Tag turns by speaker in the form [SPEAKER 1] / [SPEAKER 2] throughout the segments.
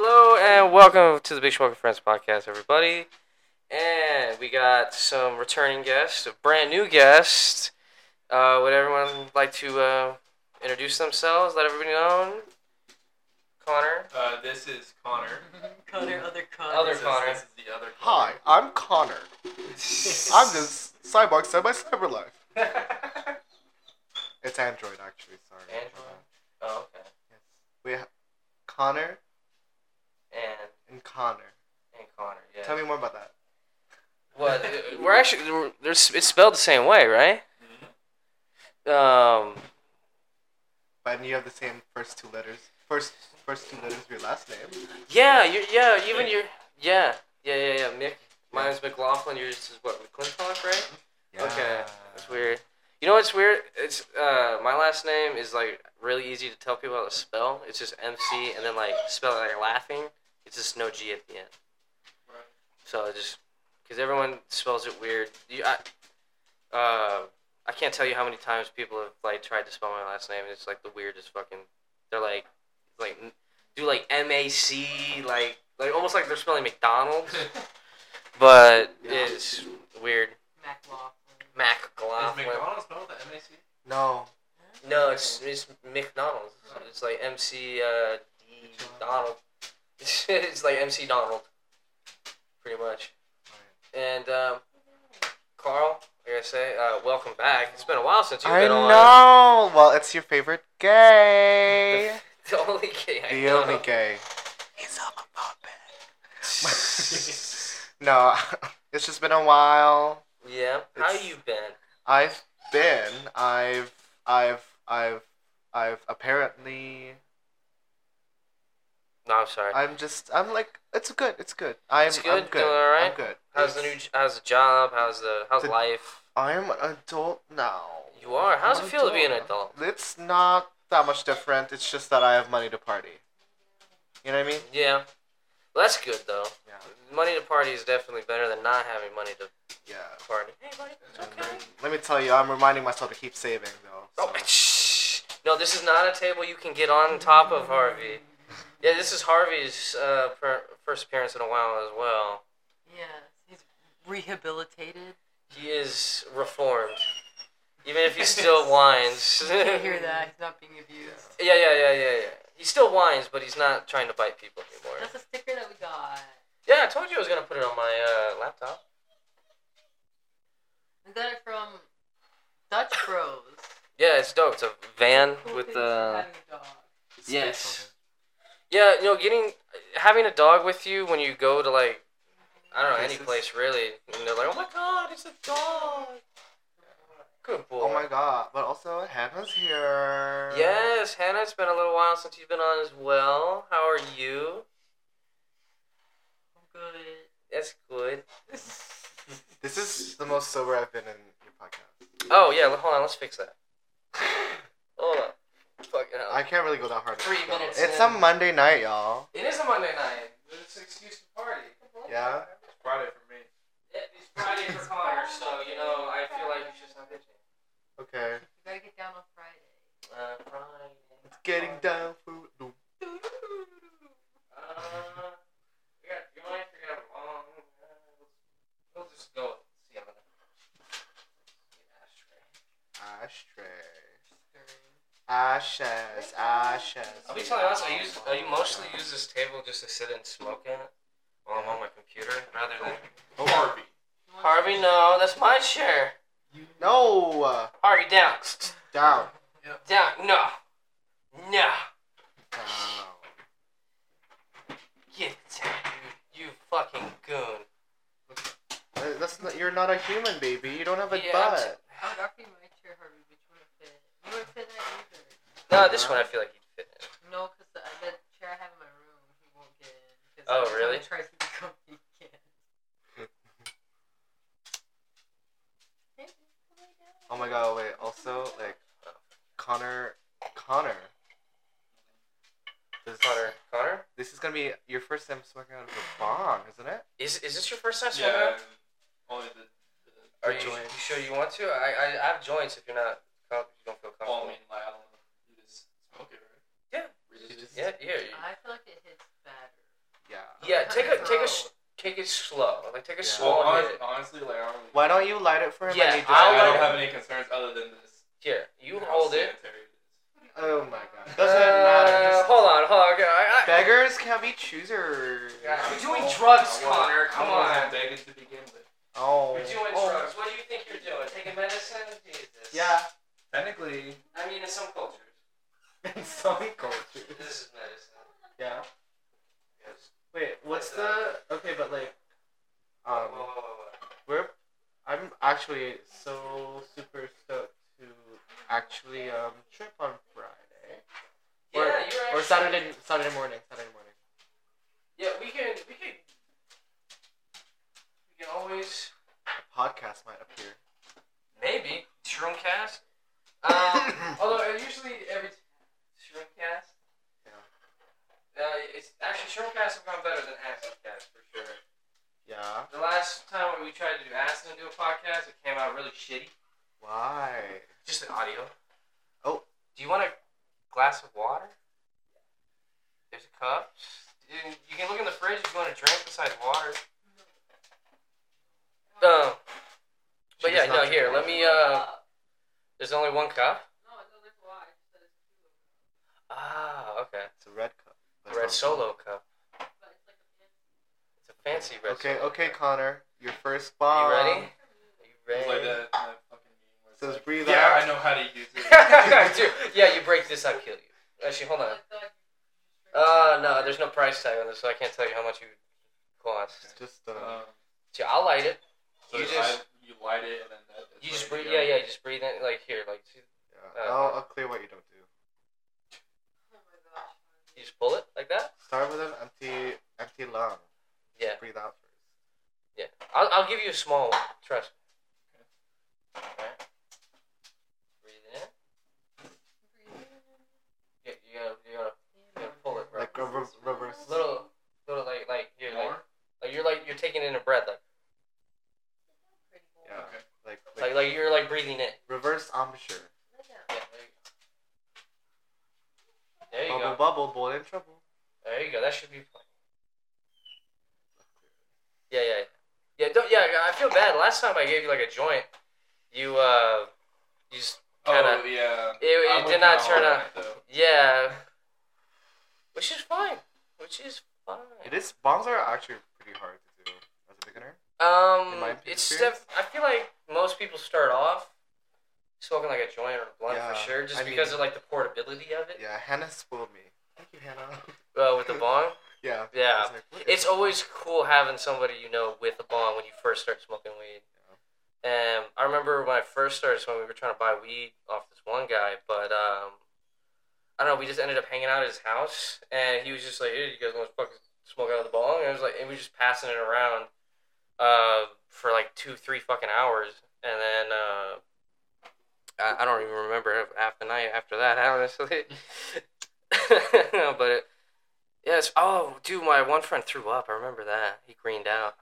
[SPEAKER 1] And welcome to the Big Smoking Friends podcast, everybody. And we got some returning guests, a brand new guest. Uh, would everyone like to uh, introduce themselves? Let everybody know. Connor.
[SPEAKER 2] Uh, this is Connor.
[SPEAKER 3] Connor, other Connor.
[SPEAKER 1] Other
[SPEAKER 2] this
[SPEAKER 1] Connor.
[SPEAKER 2] Is, this is the other
[SPEAKER 4] Hi, I'm Connor. I'm just Cyborg Semi Cyberlife.
[SPEAKER 2] Connor.
[SPEAKER 4] It's Android, actually. Sorry.
[SPEAKER 1] Android. Oh, okay.
[SPEAKER 4] Yes. We have Connor
[SPEAKER 1] And
[SPEAKER 4] and Connor.
[SPEAKER 1] and Connor. Yeah.
[SPEAKER 4] Tell me more about that.
[SPEAKER 1] Well, uh, we're actually we're, there's it's spelled the same way, right? Um.
[SPEAKER 4] But you have the same first two letters. First, first two letters of your last name.
[SPEAKER 1] Yeah. You're, yeah. Even your. Yeah. Yeah. Yeah. Yeah. Mick. Mine's McLaughlin. Yours is what McClintock, right? Okay,
[SPEAKER 4] Uh,
[SPEAKER 1] that's weird. You know what's weird? It's uh, my last name is like really easy to tell people how to spell. It's just MC and then like spell it like laughing. It's just no G at the end.
[SPEAKER 2] Right.
[SPEAKER 1] So I just because everyone spells it weird. You, I, uh, I can't tell you how many times people have like tried to spell my last name and it's like the weirdest fucking. They're like, like do like M A C like like almost like they're spelling McDonald's, but
[SPEAKER 4] Yeah.
[SPEAKER 1] it's weird.
[SPEAKER 3] McLaughlin.
[SPEAKER 2] Is
[SPEAKER 1] McLaughlin.
[SPEAKER 2] McDonald's spelled with the MAC?
[SPEAKER 4] No.
[SPEAKER 1] No, it's it's McDonald's. It's like MC uh, D Donald. it's like MC Donald, pretty much. And um, Carl, like I say, uh, welcome back. It's been a while since you've
[SPEAKER 4] I
[SPEAKER 1] been on.
[SPEAKER 4] know. Well, it's your favorite gay.
[SPEAKER 1] The only gay. I
[SPEAKER 4] The
[SPEAKER 1] know.
[SPEAKER 4] only gay. He's a no, it's just been a while.
[SPEAKER 1] yeah. How
[SPEAKER 4] It's-
[SPEAKER 1] you been?
[SPEAKER 4] I've been. I've. I've. I've. I've apparently.
[SPEAKER 1] No, I'm sorry.
[SPEAKER 4] I'm just. I'm like. It's good. It's good. I'm.
[SPEAKER 1] It's
[SPEAKER 4] I'm
[SPEAKER 1] good,
[SPEAKER 4] good.
[SPEAKER 1] doing all right?
[SPEAKER 4] I'm good.
[SPEAKER 1] how's the new? j- How's the job? How's the? How's
[SPEAKER 4] The-
[SPEAKER 1] life?
[SPEAKER 4] I'm an adult now.
[SPEAKER 1] You are. How's
[SPEAKER 4] I'm
[SPEAKER 1] it feel to be an adult?
[SPEAKER 4] It's not that much different. It's just that I have money to party. You know what I mean?
[SPEAKER 1] Yeah. Well, that's good though.
[SPEAKER 4] Yeah.
[SPEAKER 1] Money to party is definitely better than not having money to
[SPEAKER 4] Yeah.
[SPEAKER 1] party. Hey, buddy, it's
[SPEAKER 4] And
[SPEAKER 1] okay.
[SPEAKER 4] Let me tell you, I'm reminding myself to keep saving though.
[SPEAKER 1] Oh,
[SPEAKER 4] so-
[SPEAKER 1] shh. No, this is not a table you can get on top of, Harvey. Yeah, this is Harvey's uh, per- first appearance in a while as well.
[SPEAKER 3] Yes, he's rehabilitated.
[SPEAKER 1] He is reformed, even if he still whines.
[SPEAKER 3] You
[SPEAKER 1] yeah,
[SPEAKER 3] can't hear that. He's not being abused.
[SPEAKER 1] yeah, yeah, yeah, yeah. He still whines, but he's not trying to bite people anymore.
[SPEAKER 3] That's a sticker that we got.
[SPEAKER 1] Yeah, I told you I was gonna put it on my uh, laptop.
[SPEAKER 3] We got it from Dutch Bros.
[SPEAKER 1] Yeah, it's dope. It's a van
[SPEAKER 3] Cool
[SPEAKER 1] with
[SPEAKER 3] things
[SPEAKER 1] uh.
[SPEAKER 3] about having a dog.
[SPEAKER 1] Yes. Yeah, you know, getting having a dog with you when you go to like I don't know any
[SPEAKER 4] Places.
[SPEAKER 1] place really, and they're like, "Oh my god, it's a dog!" Good boy.
[SPEAKER 4] Oh my god! But also Hannah's here.
[SPEAKER 1] Yes, Hannah. It's been a little while since you've been on as well. How are you?
[SPEAKER 3] I'm good.
[SPEAKER 1] That's good.
[SPEAKER 4] This is the most sober I've been in your podcast.
[SPEAKER 1] Oh yeah, hold on. Let's fix that. Hold on. Fucking hell.
[SPEAKER 4] I can't really go that hard.
[SPEAKER 1] Oh. Three
[SPEAKER 4] No.
[SPEAKER 1] minutes
[SPEAKER 4] It's
[SPEAKER 1] in.
[SPEAKER 4] a Monday night, y'all.
[SPEAKER 1] It is a Monday night.
[SPEAKER 2] It's an excuse to party.
[SPEAKER 4] Yeah.
[SPEAKER 2] It's Friday for me.
[SPEAKER 1] It's Friday for Connor, so you know I feel like you should stop bitching.
[SPEAKER 4] Okay.
[SPEAKER 3] You gotta get down on Friday.
[SPEAKER 1] Uh, Friday.
[SPEAKER 4] It's getting down for the
[SPEAKER 1] Uh, we got- you might figure out long. uh, We'll just go and see how that.
[SPEAKER 4] ashtray. Ashes, ashes.
[SPEAKER 1] I'll be telling you honestly, I use I mostly use this table just to sit and smoke at while I'm on my computer, rather than
[SPEAKER 4] Oh,
[SPEAKER 2] Harvey.
[SPEAKER 3] You want
[SPEAKER 1] Harvey. No, that's my chair.
[SPEAKER 4] no, uh,
[SPEAKER 1] Harvey, down,
[SPEAKER 4] down,
[SPEAKER 1] down. No, no,
[SPEAKER 4] down.
[SPEAKER 1] get down, you, you fucking goon.
[SPEAKER 4] Uh, That's not, you're not a human, baby. You don't have a
[SPEAKER 1] Yeah, I'm
[SPEAKER 4] butt.
[SPEAKER 1] t-
[SPEAKER 3] I would offer you my chair, Harvey, but you wouldn't fit. You wouldn't fit that either.
[SPEAKER 1] no, this one I feel like you'd fit in.
[SPEAKER 3] No, because the, the chair I have in my room, he won't get in. 'cause
[SPEAKER 1] Oh,
[SPEAKER 3] every time
[SPEAKER 1] really?
[SPEAKER 3] He tries to be comfy, he can't. Hey, come lay down.
[SPEAKER 4] Oh my god, wait. Also, like, Connor, Connor. This,
[SPEAKER 1] Connor, Connor,
[SPEAKER 4] This is gonna be your first time smoking out of a bong, isn't it?
[SPEAKER 1] is is this your first time smoking?
[SPEAKER 2] Yeah. Only the, the
[SPEAKER 1] Are you,
[SPEAKER 4] Join.
[SPEAKER 1] you sure you want to? I, I I have joints if you're not com- if you don't feel comfortable.
[SPEAKER 2] well, I mean, like, I don't know. You just smoke it,
[SPEAKER 1] Yeah.
[SPEAKER 2] right? We just-
[SPEAKER 1] Yeah, yeah. you-
[SPEAKER 3] I feel like it hits better.
[SPEAKER 4] Yeah.
[SPEAKER 1] Yeah, take a take a s-
[SPEAKER 3] Oh.
[SPEAKER 1] take it slow. Like take a
[SPEAKER 4] Yeah.
[SPEAKER 1] slow
[SPEAKER 2] Well, honest,
[SPEAKER 1] hit.
[SPEAKER 2] honestly, like, I don't, really-
[SPEAKER 4] Why don't you light it for him?
[SPEAKER 1] Yeah,
[SPEAKER 4] and you
[SPEAKER 1] I'll
[SPEAKER 4] it
[SPEAKER 2] I
[SPEAKER 1] let
[SPEAKER 2] don't
[SPEAKER 4] down?
[SPEAKER 2] have any concerns other than this.
[SPEAKER 1] Here, you
[SPEAKER 2] How
[SPEAKER 1] hold it.
[SPEAKER 2] sanitary it is.
[SPEAKER 4] Oh my god.
[SPEAKER 1] Uh,
[SPEAKER 4] Doesn't matter. Just
[SPEAKER 1] Hold on, hold on. Okay, I, I,
[SPEAKER 4] beggars can be choosers.
[SPEAKER 1] Uh, Yeah. You're doing
[SPEAKER 2] Oh,
[SPEAKER 1] drugs,
[SPEAKER 2] I wasn't-
[SPEAKER 1] Connor, come
[SPEAKER 2] I wasn't
[SPEAKER 1] on.
[SPEAKER 2] begging to begin with.
[SPEAKER 4] Oh.
[SPEAKER 1] You're doing
[SPEAKER 4] oh.
[SPEAKER 1] drugs. What do you think you're doing? Taking medicine? Jesus.
[SPEAKER 4] Yeah.
[SPEAKER 2] Technically,
[SPEAKER 1] I mean, in some cultures,
[SPEAKER 4] In some cultures.
[SPEAKER 1] this is medicine.
[SPEAKER 4] Yeah.
[SPEAKER 1] Yes.
[SPEAKER 4] Wait, what's the okay? But like, um,
[SPEAKER 1] Whoa, whoa, whoa, whoa.
[SPEAKER 4] we're I'm actually so super stoked to actually um trip on Friday
[SPEAKER 1] Yeah,
[SPEAKER 4] Or-
[SPEAKER 1] you're
[SPEAKER 4] or
[SPEAKER 1] actually-
[SPEAKER 4] Saturday Saturday morning Saturday morning.
[SPEAKER 1] Yeah, we can. We can. We can always
[SPEAKER 4] A podcast might appear.
[SPEAKER 1] maybe shroomcast. Um, although uh, usually every shroomcast.
[SPEAKER 4] Yeah.
[SPEAKER 1] Uh, it's actually shroomcast have gone better than Cast for sure.
[SPEAKER 4] Yeah.
[SPEAKER 1] The last time we tried to do Aston do a podcast, it came out really shitty.
[SPEAKER 4] Why?
[SPEAKER 1] Just an audio.
[SPEAKER 4] Oh.
[SPEAKER 1] Do you want a glass of water? There's a cup. You you can look in the fridge if you want a drink besides water. Um,
[SPEAKER 4] She
[SPEAKER 1] but yeah,
[SPEAKER 4] does not
[SPEAKER 1] no, here,
[SPEAKER 4] drink
[SPEAKER 1] let
[SPEAKER 4] water.
[SPEAKER 1] me, uh, there's only one cup?
[SPEAKER 3] No, it doesn't why. It says two,
[SPEAKER 1] Ah, okay.
[SPEAKER 4] It's a red cup. That's
[SPEAKER 1] red
[SPEAKER 4] not-
[SPEAKER 1] solo cup.
[SPEAKER 3] but it's like a fancy.
[SPEAKER 1] It's a fancy red
[SPEAKER 4] Okay,
[SPEAKER 1] solo
[SPEAKER 4] okay,
[SPEAKER 1] cup.
[SPEAKER 4] Connor, your first bomb.
[SPEAKER 1] You ready?
[SPEAKER 2] it was
[SPEAKER 1] Are you
[SPEAKER 2] like
[SPEAKER 1] ready?
[SPEAKER 2] that, that fucking meme where it's
[SPEAKER 4] Says
[SPEAKER 2] like,
[SPEAKER 4] breathe
[SPEAKER 2] yeah,
[SPEAKER 4] out.
[SPEAKER 2] I know how to use it.
[SPEAKER 1] Dude, yeah, you break this, I'll kill you. Actually, hold on.
[SPEAKER 3] Like the-
[SPEAKER 1] Uh, no, there's
[SPEAKER 3] oh
[SPEAKER 1] no price tag on this, so I can't tell you how much you cost.
[SPEAKER 4] It's just uh,
[SPEAKER 2] Um,
[SPEAKER 1] See, I'll light it.
[SPEAKER 2] so
[SPEAKER 1] You
[SPEAKER 2] you
[SPEAKER 1] just-
[SPEAKER 2] just you light it and then that, that's
[SPEAKER 1] You just
[SPEAKER 2] ready
[SPEAKER 1] breathe.
[SPEAKER 2] to
[SPEAKER 1] Yeah,
[SPEAKER 2] go.
[SPEAKER 1] yeah. You just breathe in. Like here, like see-
[SPEAKER 4] yeah.
[SPEAKER 1] uh,
[SPEAKER 4] I'll, I'll clear what you don't do.
[SPEAKER 3] Oh my gosh.
[SPEAKER 1] you just pull it like that.
[SPEAKER 4] Start with an empty empty lung.
[SPEAKER 1] Yeah.
[SPEAKER 4] Breathe out first.
[SPEAKER 1] I'll, I'll give you a small one. Trust me. Alright. Breathe in. Yeah, you gotta, you gotta, you gotta pull it. Bro.
[SPEAKER 4] Like a re- reverse.
[SPEAKER 1] little, little like like here, like,
[SPEAKER 2] More?
[SPEAKER 1] like you're like you're taking in a breath, like
[SPEAKER 4] Yeah.
[SPEAKER 2] Okay.
[SPEAKER 4] Like like,
[SPEAKER 1] like like you're like breathing in.
[SPEAKER 4] reverse embouchure.
[SPEAKER 1] Yeah, there you go. There you
[SPEAKER 4] Bubble
[SPEAKER 1] go.
[SPEAKER 4] bubble boy in trouble.
[SPEAKER 1] There you go. That should be plenty. Yeah, yeah, yeah. Yeah, Don't. Yeah, I feel bad. Last time I gave you like a joint, you uh, you just
[SPEAKER 2] Oh
[SPEAKER 1] kinda-
[SPEAKER 2] yeah.
[SPEAKER 1] it, it
[SPEAKER 2] I'm
[SPEAKER 1] did not
[SPEAKER 2] kinda
[SPEAKER 1] turn
[SPEAKER 2] hard
[SPEAKER 1] out.
[SPEAKER 2] on it, though.
[SPEAKER 1] Yeah. Which is fine. Which is fine.
[SPEAKER 4] It is bombs are actually pretty hard to do as a beginner. In my
[SPEAKER 1] Um, it's step.
[SPEAKER 4] experience?
[SPEAKER 1] I feel like most people start off smoking like a joint or a blunt
[SPEAKER 4] Yeah,
[SPEAKER 1] for sure, just
[SPEAKER 4] I
[SPEAKER 1] because
[SPEAKER 4] mean-
[SPEAKER 1] of like the portability of it.
[SPEAKER 4] Yeah, Hannah spoiled me. Thank you, Hannah.
[SPEAKER 1] Uh, with the bong.
[SPEAKER 4] yeah. I
[SPEAKER 1] Yeah.
[SPEAKER 4] was like, what is
[SPEAKER 1] It's
[SPEAKER 4] this?
[SPEAKER 1] always cool having somebody you know with a bong when you first start smoking weed. And I remember when I first started smoking, we were trying to buy weed off this one guy, but um, I don't know. We just ended up hanging out at his house, and he was just like, "Hey, you guys want to fucking smoke out of the bong?" And I was like, and we were just passing it around uh, for like two, three fucking hours, and then uh, I, I don't even remember half the night after that, honestly. but it, Yes. Oh, dude, my one friend threw up. I remember that. He greened out.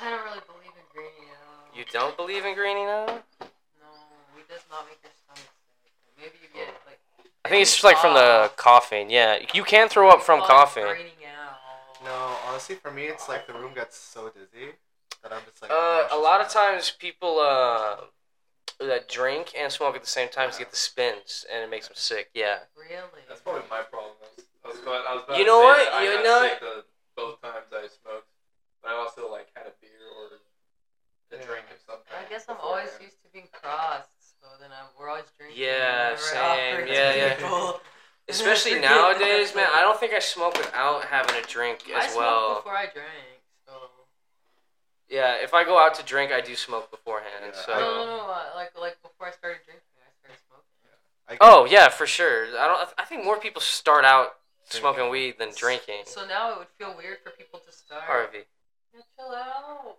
[SPEAKER 3] I don't really believe in green ale.
[SPEAKER 1] You don't believe in greening out?
[SPEAKER 3] No, it does not make your stomach sick. Maybe you
[SPEAKER 1] Oh.
[SPEAKER 3] get like.
[SPEAKER 1] I think it's just like from the coughing. Yeah, you can throw up from
[SPEAKER 3] Ah. Oh,
[SPEAKER 1] coughing.
[SPEAKER 3] Greening out.
[SPEAKER 4] No, honestly for me it's like the room gets so dizzy that I'm just like
[SPEAKER 1] Uh, a
[SPEAKER 4] nauseous
[SPEAKER 1] lot of
[SPEAKER 4] now.
[SPEAKER 1] times people uh, that drink and smoke at the same time get the spins, and it makes them sick. Yeah.
[SPEAKER 3] Really?
[SPEAKER 2] That's probably my problem. I was, I was, going, I was about
[SPEAKER 1] You
[SPEAKER 2] to
[SPEAKER 1] know
[SPEAKER 2] say
[SPEAKER 1] what?
[SPEAKER 2] that I
[SPEAKER 1] You
[SPEAKER 2] got
[SPEAKER 1] know
[SPEAKER 2] sick the, both times I smoked, but I also like had a beer or a
[SPEAKER 4] Yeah.
[SPEAKER 2] drink of something.
[SPEAKER 3] I guess I'm
[SPEAKER 2] beforehand.
[SPEAKER 3] always used to being crossed, so then I'm, we're always drinking.
[SPEAKER 1] Yeah,
[SPEAKER 3] whatever
[SPEAKER 1] same.
[SPEAKER 3] offers
[SPEAKER 1] Yeah, yeah.
[SPEAKER 3] people.
[SPEAKER 1] Especially
[SPEAKER 3] Forget
[SPEAKER 1] nowadays,
[SPEAKER 3] that.
[SPEAKER 1] man. I don't think I smoke without having a drink
[SPEAKER 3] I
[SPEAKER 1] as
[SPEAKER 3] smoked
[SPEAKER 1] well.
[SPEAKER 3] before I drank, so.
[SPEAKER 1] Yeah, if I go out to drink, I do smoke beforehand.
[SPEAKER 4] Yeah,
[SPEAKER 1] So.
[SPEAKER 4] I-
[SPEAKER 3] no, no, no, uh, like like before I started drinking, I started smoking.
[SPEAKER 4] I get-
[SPEAKER 1] Oh yeah, for sure. I don't. I think more people start out smoking weed than drinking.
[SPEAKER 3] So now it would feel weird for people to start.
[SPEAKER 1] Harvey,
[SPEAKER 3] Yeah, chill out.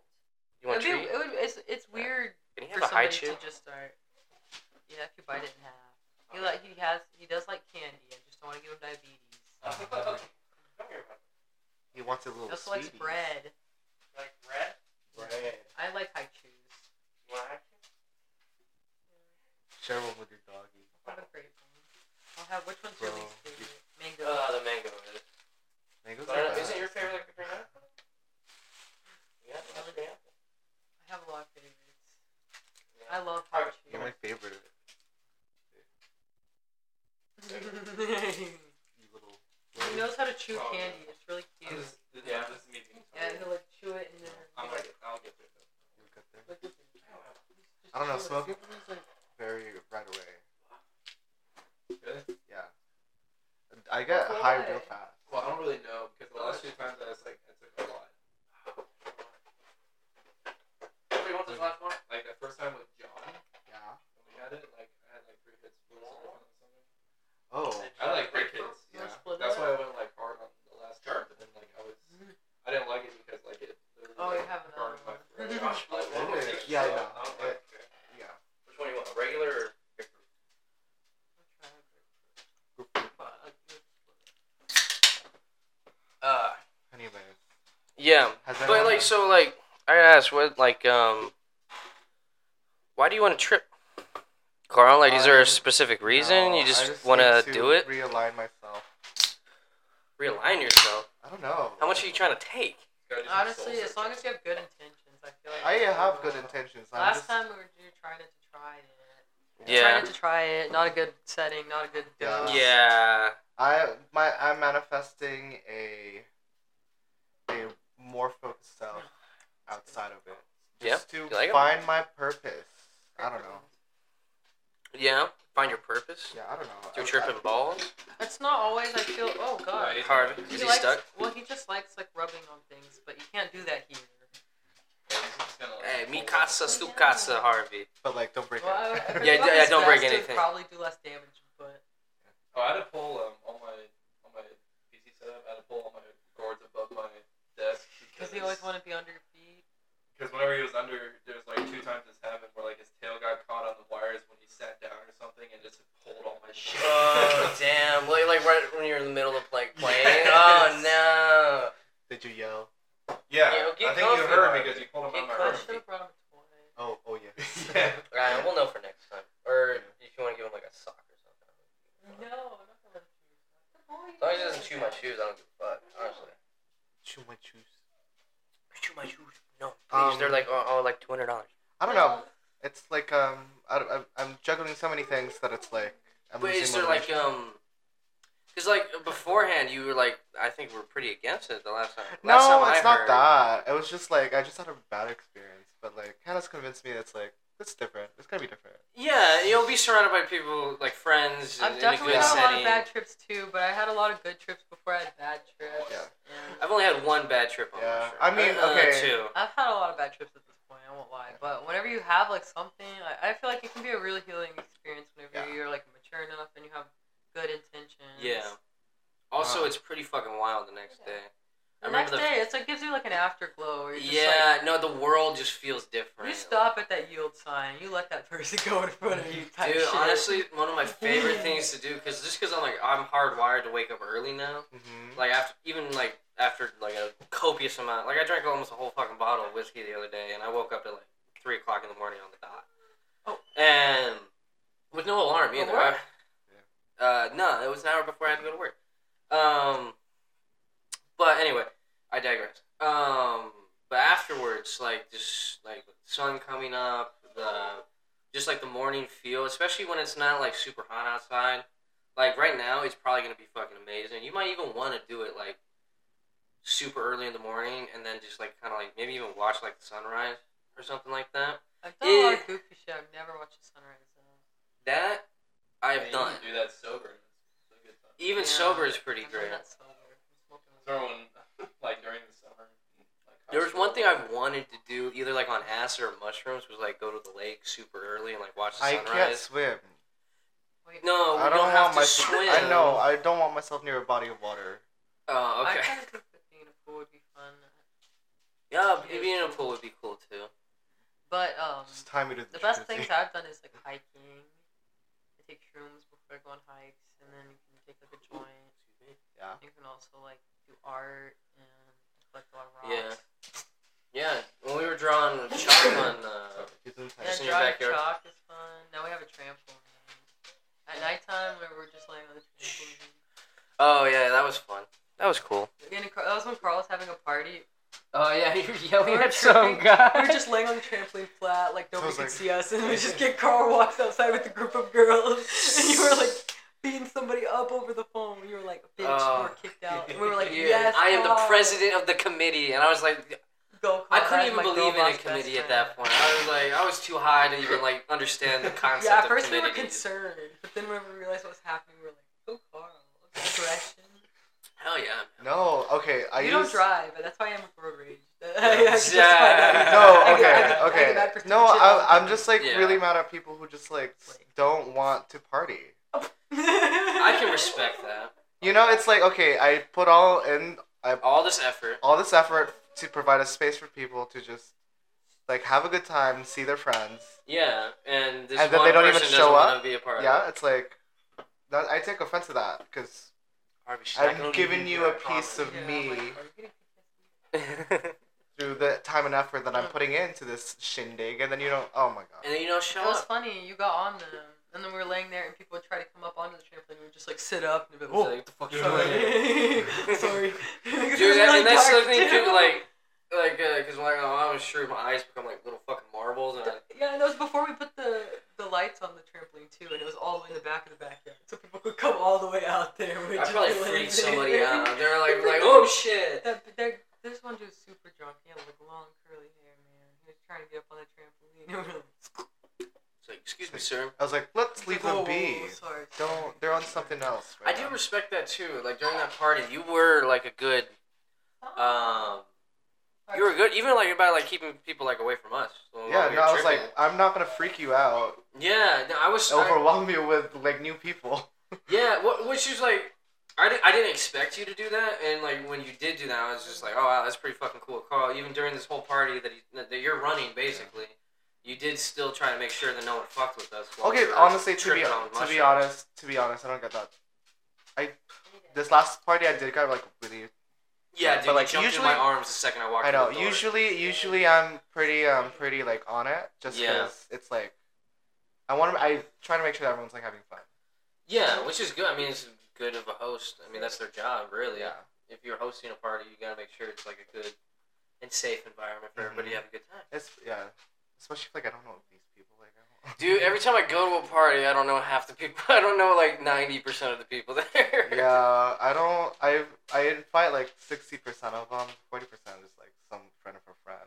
[SPEAKER 1] you want a
[SPEAKER 3] It'd
[SPEAKER 1] treat?
[SPEAKER 3] be, it would, it's, it's weird
[SPEAKER 1] Can you
[SPEAKER 3] for
[SPEAKER 1] have a high
[SPEAKER 3] somebody
[SPEAKER 1] chew?
[SPEAKER 3] to just start. Yeah, if you bite it in half. He like he has he does like candy. I just don't want to give him diabetes.
[SPEAKER 1] Oh,
[SPEAKER 4] he wants a little
[SPEAKER 3] He also likes
[SPEAKER 4] sweetie.
[SPEAKER 3] bread.
[SPEAKER 1] Like red?
[SPEAKER 4] Bread.
[SPEAKER 3] I like high chews.
[SPEAKER 4] Share one with your doggy.
[SPEAKER 3] What a great one. I'll have which one's your
[SPEAKER 4] Bro, Uh,
[SPEAKER 3] least favorite? Mango.
[SPEAKER 1] Uh, the mango.
[SPEAKER 4] Mango's
[SPEAKER 1] But I,
[SPEAKER 3] knows how to chew
[SPEAKER 4] Oh,
[SPEAKER 3] candy. It's really cute.
[SPEAKER 2] This, this,
[SPEAKER 5] Yeah.
[SPEAKER 2] This meeting.
[SPEAKER 3] Yeah, and he'll like chew it and then.
[SPEAKER 2] I'm gonna get. I'll get rid of it.
[SPEAKER 4] You'll get there.
[SPEAKER 3] Look at the-
[SPEAKER 4] I don't know.
[SPEAKER 3] just
[SPEAKER 4] Smoking is like very right away.
[SPEAKER 2] Really?
[SPEAKER 4] Yeah. I get high real
[SPEAKER 3] Why?
[SPEAKER 4] fast.
[SPEAKER 2] Well, I don't really know because the last few times I was like, I took a lot.
[SPEAKER 1] Wait, what's this last one?
[SPEAKER 2] Like the first time with John, when
[SPEAKER 4] Yeah.
[SPEAKER 2] we had it, like I had like three hits. Or something.
[SPEAKER 4] Oh.
[SPEAKER 2] I had, like three hits.
[SPEAKER 3] You wanna
[SPEAKER 4] Yeah.
[SPEAKER 3] split it
[SPEAKER 2] That's why
[SPEAKER 3] up?
[SPEAKER 2] I went like hard on the last chart, but then like I was, I didn't like it because like it. there was,
[SPEAKER 3] Oh,
[SPEAKER 2] like,
[SPEAKER 3] you have
[SPEAKER 2] burn
[SPEAKER 3] another
[SPEAKER 2] my
[SPEAKER 3] one.
[SPEAKER 2] throat. Like, "Oh,
[SPEAKER 4] Yeah,
[SPEAKER 2] what was it? So,
[SPEAKER 4] yeah,
[SPEAKER 2] I
[SPEAKER 4] yeah.
[SPEAKER 2] was like,
[SPEAKER 4] Yeah.
[SPEAKER 1] Which one you want? Regular or?
[SPEAKER 3] I'll try it. But, like, it's-
[SPEAKER 1] Uh.
[SPEAKER 4] Anyways.
[SPEAKER 1] Yeah,
[SPEAKER 4] Has
[SPEAKER 1] but
[SPEAKER 4] anyone-
[SPEAKER 1] like so like I gotta ask what like um. Why do you want to trip, Carl? Like, is there
[SPEAKER 4] Um,
[SPEAKER 1] a specific reason
[SPEAKER 4] No,
[SPEAKER 1] you
[SPEAKER 4] I
[SPEAKER 1] just
[SPEAKER 4] need
[SPEAKER 1] want to
[SPEAKER 4] to
[SPEAKER 1] do it?
[SPEAKER 4] Realign myself.
[SPEAKER 1] Realign yourself.
[SPEAKER 4] I don't know.
[SPEAKER 1] How much are you trying to take?
[SPEAKER 2] gotta do some
[SPEAKER 3] Honestly,
[SPEAKER 2] soul
[SPEAKER 3] as long as
[SPEAKER 2] searching.
[SPEAKER 3] you have good intentions, I feel like.
[SPEAKER 4] I have good
[SPEAKER 3] Uh,
[SPEAKER 4] intentions. I'm
[SPEAKER 3] Last
[SPEAKER 4] just,
[SPEAKER 3] time we were you were trying it to try it. Trying
[SPEAKER 1] Yeah.
[SPEAKER 3] it to try it. Not a good setting. Not a good
[SPEAKER 4] Yeah.
[SPEAKER 3] dose.
[SPEAKER 1] Yeah.
[SPEAKER 4] I my I'm manifesting a a more focused self outside of it. Just
[SPEAKER 1] You
[SPEAKER 4] to
[SPEAKER 1] like it?
[SPEAKER 4] find my purpose. I don't know.
[SPEAKER 1] Yeah. Find your purpose.
[SPEAKER 4] Yeah, I don't know.
[SPEAKER 1] Do
[SPEAKER 4] I-
[SPEAKER 1] tripping balls.
[SPEAKER 3] It's not always. I feel. Oh God.
[SPEAKER 2] Right.
[SPEAKER 1] Hard.
[SPEAKER 3] He
[SPEAKER 1] Is he
[SPEAKER 3] likes,
[SPEAKER 1] stuck?
[SPEAKER 3] Well, he just likes like rubbing on things, but you can't do that here.
[SPEAKER 2] Yeah, he's just gonna, like,
[SPEAKER 1] Hey, mi
[SPEAKER 2] pull
[SPEAKER 1] casa,
[SPEAKER 2] it.
[SPEAKER 1] su casa, Harvey.
[SPEAKER 4] But like, don't break
[SPEAKER 3] Well,
[SPEAKER 4] it.
[SPEAKER 3] I, I
[SPEAKER 1] Yeah,
[SPEAKER 3] feel like
[SPEAKER 1] yeah,
[SPEAKER 3] his
[SPEAKER 1] don't break
[SPEAKER 3] best would
[SPEAKER 1] anything.
[SPEAKER 3] Probably do less damage, but
[SPEAKER 2] Oh, I had to pull um all my all my PC setup. I had to pull all my cords above my desk
[SPEAKER 3] because he always wanted to be under your feet.
[SPEAKER 2] Because whenever he was under, there was like two times this happened where like his tail got caught on the wires when he sat down or something and just pulled all my shit.
[SPEAKER 1] Oh damn! Like, like right when you're in the middle of like playing.
[SPEAKER 2] Yes.
[SPEAKER 1] Oh
[SPEAKER 4] Did you yell?
[SPEAKER 1] Yeah,
[SPEAKER 2] yeah,
[SPEAKER 1] well, get
[SPEAKER 2] I think you
[SPEAKER 1] comfy,
[SPEAKER 2] heard
[SPEAKER 1] Harvey.
[SPEAKER 2] because you pulled him
[SPEAKER 1] Get
[SPEAKER 2] out of my
[SPEAKER 1] Or
[SPEAKER 3] I
[SPEAKER 2] room.
[SPEAKER 1] comfy.
[SPEAKER 3] should have brought him a toy.
[SPEAKER 4] Oh, oh yeah.
[SPEAKER 2] yeah.
[SPEAKER 1] no! Alright, we'll know for next time. Or if you want to give him like a sock or something.
[SPEAKER 3] No, I'm not gonna let him chew. Good boy.
[SPEAKER 1] As long as he doesn't chew my shoes, I don't give a fuck. Honestly.
[SPEAKER 4] Chew my juice.
[SPEAKER 1] Chew my shoes? No,
[SPEAKER 4] Um,
[SPEAKER 1] please. They're like oh, oh like two hundred dollars.
[SPEAKER 4] I don't know. It's like um, I, don't- I'm- I'm juggling so many things that it's like. I'm
[SPEAKER 1] But
[SPEAKER 4] losing
[SPEAKER 1] is there like
[SPEAKER 4] motivation.
[SPEAKER 1] um? Because like beforehand, you were like I think we are pretty against it the last time.
[SPEAKER 4] No,
[SPEAKER 1] last time I
[SPEAKER 4] it's not
[SPEAKER 1] heard.
[SPEAKER 4] that. It was just like I just had a bad experience, but like Hannah's convinced me it's like it's different. It's gonna be different.
[SPEAKER 1] Yeah, you'll be surrounded by people like friends.
[SPEAKER 3] I've
[SPEAKER 1] in
[SPEAKER 3] definitely
[SPEAKER 1] a good
[SPEAKER 3] had a lot
[SPEAKER 1] setting.
[SPEAKER 3] of bad trips too, but I had a lot of good trips before I had bad trips.
[SPEAKER 4] Yeah.
[SPEAKER 3] And
[SPEAKER 1] I've only had one bad trip on my
[SPEAKER 4] Yeah,
[SPEAKER 1] trip.
[SPEAKER 4] I mean,
[SPEAKER 1] Uh,
[SPEAKER 4] okay.
[SPEAKER 1] Two.
[SPEAKER 3] I've had a lot of bad trips at this point. I won't lie, but whenever you have like something, I, I feel like it can be a really healing experience. Whenever
[SPEAKER 4] Yeah.
[SPEAKER 3] you're like mature enough and you have good intentions.
[SPEAKER 1] Yeah. Also,
[SPEAKER 4] Wow.
[SPEAKER 1] it's pretty fucking wild the next day. I
[SPEAKER 3] Uh-huh. The next
[SPEAKER 1] remember the-
[SPEAKER 3] day, it's like gives you like an afterglow. Where you're just
[SPEAKER 1] Yeah, no, the world just feels different.
[SPEAKER 3] Like, you stop at that yield sign. You let that person go in front of you. Type
[SPEAKER 1] Dude,
[SPEAKER 3] shit.
[SPEAKER 1] honestly, one of my favorite things to do, cause just cause I'm like I'm hardwired to wake up early now.
[SPEAKER 4] Mm-hmm.
[SPEAKER 1] Like after even like after like a copious amount, like I drank almost a whole fucking bottle of whiskey the other day, and I woke up at like three o'clock in the morning on the dot.
[SPEAKER 3] Oh.
[SPEAKER 1] And with no alarm
[SPEAKER 3] At
[SPEAKER 1] either.
[SPEAKER 3] work?
[SPEAKER 1] I- uh, no, it was an hour before I had to go to work. Um, but anyway, I digress. Um, but afterwards, like just like the sun coming up, the just like the morning feel, especially when it's not like super hot outside. Like right now, it's probably gonna be fucking amazing. You might even want to do it like super early in the morning, and then just like kind of like maybe even watch like the sunrise or something like that.
[SPEAKER 3] I've done a lot
[SPEAKER 1] Yeah.
[SPEAKER 3] of goofy shit. I've never watched the sunrise though.
[SPEAKER 1] That
[SPEAKER 2] Yeah,
[SPEAKER 1] I've
[SPEAKER 2] you
[SPEAKER 1] done.
[SPEAKER 2] can Do that sober. It's a good time.
[SPEAKER 1] Even
[SPEAKER 3] Yeah.
[SPEAKER 1] sober is pretty
[SPEAKER 3] I've done
[SPEAKER 1] great.
[SPEAKER 3] that sober. I'm smoking a lot.
[SPEAKER 2] Remember when, like during the summer. Like, high
[SPEAKER 1] There was
[SPEAKER 2] school?
[SPEAKER 1] one thing I wanted to do, either like on acid or mushrooms, was like go to the lake super early and like watch the
[SPEAKER 4] I can't
[SPEAKER 1] sunrise.
[SPEAKER 4] swim.
[SPEAKER 3] Wait,
[SPEAKER 1] No, we
[SPEAKER 4] I don't,
[SPEAKER 1] don't
[SPEAKER 4] want
[SPEAKER 1] have to
[SPEAKER 4] my.
[SPEAKER 1] swim.
[SPEAKER 4] I know. I don't want myself near a body of water.
[SPEAKER 1] Oh,
[SPEAKER 3] I
[SPEAKER 1] okay.
[SPEAKER 3] kind of think that being a fool would be fun,
[SPEAKER 1] Yeah, maybe in a pool would be cool too.
[SPEAKER 3] but um,
[SPEAKER 4] Just tie me to the.
[SPEAKER 3] the best
[SPEAKER 4] jacuzzi.
[SPEAKER 3] things I've done is like hiking. I take shrooms before I go on hikes, and then you can take like a joint.
[SPEAKER 4] Yeah.
[SPEAKER 3] You can also like do art and collect a lot of rocks.
[SPEAKER 1] Yeah. Yeah, when we were drawing chalk on, uh,
[SPEAKER 4] It's insane.
[SPEAKER 3] Yeah,
[SPEAKER 1] Just in your
[SPEAKER 3] drawing
[SPEAKER 1] backyard.
[SPEAKER 3] chalk is fun. Now we have a trampoline. At nighttime, we were just laying on the trampoline.
[SPEAKER 1] oh yeah, that was fun. That was cool.
[SPEAKER 3] And Car- that was when Carl was having a party.
[SPEAKER 1] Oh yeah, you were
[SPEAKER 3] We
[SPEAKER 1] yelling
[SPEAKER 3] were
[SPEAKER 1] at some
[SPEAKER 3] tripping.
[SPEAKER 1] guy.
[SPEAKER 3] We were just laying on the trampoline flat, like nobody
[SPEAKER 4] Sounds
[SPEAKER 3] could
[SPEAKER 4] like-
[SPEAKER 3] see us, and we just get Carl walks outside with a group of girls, and you were like beating somebody up over the phone. You were like, bitch,
[SPEAKER 1] Oh.
[SPEAKER 3] you were kicked out. And we were like,
[SPEAKER 1] Yeah,
[SPEAKER 3] yes.
[SPEAKER 1] I am the
[SPEAKER 3] Kyle.
[SPEAKER 1] president of the committee, and I was like,
[SPEAKER 3] Go,
[SPEAKER 1] I
[SPEAKER 3] Kyle.
[SPEAKER 1] couldn't even
[SPEAKER 3] That's Oh, my girl
[SPEAKER 1] believe in a
[SPEAKER 3] boss best
[SPEAKER 1] committee at
[SPEAKER 3] friend.
[SPEAKER 1] that point. I was like, I was too high to even like understand the concept
[SPEAKER 3] Yeah, at
[SPEAKER 1] of
[SPEAKER 3] first we were
[SPEAKER 1] committee.
[SPEAKER 3] concerned, but then whenever we realized what was happening, we were like, go, Carl. Aggression.
[SPEAKER 1] Hell yeah.
[SPEAKER 4] No, okay. I
[SPEAKER 3] you
[SPEAKER 4] used,
[SPEAKER 3] don't drive, but that's why I'm a road rage.
[SPEAKER 1] Yeah.
[SPEAKER 4] No,
[SPEAKER 3] I
[SPEAKER 4] okay,
[SPEAKER 3] get- I get- I get
[SPEAKER 4] okay.
[SPEAKER 3] that for
[SPEAKER 4] no,
[SPEAKER 3] stupid shit all
[SPEAKER 4] I,
[SPEAKER 3] the
[SPEAKER 4] I'm
[SPEAKER 3] time.
[SPEAKER 4] just like
[SPEAKER 1] Yeah.
[SPEAKER 4] really mad at people who just like s- don't want to party.
[SPEAKER 1] I
[SPEAKER 3] I
[SPEAKER 1] can respect that.
[SPEAKER 4] You know, it's like okay, I put all in
[SPEAKER 1] All this effort.
[SPEAKER 4] all this effort to provide a space for people to just like have a good time, see their friends.
[SPEAKER 1] Yeah, and this
[SPEAKER 4] And then
[SPEAKER 1] one
[SPEAKER 4] they don't even
[SPEAKER 1] person
[SPEAKER 4] show
[SPEAKER 1] doesn't want
[SPEAKER 4] up?
[SPEAKER 1] to be a part of
[SPEAKER 4] Yeah, it's like that, I take offense to that because I'm giving you a piece of
[SPEAKER 3] Yeah,
[SPEAKER 4] me
[SPEAKER 3] I'm like, are you getting
[SPEAKER 1] it.
[SPEAKER 4] through the time and effort that I'm
[SPEAKER 1] Mm.
[SPEAKER 4] putting into this shindig, and then you don't. Oh my god.
[SPEAKER 1] and then you don't show
[SPEAKER 3] It was
[SPEAKER 1] up.
[SPEAKER 3] funny. You got on them, and then we were laying there, and people would try to come up onto the trampoline. We would just like sit up, and it was
[SPEAKER 1] It's
[SPEAKER 3] like,
[SPEAKER 1] like, what the fuck you doing?
[SPEAKER 3] "Sorry, sorry."
[SPEAKER 1] Dude, that, and that's the thing too, like, like, uh 'cause when I, when I was sure my eyes become like little fucking marbles, and I,
[SPEAKER 3] yeah, and that was before we put the the lights on the trampoline too, and it was all the way in the back of the backyard, so people could come all the way out there. and we'd
[SPEAKER 1] I
[SPEAKER 3] just
[SPEAKER 1] probably
[SPEAKER 3] be laying
[SPEAKER 1] freaked
[SPEAKER 3] there.
[SPEAKER 1] somebody out. They're like, like, oh shit.
[SPEAKER 3] That, that, this one dude was super drunk. He had like long curly hair, man. He was trying to get up on the trampoline. and we were like,
[SPEAKER 1] It's like, excuse me, sir.
[SPEAKER 4] I was like, let's leave them
[SPEAKER 3] "Whoa,
[SPEAKER 4] be.
[SPEAKER 3] sorry, sorry."
[SPEAKER 4] Don't. They're on something else.
[SPEAKER 1] I
[SPEAKER 4] Right
[SPEAKER 1] do
[SPEAKER 4] now.
[SPEAKER 1] respect that too. Like during that party, you were like a good, um, you were good. Even like about like keeping people like away from us. when we
[SPEAKER 4] Yeah,
[SPEAKER 1] were
[SPEAKER 4] no, I was like,
[SPEAKER 1] tripping.
[SPEAKER 4] I'm not gonna freak you out.
[SPEAKER 1] yeah, no, I was. I-
[SPEAKER 4] Overwhelm you with like new people.
[SPEAKER 1] Yeah, wh- which is like, I didn't, I didn't expect you to do that, and like when you did do that, I was just like, oh wow, that's pretty fucking cool, Carl. Even during this whole party that, he, that you're running, basically, you did still try to make sure that no one fucked with us. while
[SPEAKER 4] Okay,
[SPEAKER 1] we were
[SPEAKER 4] honestly, to be
[SPEAKER 1] tripping on
[SPEAKER 4] to be
[SPEAKER 1] mushrooms.
[SPEAKER 4] honest, to be honest, I don't get that. This last party I did got like really.
[SPEAKER 1] yeah,
[SPEAKER 4] but,
[SPEAKER 1] dude,
[SPEAKER 4] like,
[SPEAKER 1] like jumped
[SPEAKER 4] usually-
[SPEAKER 1] in my arms the second I walked.
[SPEAKER 4] I know.
[SPEAKER 1] in the door.
[SPEAKER 4] Usually, usually I'm pretty um pretty like on it just because
[SPEAKER 1] Yeah.
[SPEAKER 4] it's like, I want to. I try to make sure that everyone's like having fun.
[SPEAKER 1] yeah, which is good. I mean, it's good of a host. I mean, that's their job, really.
[SPEAKER 4] Yeah.
[SPEAKER 1] If you're hosting a party, you gotta make sure it's like a good and safe environment
[SPEAKER 4] Mm-hmm.
[SPEAKER 1] for everybody to have a good time.
[SPEAKER 4] It's yeah, especially if, like I don't know these people. Like I don't.
[SPEAKER 1] Dude, every time I go to a party, I don't know half the people. I don't know like ninety percent of the people there.
[SPEAKER 4] yeah, I don't. I I invite like sixty percent of them. Forty percent is like some friend of a friend.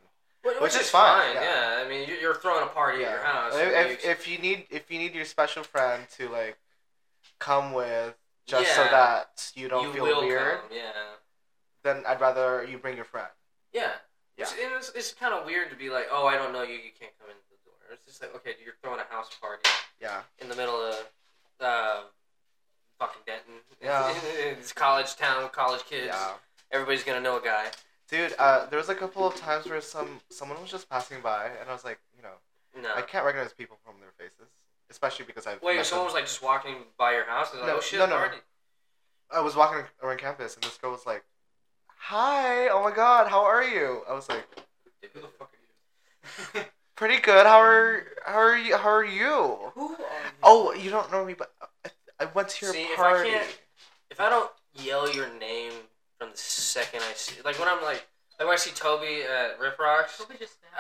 [SPEAKER 1] Which,
[SPEAKER 4] Which
[SPEAKER 1] is,
[SPEAKER 4] is
[SPEAKER 1] fine.
[SPEAKER 4] fine,
[SPEAKER 1] yeah. I mean, you- you're throwing a party at your house. so you
[SPEAKER 4] If, if,
[SPEAKER 1] ex-
[SPEAKER 4] if you need if you need your special friend to like come with just so
[SPEAKER 1] Yeah.
[SPEAKER 4] that you don't
[SPEAKER 1] you
[SPEAKER 4] feel
[SPEAKER 1] will
[SPEAKER 4] weird,
[SPEAKER 1] come, Yeah.
[SPEAKER 4] then I'd rather you bring your friend.
[SPEAKER 1] Yeah.
[SPEAKER 4] Yeah.
[SPEAKER 1] It's, and it's, it's kind of weird to be like, oh, I don't know you. You can't come in the door. It's just like, okay, dude, you're throwing a house party
[SPEAKER 4] Yeah.
[SPEAKER 1] in the middle of uh, fucking Denton.
[SPEAKER 4] Yeah.
[SPEAKER 1] it's college town, college kids.
[SPEAKER 4] Yeah.
[SPEAKER 1] Everybody's going to know a guy.
[SPEAKER 4] Dude, uh, there was a couple of times where some someone was just passing by, and I was like, you know,
[SPEAKER 1] No.
[SPEAKER 4] I can't recognize people from their faces, especially because I've
[SPEAKER 1] Wait,
[SPEAKER 4] met
[SPEAKER 1] someone
[SPEAKER 4] them-
[SPEAKER 1] was like just walking by your house and like,
[SPEAKER 4] No,
[SPEAKER 1] oh shit,
[SPEAKER 4] no, no, no.
[SPEAKER 1] party.
[SPEAKER 4] I was walking around campus, and this girl was like, "Hi, oh my god, how are you?" I was like,
[SPEAKER 1] Dude.
[SPEAKER 2] Who the fuck are you?
[SPEAKER 4] "Pretty good. How are how are you? How are you?"
[SPEAKER 3] Who um, are you?
[SPEAKER 4] Oh, you don't know me, but I, I went to your
[SPEAKER 1] See, if I
[SPEAKER 4] party.
[SPEAKER 1] can't- if I don't yell your name from the second I see, like when I'm like, like when I see Toby at Rip Rocks,
[SPEAKER 3] Toby just snapped.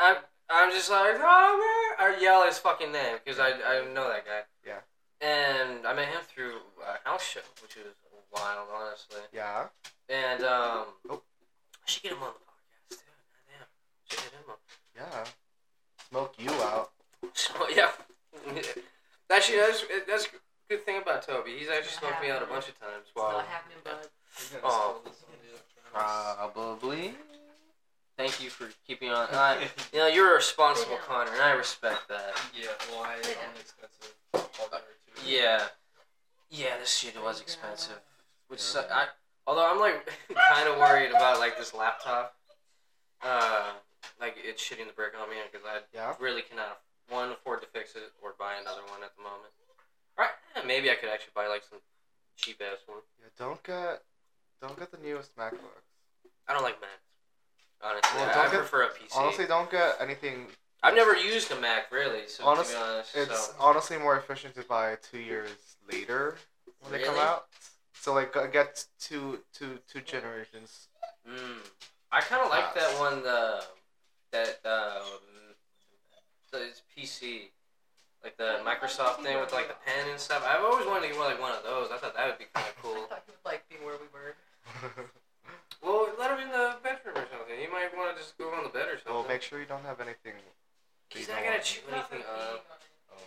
[SPEAKER 1] I'm, I'm just like, oh, man," I yell his fucking name because I, I know that guy.
[SPEAKER 4] Yeah.
[SPEAKER 1] And I met him through a house show, which was wild, honestly.
[SPEAKER 4] Yeah.
[SPEAKER 1] And um,
[SPEAKER 4] Oh.
[SPEAKER 1] I should get him on the podcast too. Goddamn, should get him on.
[SPEAKER 4] Yeah. Smoke you out.
[SPEAKER 1] So yeah, actually that's that's a good thing about Toby. He's actually smoked me out a bunch of times
[SPEAKER 3] It's
[SPEAKER 1] while
[SPEAKER 3] not happening, bud.
[SPEAKER 1] Oh.
[SPEAKER 4] Probably.
[SPEAKER 1] Thank you for keeping on. I, you know, you're responsible, Connor, and I respect that.
[SPEAKER 2] Yeah, well, I
[SPEAKER 3] Yeah.
[SPEAKER 2] own expensive hardware too.
[SPEAKER 1] Yeah. Yeah, this shit was expensive. Which su I, although I'm like kind of worried about like this laptop, uh, like it's shitting the brick on me because I
[SPEAKER 4] Yeah.
[SPEAKER 1] really cannot one afford to fix it or buy another one at the moment. Right? yeah, Maybe I could actually buy like some cheap ass one.
[SPEAKER 4] Yeah. Don't get, don't get the newest MacBooks.
[SPEAKER 1] I don't like Macs. Honestly,
[SPEAKER 4] Well,
[SPEAKER 1] I, I
[SPEAKER 4] don't get-
[SPEAKER 1] prefer a PC.
[SPEAKER 4] Honestly, don't get anything.
[SPEAKER 1] I've never used a Mac really, so
[SPEAKER 4] Honest-
[SPEAKER 1] to be honest,
[SPEAKER 4] It's
[SPEAKER 1] so.
[SPEAKER 4] honestly more efficient to buy two years later when they come
[SPEAKER 1] Really?
[SPEAKER 4] out. So like, go- get two, two, two generations.
[SPEAKER 1] Mm. I kind of like that
[SPEAKER 4] Yes.
[SPEAKER 1] one. The that uh, so it's PC. like the Microsoft thing with like the pen and stuff. I've always wanted to get one, like one of those. I thought that would be kind of
[SPEAKER 3] I
[SPEAKER 1] Oh, cool.
[SPEAKER 3] thought you would like being where we were.
[SPEAKER 1] Well, let him in the bedroom or something. He might want to just go on the bed or something.
[SPEAKER 4] well, make sure you don't have anything.
[SPEAKER 1] He's
[SPEAKER 4] you
[SPEAKER 1] not
[SPEAKER 4] don't
[SPEAKER 1] gonna
[SPEAKER 4] want-
[SPEAKER 1] chew anything uh, up.
[SPEAKER 4] Oh.
[SPEAKER 3] um,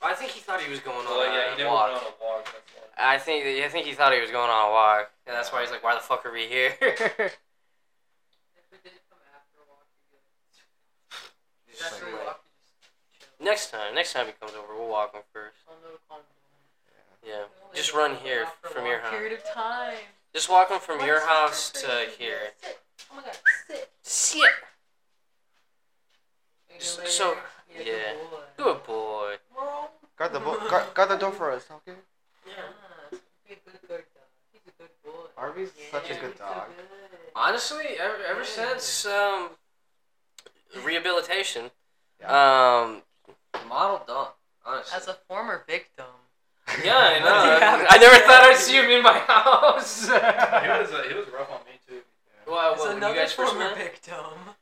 [SPEAKER 1] I think he thought he was going on
[SPEAKER 2] Well, yeah,
[SPEAKER 1] a
[SPEAKER 2] he never
[SPEAKER 1] walk.
[SPEAKER 2] went on a walk. That's why.
[SPEAKER 1] I think that- I think he thought he was going on a walk, and that's why he's like, "Why the fuck are we here?"
[SPEAKER 3] If we did come after a walk, you'd be
[SPEAKER 4] Just
[SPEAKER 3] like, after
[SPEAKER 4] like-
[SPEAKER 3] a walk, you just
[SPEAKER 1] next
[SPEAKER 3] chill.
[SPEAKER 1] time, next time he comes over, we'll walk him first.
[SPEAKER 3] I'll know calm down.
[SPEAKER 1] Yeah,
[SPEAKER 3] Well,
[SPEAKER 1] Just
[SPEAKER 3] if
[SPEAKER 1] run
[SPEAKER 3] we
[SPEAKER 1] here
[SPEAKER 3] went out for a
[SPEAKER 1] from your
[SPEAKER 3] long
[SPEAKER 1] house.
[SPEAKER 3] Period of time.
[SPEAKER 1] just walk him from
[SPEAKER 3] Why
[SPEAKER 1] your
[SPEAKER 3] is this our
[SPEAKER 1] house
[SPEAKER 3] first
[SPEAKER 1] to
[SPEAKER 3] video?
[SPEAKER 1] here.
[SPEAKER 3] Sit. Oh my god, sit.
[SPEAKER 1] Shit.
[SPEAKER 3] And
[SPEAKER 1] Just-
[SPEAKER 3] you're later,
[SPEAKER 1] so-
[SPEAKER 3] you're
[SPEAKER 1] yeah.
[SPEAKER 3] the boy.
[SPEAKER 1] Good boy.
[SPEAKER 3] Well,
[SPEAKER 4] Guard the bo- guard, guard the door for us, okay?
[SPEAKER 3] yeah, be a good girl, dog. He's a good boy.
[SPEAKER 4] Harvey's such a
[SPEAKER 3] Yeah,
[SPEAKER 4] good
[SPEAKER 3] he's so
[SPEAKER 4] dog.
[SPEAKER 3] good.
[SPEAKER 1] Honestly, ever, ever since um, rehabilitation, um, model dog. Honestly.
[SPEAKER 3] As a former victim.
[SPEAKER 1] yeah, I know.
[SPEAKER 3] Yeah.
[SPEAKER 1] I never thought I'd see him in my house.
[SPEAKER 2] He was uh, he was rough on me too.
[SPEAKER 1] Wow, what,
[SPEAKER 3] As
[SPEAKER 1] Oh, when you
[SPEAKER 3] another
[SPEAKER 1] guys first
[SPEAKER 3] former
[SPEAKER 1] met?
[SPEAKER 3] victim.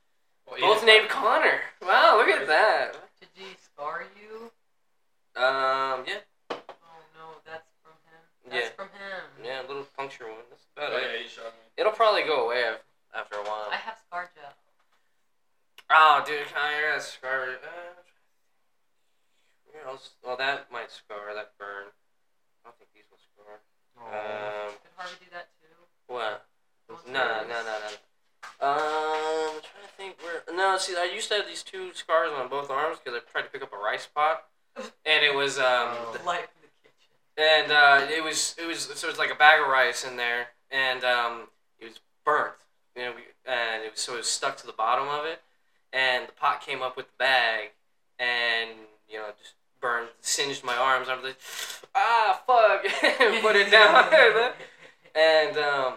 [SPEAKER 2] Well, he
[SPEAKER 1] Both
[SPEAKER 2] didn't-
[SPEAKER 1] named Connor. Wow, look at that.
[SPEAKER 3] Did he scar you?
[SPEAKER 1] Um, yeah,
[SPEAKER 3] Oh no, that's from him.
[SPEAKER 1] Yeah.
[SPEAKER 3] That's from him.
[SPEAKER 1] yeah, a little puncture one. That's
[SPEAKER 2] Oh,
[SPEAKER 1] about it.
[SPEAKER 2] yeah, he shot me.
[SPEAKER 1] It'll probably go away af- after a while.
[SPEAKER 3] I have scar gel.
[SPEAKER 1] Oh, dude, Connor got scarred. Uh, where else? Well, that might scar, that burn. I don't think these will scar.
[SPEAKER 4] Oh,
[SPEAKER 1] Um,
[SPEAKER 3] Did Harvey do that too?
[SPEAKER 1] what?
[SPEAKER 3] Those
[SPEAKER 1] No,
[SPEAKER 3] scars?
[SPEAKER 1] no, no, no. Um, I'm trying to think where. No, see, I used to have these two scars on both arms because I tried to pick up a rice pot, and it was um,
[SPEAKER 4] Oh.
[SPEAKER 3] The light from the kitchen.
[SPEAKER 1] and uh, it was it was so it was like a bag of rice in there, and um, it was burnt, you know, we, and it was so it was stuck to the bottom of it, and the pot came up with the bag, and you know just burned, singed my arms. I was like, ah, fuck, put it down, and um,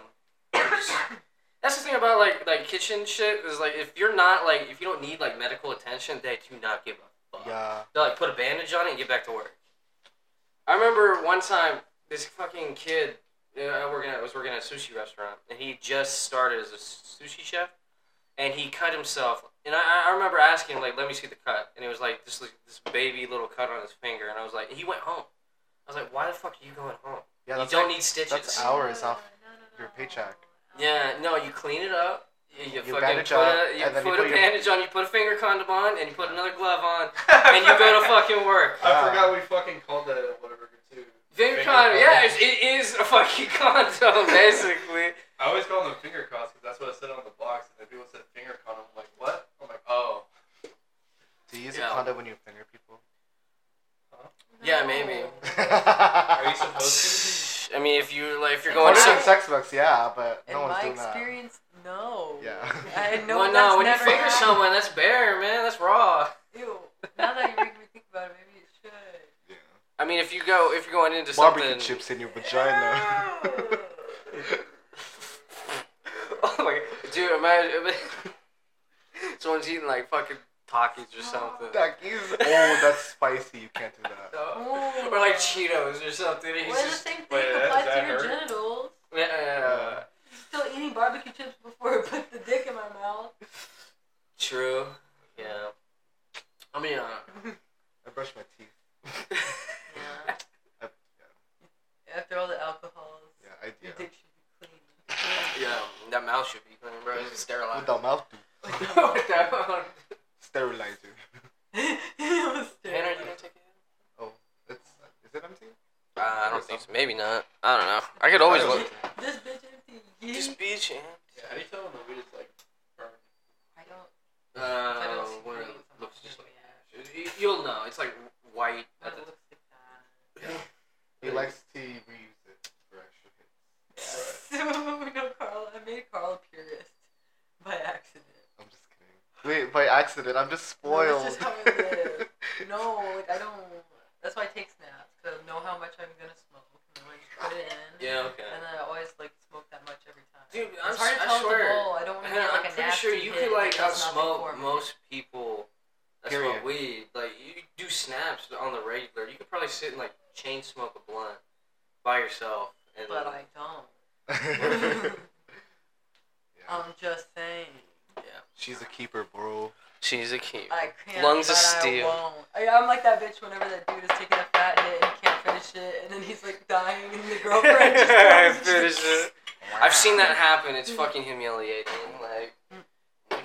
[SPEAKER 1] that's the thing about like like kitchen shit is like if you're not like if you don't need like medical attention, they do not give a fuck.
[SPEAKER 4] Yeah.
[SPEAKER 1] They'll like put a bandage on it and get back to work. I remember one time this fucking kid uh, I working at, I was working at a sushi restaurant and he just started as a sushi chef and he cut himself and I, I remember asking him like let me see the cut and it was like this like, this baby little cut on his finger and I was like he went home. I was like why the fuck are you going home?
[SPEAKER 4] Yeah,
[SPEAKER 1] you
[SPEAKER 4] that's
[SPEAKER 1] don't
[SPEAKER 4] like,
[SPEAKER 1] need stitches.
[SPEAKER 4] that's Hours off
[SPEAKER 3] No, no, no,
[SPEAKER 4] your paycheck.
[SPEAKER 3] no.
[SPEAKER 1] Yeah, no, you clean it up. You, you,
[SPEAKER 4] You
[SPEAKER 1] fucking
[SPEAKER 4] bandage
[SPEAKER 1] put
[SPEAKER 4] up,
[SPEAKER 1] a, you
[SPEAKER 4] and then you
[SPEAKER 1] put a
[SPEAKER 4] put your-
[SPEAKER 1] bandage on, you put a finger condom on, and you put another glove on, and you go to fucking work.
[SPEAKER 2] I forgot we fucking called that at Whataburger too.
[SPEAKER 1] Finger,
[SPEAKER 2] Finger
[SPEAKER 1] condom,
[SPEAKER 2] condom.
[SPEAKER 1] yeah, it's, it is a fucking condom, basically.
[SPEAKER 2] I always call them finger cots because that's what it said on the box. And then people said finger con. I'm like, what? I'm like, oh.
[SPEAKER 4] Do you use
[SPEAKER 1] Yeah.
[SPEAKER 4] a condom when you finger people?
[SPEAKER 1] Yeah, maybe.
[SPEAKER 4] Are
[SPEAKER 2] Are you supposed to?
[SPEAKER 1] I mean, if you like, if you're going
[SPEAKER 4] According
[SPEAKER 1] to
[SPEAKER 4] to sex books, yeah, but
[SPEAKER 3] In
[SPEAKER 4] no one's
[SPEAKER 3] my
[SPEAKER 4] doing that.
[SPEAKER 3] experience, no.
[SPEAKER 4] Yeah.
[SPEAKER 3] I know
[SPEAKER 1] well,
[SPEAKER 3] that's
[SPEAKER 1] no, when you
[SPEAKER 3] never
[SPEAKER 1] finger
[SPEAKER 3] happened.
[SPEAKER 1] someone, that's bare, man. That's raw.
[SPEAKER 3] Ew. Now that you're making me think about it, maybe it should.
[SPEAKER 4] Yeah.
[SPEAKER 1] I mean, if you go, if you're going into
[SPEAKER 4] Barbecue
[SPEAKER 1] something,
[SPEAKER 4] chips in your vagina.
[SPEAKER 1] oh my god, dude, imagine someone's eating like fucking Takis or something,
[SPEAKER 4] Duckies. Oh, that's spicy. You can't do that.
[SPEAKER 1] Oh. or like Cheetos or something. and he's
[SPEAKER 3] Well, the
[SPEAKER 1] just-
[SPEAKER 3] same thing
[SPEAKER 2] wait, that-
[SPEAKER 3] applies
[SPEAKER 2] does
[SPEAKER 3] to
[SPEAKER 2] that
[SPEAKER 3] your
[SPEAKER 2] hurt?
[SPEAKER 3] genitals.
[SPEAKER 1] Yeah,
[SPEAKER 3] Still eating barbecue chips before I put the dick in my mouth.
[SPEAKER 1] true. Yeah. I mean, uh,
[SPEAKER 4] I brush my teeth.
[SPEAKER 3] Yeah.
[SPEAKER 4] Yep,
[SPEAKER 3] After all the alcohols,
[SPEAKER 4] Yeah, I do.
[SPEAKER 3] your dick should be clean.
[SPEAKER 1] yeah, that mouth should be clean, bro. It's sterilized.
[SPEAKER 4] With the mouth, dude.
[SPEAKER 1] With that mouth.
[SPEAKER 4] Sterilizer.
[SPEAKER 3] It
[SPEAKER 1] Tanner,
[SPEAKER 3] was
[SPEAKER 1] you
[SPEAKER 3] terrible.
[SPEAKER 1] gonna take it?
[SPEAKER 4] It's, is it empty? Oh,
[SPEAKER 1] Uh, I don't think so. Maybe not. I don't know. I could always look.
[SPEAKER 3] This bitch empty.
[SPEAKER 1] This
[SPEAKER 3] yeet.
[SPEAKER 1] beach, yeah.
[SPEAKER 2] Yeah, how do you tell when the weed is like burnt?
[SPEAKER 3] I don't. I
[SPEAKER 1] Uh,
[SPEAKER 3] don't see
[SPEAKER 1] where it
[SPEAKER 3] green, so
[SPEAKER 1] looks
[SPEAKER 3] I'm
[SPEAKER 1] just
[SPEAKER 3] not
[SPEAKER 1] like.
[SPEAKER 3] gonna
[SPEAKER 1] y- You'll know. It's like white.
[SPEAKER 3] be
[SPEAKER 1] At the,
[SPEAKER 3] ash. It looks like that.
[SPEAKER 4] He likes to reuse it for extra hits.
[SPEAKER 3] So, no, Carl. I made Carl a purist by accident.
[SPEAKER 4] I'm just kidding. Wait, by accident. I'm just
[SPEAKER 3] No,
[SPEAKER 4] spoiled.
[SPEAKER 3] that's just how I live. No, like I don't. That's why I take snaps because I know how much I'm gonna smoke and then I just put it in.
[SPEAKER 1] yeah. Okay.
[SPEAKER 3] And then I always like smoke that much every time.
[SPEAKER 1] Dude, I'm
[SPEAKER 3] it's hard
[SPEAKER 1] s-
[SPEAKER 3] to
[SPEAKER 1] I
[SPEAKER 3] tell with
[SPEAKER 1] swear.
[SPEAKER 3] the bowl. I don't want to
[SPEAKER 1] Man,
[SPEAKER 3] get like
[SPEAKER 1] I'm
[SPEAKER 3] a
[SPEAKER 1] pretty sure
[SPEAKER 3] nasty
[SPEAKER 1] you
[SPEAKER 3] hit
[SPEAKER 1] could like
[SPEAKER 3] that does nothing for
[SPEAKER 1] outsmoke
[SPEAKER 3] me.
[SPEAKER 1] most people that
[SPEAKER 4] Period.
[SPEAKER 1] smoke weed. Like you do snaps on the regular. You could probably sit and like chain smoke a blunt by yourself. And
[SPEAKER 3] But I don't.
[SPEAKER 4] yeah.
[SPEAKER 3] I'm just saying.
[SPEAKER 4] She's a keeper, bro.
[SPEAKER 1] She's a king.
[SPEAKER 3] I can't.
[SPEAKER 1] Lungs of
[SPEAKER 3] but
[SPEAKER 1] steel.
[SPEAKER 3] I won't. I, I'm like that bitch whenever that dude is taking a fat hit and he can't finish it, and then he's like dying, and the girlfriend just comes.
[SPEAKER 1] Finish it. I've seen that happen. It's fucking humiliating. Like,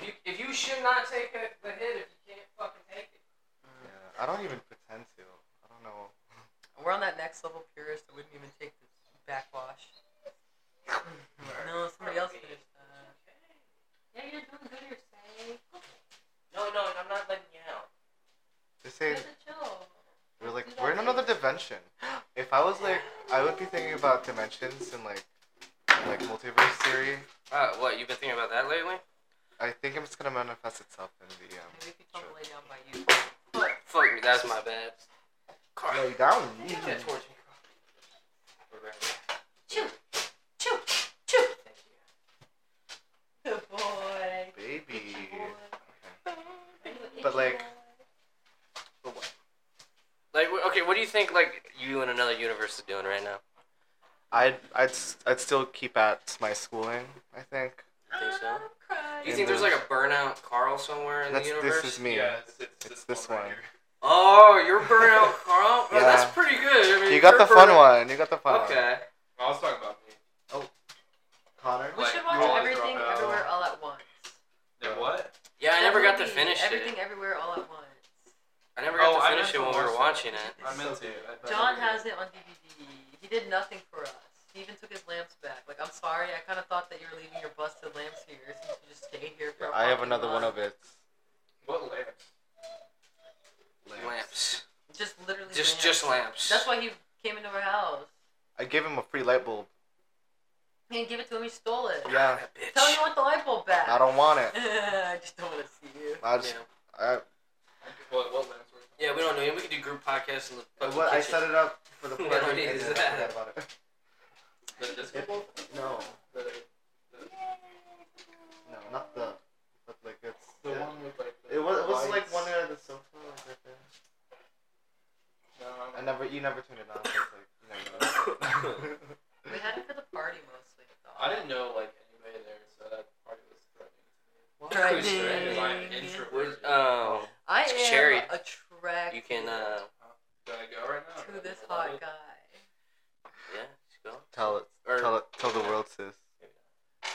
[SPEAKER 1] if you if you should not take a, the hit if you can't fucking take it.
[SPEAKER 4] Yeah, I don't even pretend to. I don't know.
[SPEAKER 3] We're on that next level purist that wouldn't even take the backwash. no, somebody else finished that.
[SPEAKER 6] Yeah, you're doing good, you're saying.
[SPEAKER 1] No, no, I'm not letting you out.
[SPEAKER 4] They say
[SPEAKER 6] Just chill.
[SPEAKER 4] we're like we're in another dimension. If I was like, I would be thinking about dimensions and like, like multiverse theory.
[SPEAKER 1] Uh, what you've been thinking about that lately?
[SPEAKER 4] I think it's gonna manifest itself in the um.
[SPEAKER 3] Maybe if you come
[SPEAKER 4] Sure.
[SPEAKER 3] lay down by you.
[SPEAKER 1] Fuck me, that's my bad. Carl,
[SPEAKER 4] Lay down.
[SPEAKER 1] get that towards me. We're ready.
[SPEAKER 6] Chew. Chew. Chew. Good boy.
[SPEAKER 4] Baby.
[SPEAKER 6] Okay.
[SPEAKER 4] But, like-
[SPEAKER 1] Like, wh- okay, what do you think? Like, you in another universe is doing right now?
[SPEAKER 4] I'd I'd s- I'd still keep at my schooling. I think.
[SPEAKER 1] You think so?
[SPEAKER 6] I'm crying.
[SPEAKER 1] Do you think there's like a burnout Carl somewhere in
[SPEAKER 4] That's
[SPEAKER 1] the universe?
[SPEAKER 4] this is me.
[SPEAKER 2] Yeah, it's, it's,
[SPEAKER 4] It's this
[SPEAKER 2] this one. Right
[SPEAKER 4] one.
[SPEAKER 2] here.
[SPEAKER 1] Oh, you're burnout Carl. Oh,
[SPEAKER 4] Yeah.
[SPEAKER 1] that's pretty good. I mean,
[SPEAKER 4] You got
[SPEAKER 1] you're
[SPEAKER 4] the fun
[SPEAKER 1] burnout-
[SPEAKER 4] one. You got the fun one.
[SPEAKER 1] Okay.
[SPEAKER 2] I was talking about me.
[SPEAKER 4] Connor.
[SPEAKER 3] We
[SPEAKER 2] Like,
[SPEAKER 3] should
[SPEAKER 2] you
[SPEAKER 3] watch
[SPEAKER 2] always
[SPEAKER 3] everything
[SPEAKER 2] drop out.
[SPEAKER 3] everywhere all at once.
[SPEAKER 2] Then what?
[SPEAKER 1] Yeah, I
[SPEAKER 3] That
[SPEAKER 1] never got to
[SPEAKER 3] movie,
[SPEAKER 1] finish
[SPEAKER 3] everything
[SPEAKER 1] it.
[SPEAKER 3] everywhere all at once.
[SPEAKER 1] I never got
[SPEAKER 2] Oh,
[SPEAKER 1] to
[SPEAKER 2] I
[SPEAKER 1] finish it when
[SPEAKER 2] meant to
[SPEAKER 1] we were
[SPEAKER 2] watch
[SPEAKER 1] watching
[SPEAKER 2] that.
[SPEAKER 1] it.
[SPEAKER 2] I meant to.
[SPEAKER 4] So
[SPEAKER 2] I bet
[SPEAKER 3] John
[SPEAKER 2] I did.
[SPEAKER 3] has it on DVD. He did nothing for us. He even took his lamps back. Like, I'm sorry, I kind of thought that you were leaving your busted lamps here since you just stayed here for. a
[SPEAKER 4] I have
[SPEAKER 3] fucking
[SPEAKER 4] another one
[SPEAKER 3] month.
[SPEAKER 4] of it.
[SPEAKER 2] What lamps?
[SPEAKER 1] Lamps.
[SPEAKER 3] Just literally.
[SPEAKER 1] Just,
[SPEAKER 3] lamps.
[SPEAKER 1] just lamps.
[SPEAKER 3] That's why he came into our house.
[SPEAKER 4] I gave him a free light bulb.
[SPEAKER 3] He didn't give it to him. He stole it.
[SPEAKER 4] Yeah.
[SPEAKER 1] Bitch.
[SPEAKER 3] Tell him you want the light bulb back.
[SPEAKER 4] I don't want it.
[SPEAKER 3] I just don't want to see you.
[SPEAKER 4] I
[SPEAKER 1] Yeah.
[SPEAKER 4] just. I,
[SPEAKER 2] What, what lamps were
[SPEAKER 1] Yeah, we don't know. We could do group podcasts in the fucking
[SPEAKER 4] what, I
[SPEAKER 1] kitchen.
[SPEAKER 4] set it up for the
[SPEAKER 1] What
[SPEAKER 4] party
[SPEAKER 1] is
[SPEAKER 4] and then I
[SPEAKER 1] that?
[SPEAKER 4] forgot about it.
[SPEAKER 2] The disco
[SPEAKER 4] No,
[SPEAKER 2] The,
[SPEAKER 4] no, not the. But like it's.
[SPEAKER 2] the
[SPEAKER 4] yeah.
[SPEAKER 2] one with like the
[SPEAKER 4] It was. It was like
[SPEAKER 2] lights.
[SPEAKER 4] one at the sofa. Like right there.
[SPEAKER 2] No,
[SPEAKER 4] I
[SPEAKER 2] no, no.
[SPEAKER 4] never. You never turned it on. So it's like, you never noticed it.
[SPEAKER 3] We had it for the party mostly. Though.
[SPEAKER 2] I didn't know like anybody there, so that party was threatening.
[SPEAKER 1] Right.
[SPEAKER 2] Because I'm
[SPEAKER 3] Threatening.
[SPEAKER 2] introverted.
[SPEAKER 1] We're- Um,
[SPEAKER 3] I am
[SPEAKER 1] Sherry,
[SPEAKER 3] attracted
[SPEAKER 1] you can. Uh,
[SPEAKER 2] Do I go right now?
[SPEAKER 3] to this hot guy.
[SPEAKER 1] yeah, go.
[SPEAKER 4] tell it.
[SPEAKER 1] Or-
[SPEAKER 4] Tell it. Tell the world, sis.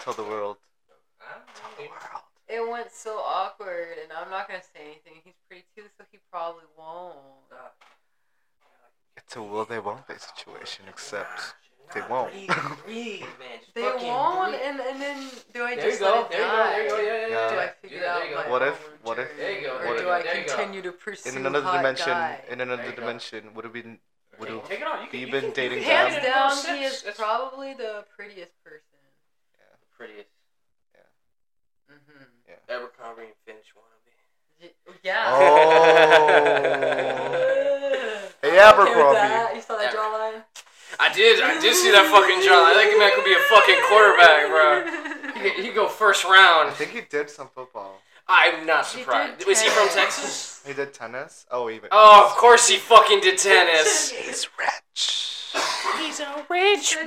[SPEAKER 4] Tell the world.
[SPEAKER 1] I don't know, dude.
[SPEAKER 3] It went so awkward, and I'm not gonna say anything. He's pretty too, so he probably won't.
[SPEAKER 4] It's a will they won't they situation, except they won't.
[SPEAKER 1] Breathe, breathe, man. Just
[SPEAKER 3] They
[SPEAKER 1] fucking
[SPEAKER 3] won't,
[SPEAKER 1] breathe.
[SPEAKER 3] and, and then do I
[SPEAKER 1] There you
[SPEAKER 3] just
[SPEAKER 1] go.
[SPEAKER 3] let it
[SPEAKER 1] There you go. There you go. Yeah,
[SPEAKER 3] die?
[SPEAKER 1] yeah, yeah.
[SPEAKER 4] Yeah.
[SPEAKER 3] Do I
[SPEAKER 1] yeah.
[SPEAKER 3] figure
[SPEAKER 1] Yeah,
[SPEAKER 3] out
[SPEAKER 1] there you go.
[SPEAKER 3] my
[SPEAKER 4] What if-
[SPEAKER 3] own
[SPEAKER 4] what if-
[SPEAKER 3] journey,
[SPEAKER 1] There you go,
[SPEAKER 3] Or
[SPEAKER 4] there you
[SPEAKER 3] do
[SPEAKER 4] go,
[SPEAKER 3] I
[SPEAKER 1] there you go.
[SPEAKER 3] continue to pursue
[SPEAKER 4] In another
[SPEAKER 3] hot
[SPEAKER 4] dimension,
[SPEAKER 3] guy?
[SPEAKER 4] in another
[SPEAKER 1] you go.
[SPEAKER 4] dimension, would have been would
[SPEAKER 1] Hey,
[SPEAKER 4] have
[SPEAKER 1] Take it on. You can,
[SPEAKER 4] You've
[SPEAKER 1] you can,
[SPEAKER 4] been dating
[SPEAKER 1] you can have
[SPEAKER 4] down.
[SPEAKER 3] Hands
[SPEAKER 1] it in
[SPEAKER 3] down,
[SPEAKER 1] those
[SPEAKER 3] he
[SPEAKER 1] sets.
[SPEAKER 3] is
[SPEAKER 1] That's
[SPEAKER 3] probably the prettiest person.
[SPEAKER 1] prettiest.
[SPEAKER 3] Mm-hmm.
[SPEAKER 1] Abercrombie and Finch wannabe.
[SPEAKER 3] Yeah.
[SPEAKER 4] Oh. Hey
[SPEAKER 3] I'm okay with
[SPEAKER 4] Abercrombie.
[SPEAKER 3] that. You saw that jawline?
[SPEAKER 1] I did. I did see that fucking John. I think that could be a fucking quarterback, bro. He could- He could go first
[SPEAKER 4] I
[SPEAKER 1] round.
[SPEAKER 4] think he did some football.
[SPEAKER 1] I'm not
[SPEAKER 3] He did
[SPEAKER 1] surprised. Was he from
[SPEAKER 3] tennis.
[SPEAKER 1] Texas?
[SPEAKER 4] He did tennis. Oh, even.
[SPEAKER 1] Oh, of course he fucking did tennis.
[SPEAKER 4] He's rich.
[SPEAKER 1] He's a rich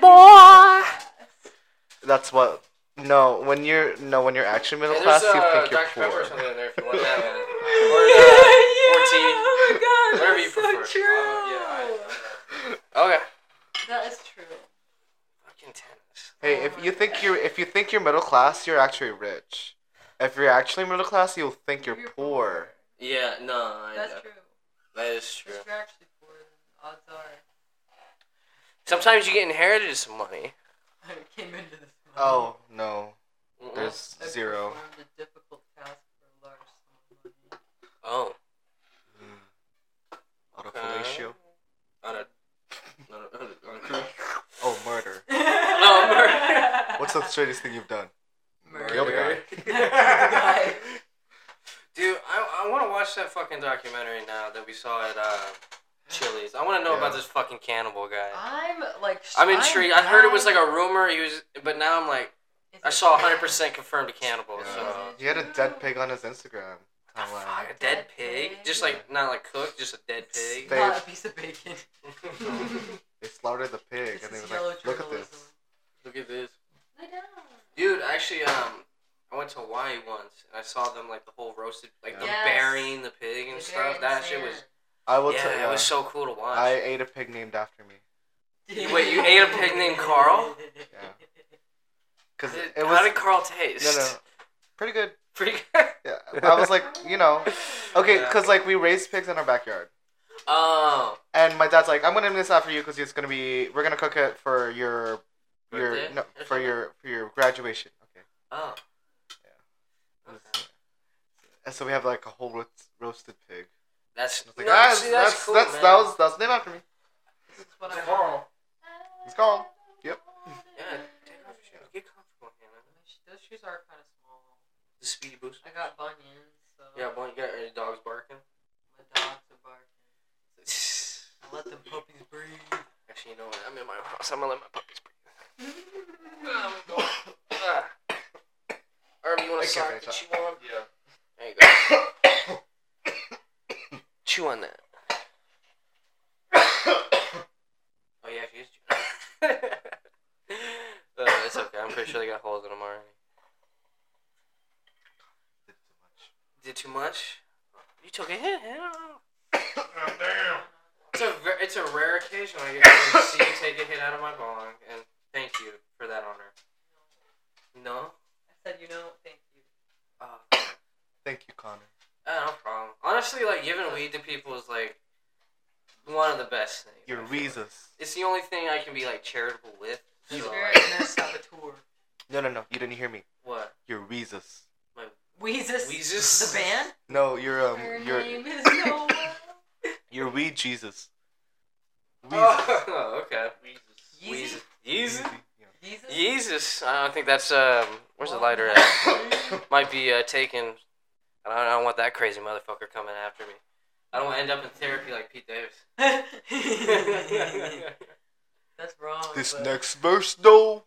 [SPEAKER 4] That's what. No, when you're no, when you're actually middle
[SPEAKER 1] There's
[SPEAKER 4] class, you
[SPEAKER 1] uh,
[SPEAKER 4] think
[SPEAKER 1] Dr.
[SPEAKER 4] you're
[SPEAKER 1] Pepper or
[SPEAKER 4] poor.
[SPEAKER 1] something in there if you want that, man.
[SPEAKER 3] Oh my god,
[SPEAKER 1] Whatever
[SPEAKER 3] that's
[SPEAKER 1] you prefer. Uh,
[SPEAKER 3] so true.
[SPEAKER 2] Oh,
[SPEAKER 1] Or tea. Okay.
[SPEAKER 3] That is true.
[SPEAKER 1] Fucking tennis.
[SPEAKER 4] Hey, if you think you're if you think you're middle class, you're actually rich. If you're actually middle class, you'll think you're poor.
[SPEAKER 1] Yeah, no, I
[SPEAKER 3] That's true.
[SPEAKER 1] that is true.
[SPEAKER 3] If you're actually poor, then odds are
[SPEAKER 1] Sometimes you get inherited some money.
[SPEAKER 3] I came into this. one.
[SPEAKER 4] Oh no,
[SPEAKER 1] Mm-mm.
[SPEAKER 4] there's
[SPEAKER 3] I
[SPEAKER 4] zero.
[SPEAKER 3] performed a difficult task for a large sum of money.
[SPEAKER 1] Oh.
[SPEAKER 4] Auto fellatio.
[SPEAKER 1] On a, on a, on a, on a cruise.
[SPEAKER 4] Oh, murder.
[SPEAKER 1] Oh,
[SPEAKER 4] What's the strangest thing you've done?
[SPEAKER 3] Murder.
[SPEAKER 4] The other guy.
[SPEAKER 3] guy.
[SPEAKER 1] Dude, I, I want to watch that fucking documentary now that we saw at uh, Chili's. I want to know
[SPEAKER 4] Yeah.
[SPEAKER 1] about this fucking cannibal guy.
[SPEAKER 3] I'm like.
[SPEAKER 1] I'm intrigued. Oh, I heard it was like a rumor. He was, but now I'm like,
[SPEAKER 3] Is
[SPEAKER 1] I
[SPEAKER 3] it
[SPEAKER 1] saw
[SPEAKER 3] true?
[SPEAKER 1] 100% confirmed cannibal.
[SPEAKER 4] Yeah.
[SPEAKER 1] So.
[SPEAKER 4] He had a dead pig on his Instagram.
[SPEAKER 1] Fuck,
[SPEAKER 4] timeline.
[SPEAKER 1] a dead pig? Just like, not like cooked, just a dead pig.
[SPEAKER 4] They-
[SPEAKER 3] Not a piece of bacon.
[SPEAKER 4] Oh, They slaughtered the pig,
[SPEAKER 3] This
[SPEAKER 4] and they
[SPEAKER 3] is
[SPEAKER 4] was
[SPEAKER 3] yellow
[SPEAKER 4] like, "Look at this."
[SPEAKER 3] journalism.
[SPEAKER 1] Look at this.
[SPEAKER 6] Lay down.
[SPEAKER 1] Dude, actually, um, I I went to Hawaii once and I saw them like the whole roasted, like the
[SPEAKER 3] Yes.
[SPEAKER 1] burying the pig and
[SPEAKER 3] They bury
[SPEAKER 1] stuff.
[SPEAKER 3] it in
[SPEAKER 1] That
[SPEAKER 3] the
[SPEAKER 1] shit was
[SPEAKER 3] sand.
[SPEAKER 4] I will
[SPEAKER 1] yeah,
[SPEAKER 4] tell
[SPEAKER 1] it was so cool to watch.
[SPEAKER 4] I ate a pig named after me.
[SPEAKER 1] Wait, you ate a pig named Carl?
[SPEAKER 4] Yeah. Because
[SPEAKER 1] Did-
[SPEAKER 4] it was.
[SPEAKER 1] How did Carl taste?
[SPEAKER 4] no, no. Pretty good.
[SPEAKER 1] Pretty good.
[SPEAKER 4] Yeah. I was like, you know. Okay,
[SPEAKER 1] Yeah.
[SPEAKER 4] because, like, we raised pigs in our backyard.
[SPEAKER 1] Oh,
[SPEAKER 4] And my dad's like, I'm gonna name this after you because it's gonna be we're gonna cook it for your your
[SPEAKER 1] Birthday
[SPEAKER 4] no
[SPEAKER 1] or
[SPEAKER 4] for your for your graduation. Okay.
[SPEAKER 1] oh.
[SPEAKER 4] Okay. And so we have like a whole roast, roasted pig.
[SPEAKER 1] That's
[SPEAKER 4] I was like,
[SPEAKER 1] no,
[SPEAKER 4] "Ah,
[SPEAKER 1] see,
[SPEAKER 4] that's
[SPEAKER 1] that's, cool,
[SPEAKER 4] that's
[SPEAKER 1] man.
[SPEAKER 4] that was that's named after me.
[SPEAKER 3] This is what I want.
[SPEAKER 2] Carl.
[SPEAKER 4] It's Carl. Yep.
[SPEAKER 1] Yeah, take off your shoes. Get comfortable, Hannah.
[SPEAKER 3] Those shoes are kind of small.
[SPEAKER 1] The speedy boost.
[SPEAKER 3] I got bunions, so
[SPEAKER 1] Yeah, one. You got your dogs barking.
[SPEAKER 3] my dogs are barking.
[SPEAKER 1] Actually,
[SPEAKER 3] I let them puppies breathe.
[SPEAKER 1] you know what? I'm in my house. I'm gonna let my puppies breathe. Ah, I'm going. Ah. Arm, you want a
[SPEAKER 4] I can't
[SPEAKER 1] sock
[SPEAKER 4] finish
[SPEAKER 1] to
[SPEAKER 4] that.
[SPEAKER 1] chew on?
[SPEAKER 2] Yeah.
[SPEAKER 1] There you go. chew on that. oh yeah, if you just. uh, it's okay. I'm pretty sure they got holes in them already. Did too much? You took a hit. Hannah.
[SPEAKER 2] damn.
[SPEAKER 1] It's a ver- it's a rare occasion I get to see you take a hit out of my bong, and thank you for that honor. No.
[SPEAKER 3] I said, you know, thank you.
[SPEAKER 1] Uh,
[SPEAKER 4] Thank you, Connor.
[SPEAKER 1] no problem. Honestly, like giving weed to people is like one of the best things. I
[SPEAKER 4] Your
[SPEAKER 1] feel like.
[SPEAKER 4] reasons.
[SPEAKER 1] It's the only thing I can be like charitable with. So,
[SPEAKER 3] Spirit
[SPEAKER 1] like,
[SPEAKER 3] and their saboteur.
[SPEAKER 4] No, no, no. You didn't hear me.
[SPEAKER 1] what?
[SPEAKER 4] Your reasons.
[SPEAKER 3] Weezus.
[SPEAKER 1] Weezus?
[SPEAKER 3] The band?
[SPEAKER 4] No, your um
[SPEAKER 6] Her
[SPEAKER 4] your
[SPEAKER 6] name is Noah.
[SPEAKER 4] your weed Jesus. Weezus.
[SPEAKER 1] Oh, okay.
[SPEAKER 2] Jesus.
[SPEAKER 3] Yeezy?
[SPEAKER 1] Yeezus.
[SPEAKER 4] Yeah.
[SPEAKER 3] Yeezus?
[SPEAKER 1] Yeezus. I don't think that's um. Where's the lighter at? might be uh, taken. I don't, I don't want that crazy motherfucker coming after me. I don't want to end up in therapy like Pete Davis.
[SPEAKER 3] That's wrong.
[SPEAKER 4] This
[SPEAKER 3] but
[SPEAKER 4] next verse though.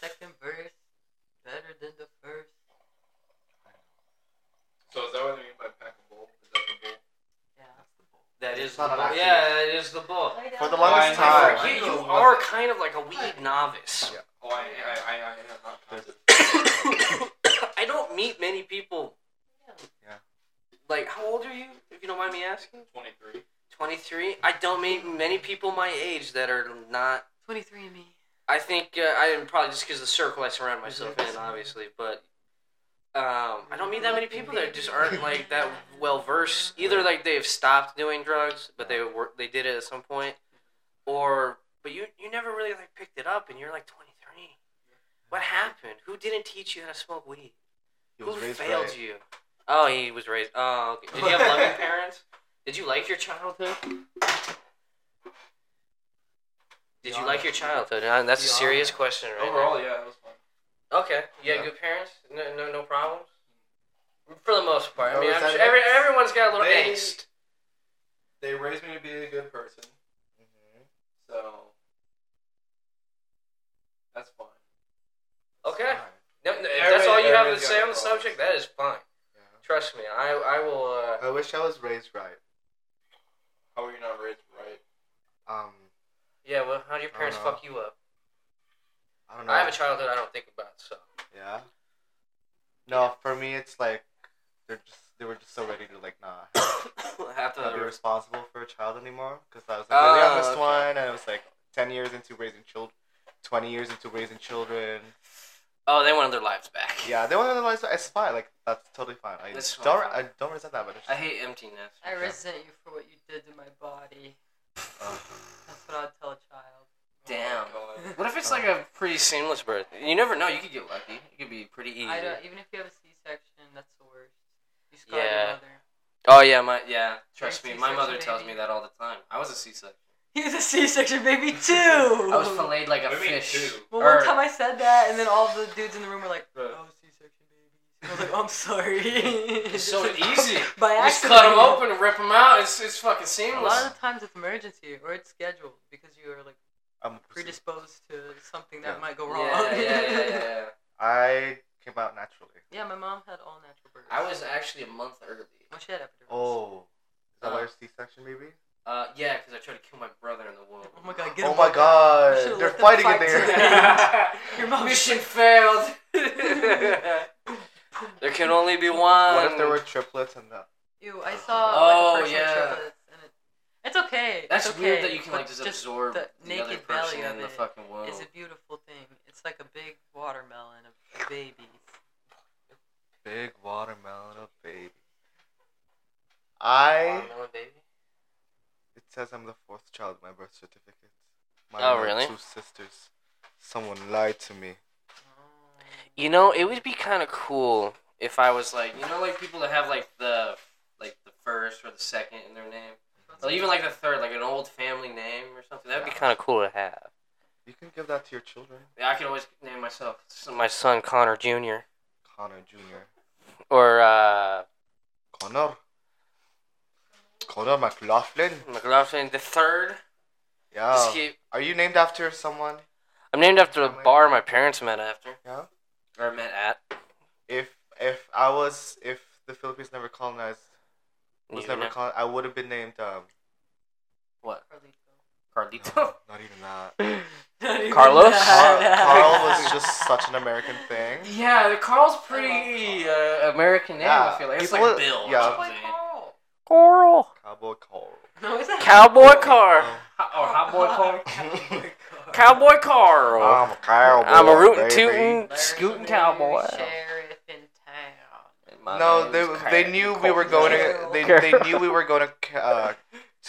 [SPEAKER 3] Second verse, better than the first.
[SPEAKER 2] So is that what they mean by pack a bowl? Is that the bowl?
[SPEAKER 3] Yeah.
[SPEAKER 1] that is
[SPEAKER 4] It's
[SPEAKER 1] the
[SPEAKER 4] not
[SPEAKER 1] bull.
[SPEAKER 4] an accident.
[SPEAKER 1] Yeah, that is the bull.
[SPEAKER 6] Lay
[SPEAKER 4] For the
[SPEAKER 6] down.
[SPEAKER 4] longest
[SPEAKER 2] Why-
[SPEAKER 4] time.
[SPEAKER 2] why-
[SPEAKER 1] You, you
[SPEAKER 2] why-
[SPEAKER 1] are kind of like a weed novice.
[SPEAKER 2] Oh, I, I, I, I am not conscious.
[SPEAKER 1] I don't meet many people.
[SPEAKER 4] Yeah.
[SPEAKER 1] Like, how old are you? If you don't mind me asking.
[SPEAKER 2] 23.
[SPEAKER 1] Twenty three. I don't meet many people my age that are not
[SPEAKER 3] 23 and me.
[SPEAKER 1] I think uh, I am probably just because the circle I surround myself in, obviously, but um, I don't meet that many people that just aren't like that well versed. Either like they've stopped doing drugs, but they were they did it at some point, or but you you never really like picked it up, and you're like 23. What happened? Who didn't teach you how to smoke weed?
[SPEAKER 4] He
[SPEAKER 1] Who
[SPEAKER 4] was raised
[SPEAKER 1] failed
[SPEAKER 4] right.
[SPEAKER 1] you? Oh, he was raised. Oh, okay. did you have loving parents? Did you like your childhood? Did you like your childhood? Uh, That's a
[SPEAKER 3] Yeah.
[SPEAKER 1] serious question, right? there.
[SPEAKER 2] Overall, yeah, it was fun.
[SPEAKER 1] Okay. You had
[SPEAKER 4] Yeah.
[SPEAKER 1] good parents? No, no, no problems? For the most part. I
[SPEAKER 4] No
[SPEAKER 1] mean, I'm sure
[SPEAKER 4] resentments?
[SPEAKER 1] every, everyone's got a little
[SPEAKER 2] They-
[SPEAKER 1] angst.
[SPEAKER 2] They raised me to be a good person, so that's fine.
[SPEAKER 1] Okay.
[SPEAKER 4] Fine.
[SPEAKER 1] No, no, if
[SPEAKER 2] Everybody-
[SPEAKER 1] that's all you have to
[SPEAKER 2] everybody's
[SPEAKER 1] say
[SPEAKER 2] got
[SPEAKER 1] on the
[SPEAKER 2] problems.
[SPEAKER 1] subject, that is fine.
[SPEAKER 4] Yeah.
[SPEAKER 1] Trust me. I, I will, uh,
[SPEAKER 4] Mm-hmm. I wish I was raised right.
[SPEAKER 2] How were you not raised right?
[SPEAKER 4] Um,
[SPEAKER 1] yeah, well, how do your
[SPEAKER 4] I don't
[SPEAKER 1] parents
[SPEAKER 4] know.
[SPEAKER 1] fuck you up?
[SPEAKER 4] I don't know.
[SPEAKER 1] I have a childhood I don't think about, so.
[SPEAKER 4] Yeah. No, for me it's like they're just they were just so ready to like not
[SPEAKER 1] have
[SPEAKER 4] not be
[SPEAKER 1] to.
[SPEAKER 4] responsible for a child anymore because I was like
[SPEAKER 1] Oh,
[SPEAKER 4] the youngest
[SPEAKER 1] okay.
[SPEAKER 4] one and I was like ten years into raising children, twenty years into raising children.
[SPEAKER 1] Oh, they wanted their lives back.
[SPEAKER 4] Yeah, they wanted to like it's fine. Like that's totally fine. I
[SPEAKER 1] That's
[SPEAKER 4] don't
[SPEAKER 1] fine.
[SPEAKER 4] I don't resent that, but it's
[SPEAKER 1] I hate emptiness.
[SPEAKER 3] I
[SPEAKER 4] Okay.
[SPEAKER 3] resent you for what you did to my body.
[SPEAKER 4] Uh-huh.
[SPEAKER 3] That's what I'd tell a child.
[SPEAKER 1] Damn.
[SPEAKER 2] Oh my God.
[SPEAKER 1] What if it's like a pretty seamless birth? You never know. You could get lucky. It could be pretty easy.
[SPEAKER 3] I don't, even if you have a C-section, that's the worst. You scar
[SPEAKER 1] Yeah.
[SPEAKER 3] your mother.
[SPEAKER 1] Oh yeah, my yeah. Trust me,
[SPEAKER 3] You're a
[SPEAKER 1] my
[SPEAKER 3] C-section
[SPEAKER 1] mother tells
[SPEAKER 3] baby.
[SPEAKER 1] me that all the time. I was a C-section.
[SPEAKER 3] He was a C-section baby too. I
[SPEAKER 1] I was filleted like a
[SPEAKER 2] What do you mean,
[SPEAKER 1] fish.
[SPEAKER 2] two?
[SPEAKER 3] Well,
[SPEAKER 1] Or-
[SPEAKER 3] one time I said that, and then all the dudes in the room were like,
[SPEAKER 2] Right.
[SPEAKER 3] "Oh, C-section babies." I was like, "I'm sorry."
[SPEAKER 1] It's so easy. You
[SPEAKER 3] By
[SPEAKER 1] just
[SPEAKER 3] accident.
[SPEAKER 1] cut them open and rip them out. It's it's fucking
[SPEAKER 3] A
[SPEAKER 1] seamless.
[SPEAKER 3] lot of the times it's emergency or it's scheduled because you are like
[SPEAKER 4] I'm a pussy.
[SPEAKER 3] predisposed to something that
[SPEAKER 4] Yeah.
[SPEAKER 3] might go wrong.
[SPEAKER 1] Yeah, yeah, yeah, yeah.
[SPEAKER 4] I came out naturally.
[SPEAKER 3] Yeah, my mom had all natural birth.
[SPEAKER 1] I was actually a month early.
[SPEAKER 3] Well, she had epidural.
[SPEAKER 4] Oh, is that
[SPEAKER 1] Uh.
[SPEAKER 4] why your C-section, baby?
[SPEAKER 1] Uh, yeah, because I tried to kill my brother in the womb.
[SPEAKER 3] Oh my god, get
[SPEAKER 4] oh
[SPEAKER 3] him
[SPEAKER 4] my
[SPEAKER 3] up. You
[SPEAKER 4] God,
[SPEAKER 3] should've
[SPEAKER 4] they're
[SPEAKER 3] let them
[SPEAKER 4] fighting
[SPEAKER 3] fight
[SPEAKER 4] in there.
[SPEAKER 3] today. Your mom-
[SPEAKER 1] mission failed. can only be one.
[SPEAKER 4] What if there were triplets and the
[SPEAKER 3] Ew, I saw
[SPEAKER 1] Oh,
[SPEAKER 3] like a person with
[SPEAKER 1] yeah.
[SPEAKER 3] triplets, and it, it's okay.
[SPEAKER 1] That's
[SPEAKER 3] it's okay,
[SPEAKER 1] weird that you can
[SPEAKER 3] but
[SPEAKER 1] like just,
[SPEAKER 3] just
[SPEAKER 1] absorb
[SPEAKER 3] the
[SPEAKER 1] the, other
[SPEAKER 3] naked
[SPEAKER 1] person
[SPEAKER 3] belly of
[SPEAKER 1] in the
[SPEAKER 3] it
[SPEAKER 1] fucking womb.
[SPEAKER 3] It's a beautiful thing. It's like a big watermelon of babies.
[SPEAKER 4] big watermelon of baby. I.
[SPEAKER 1] Watermelon baby.
[SPEAKER 4] It says I'm the fourth child. My birth certificate. My
[SPEAKER 1] Oh,
[SPEAKER 4] other
[SPEAKER 1] really?
[SPEAKER 4] Two sisters. Someone lied to me.
[SPEAKER 3] Mm.
[SPEAKER 1] You know, it would be kind of cool if I was like, you know, like people that have like the like the first or the second in their name, or Oh, even like the third, like an old family name or something. That'd be kind of cool to have.
[SPEAKER 4] You can give that to your children.
[SPEAKER 1] Yeah, I could always name myself so my son Connor Jr.
[SPEAKER 4] Connor Jr.
[SPEAKER 1] or uh,
[SPEAKER 4] Connor. Connor McLaughlin.
[SPEAKER 1] McLaughlin the third.
[SPEAKER 4] Yeah.
[SPEAKER 1] Just Oh. keep.
[SPEAKER 4] Are you named after someone?
[SPEAKER 1] I'm named after a bar my parents met after
[SPEAKER 4] Yeah.
[SPEAKER 1] or met at.
[SPEAKER 4] If if I was if the Philippines never colonized was
[SPEAKER 1] You
[SPEAKER 4] never
[SPEAKER 1] know?
[SPEAKER 4] colonized, I would have been named um.
[SPEAKER 1] what
[SPEAKER 3] Carlito.
[SPEAKER 1] Carlito.
[SPEAKER 4] no, not even that.
[SPEAKER 1] Carlos?
[SPEAKER 4] Carl, Carl was just such an American thing.
[SPEAKER 1] Yeah, the Carl's pretty uh, American name. I
[SPEAKER 4] Yeah,
[SPEAKER 1] feel like it's
[SPEAKER 4] people-
[SPEAKER 1] like Bill.
[SPEAKER 4] yeah.
[SPEAKER 1] Or
[SPEAKER 3] Cowboy
[SPEAKER 1] something. Coral.
[SPEAKER 4] Cowboy
[SPEAKER 3] Carl.
[SPEAKER 4] Carl.
[SPEAKER 3] No, is that
[SPEAKER 1] Cowboy car.
[SPEAKER 4] Oh.
[SPEAKER 1] Ho- Or hot boy car.
[SPEAKER 3] Cowboy Carl.
[SPEAKER 1] Cowboy car.
[SPEAKER 4] I'm a cowboy.
[SPEAKER 1] I'm a rootin'
[SPEAKER 4] Oh, baby.
[SPEAKER 1] tootin'.
[SPEAKER 3] Larry
[SPEAKER 1] Scootin'
[SPEAKER 3] Smith,
[SPEAKER 1] cowboy.
[SPEAKER 3] Sheriff in town.
[SPEAKER 4] No, they, they knew we were going to they, they knew we were going to uh,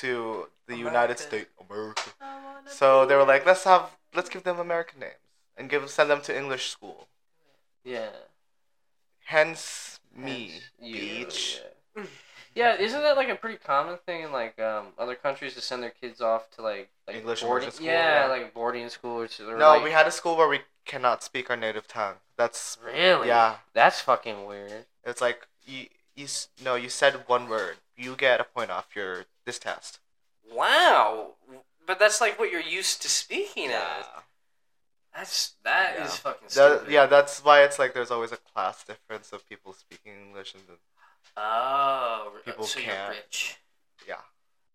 [SPEAKER 4] to the United
[SPEAKER 3] America.
[SPEAKER 4] States America.
[SPEAKER 3] I wanna
[SPEAKER 4] So
[SPEAKER 3] be
[SPEAKER 4] they were like,
[SPEAKER 3] a-
[SPEAKER 4] let's have let's give them American names and give send them to English school.
[SPEAKER 1] Yeah.
[SPEAKER 4] Hence me,
[SPEAKER 1] Hence you,
[SPEAKER 4] beach.
[SPEAKER 1] Yeah. Yeah, isn't that like a pretty common thing in like um, other countries to send their kids off to like like
[SPEAKER 4] English
[SPEAKER 1] boarding
[SPEAKER 4] immersion school,
[SPEAKER 1] Yeah,
[SPEAKER 4] yeah.
[SPEAKER 1] like boarding school or something.
[SPEAKER 4] No,
[SPEAKER 1] like,
[SPEAKER 4] we had a school where we cannot speak our native tongue. That's
[SPEAKER 1] really.
[SPEAKER 4] yeah.
[SPEAKER 1] that's fucking weird.
[SPEAKER 4] It's like you, you s- no, you said one word. You get a point off your this test.
[SPEAKER 1] Wow, but that's like what you're used to speaking That's that is
[SPEAKER 4] Yeah.
[SPEAKER 1] fucking
[SPEAKER 4] That, yeah, that's why it's like there's always a class difference of people speaking English and the
[SPEAKER 1] Oh,
[SPEAKER 4] People so you're can't.
[SPEAKER 1] rich.
[SPEAKER 4] Yeah.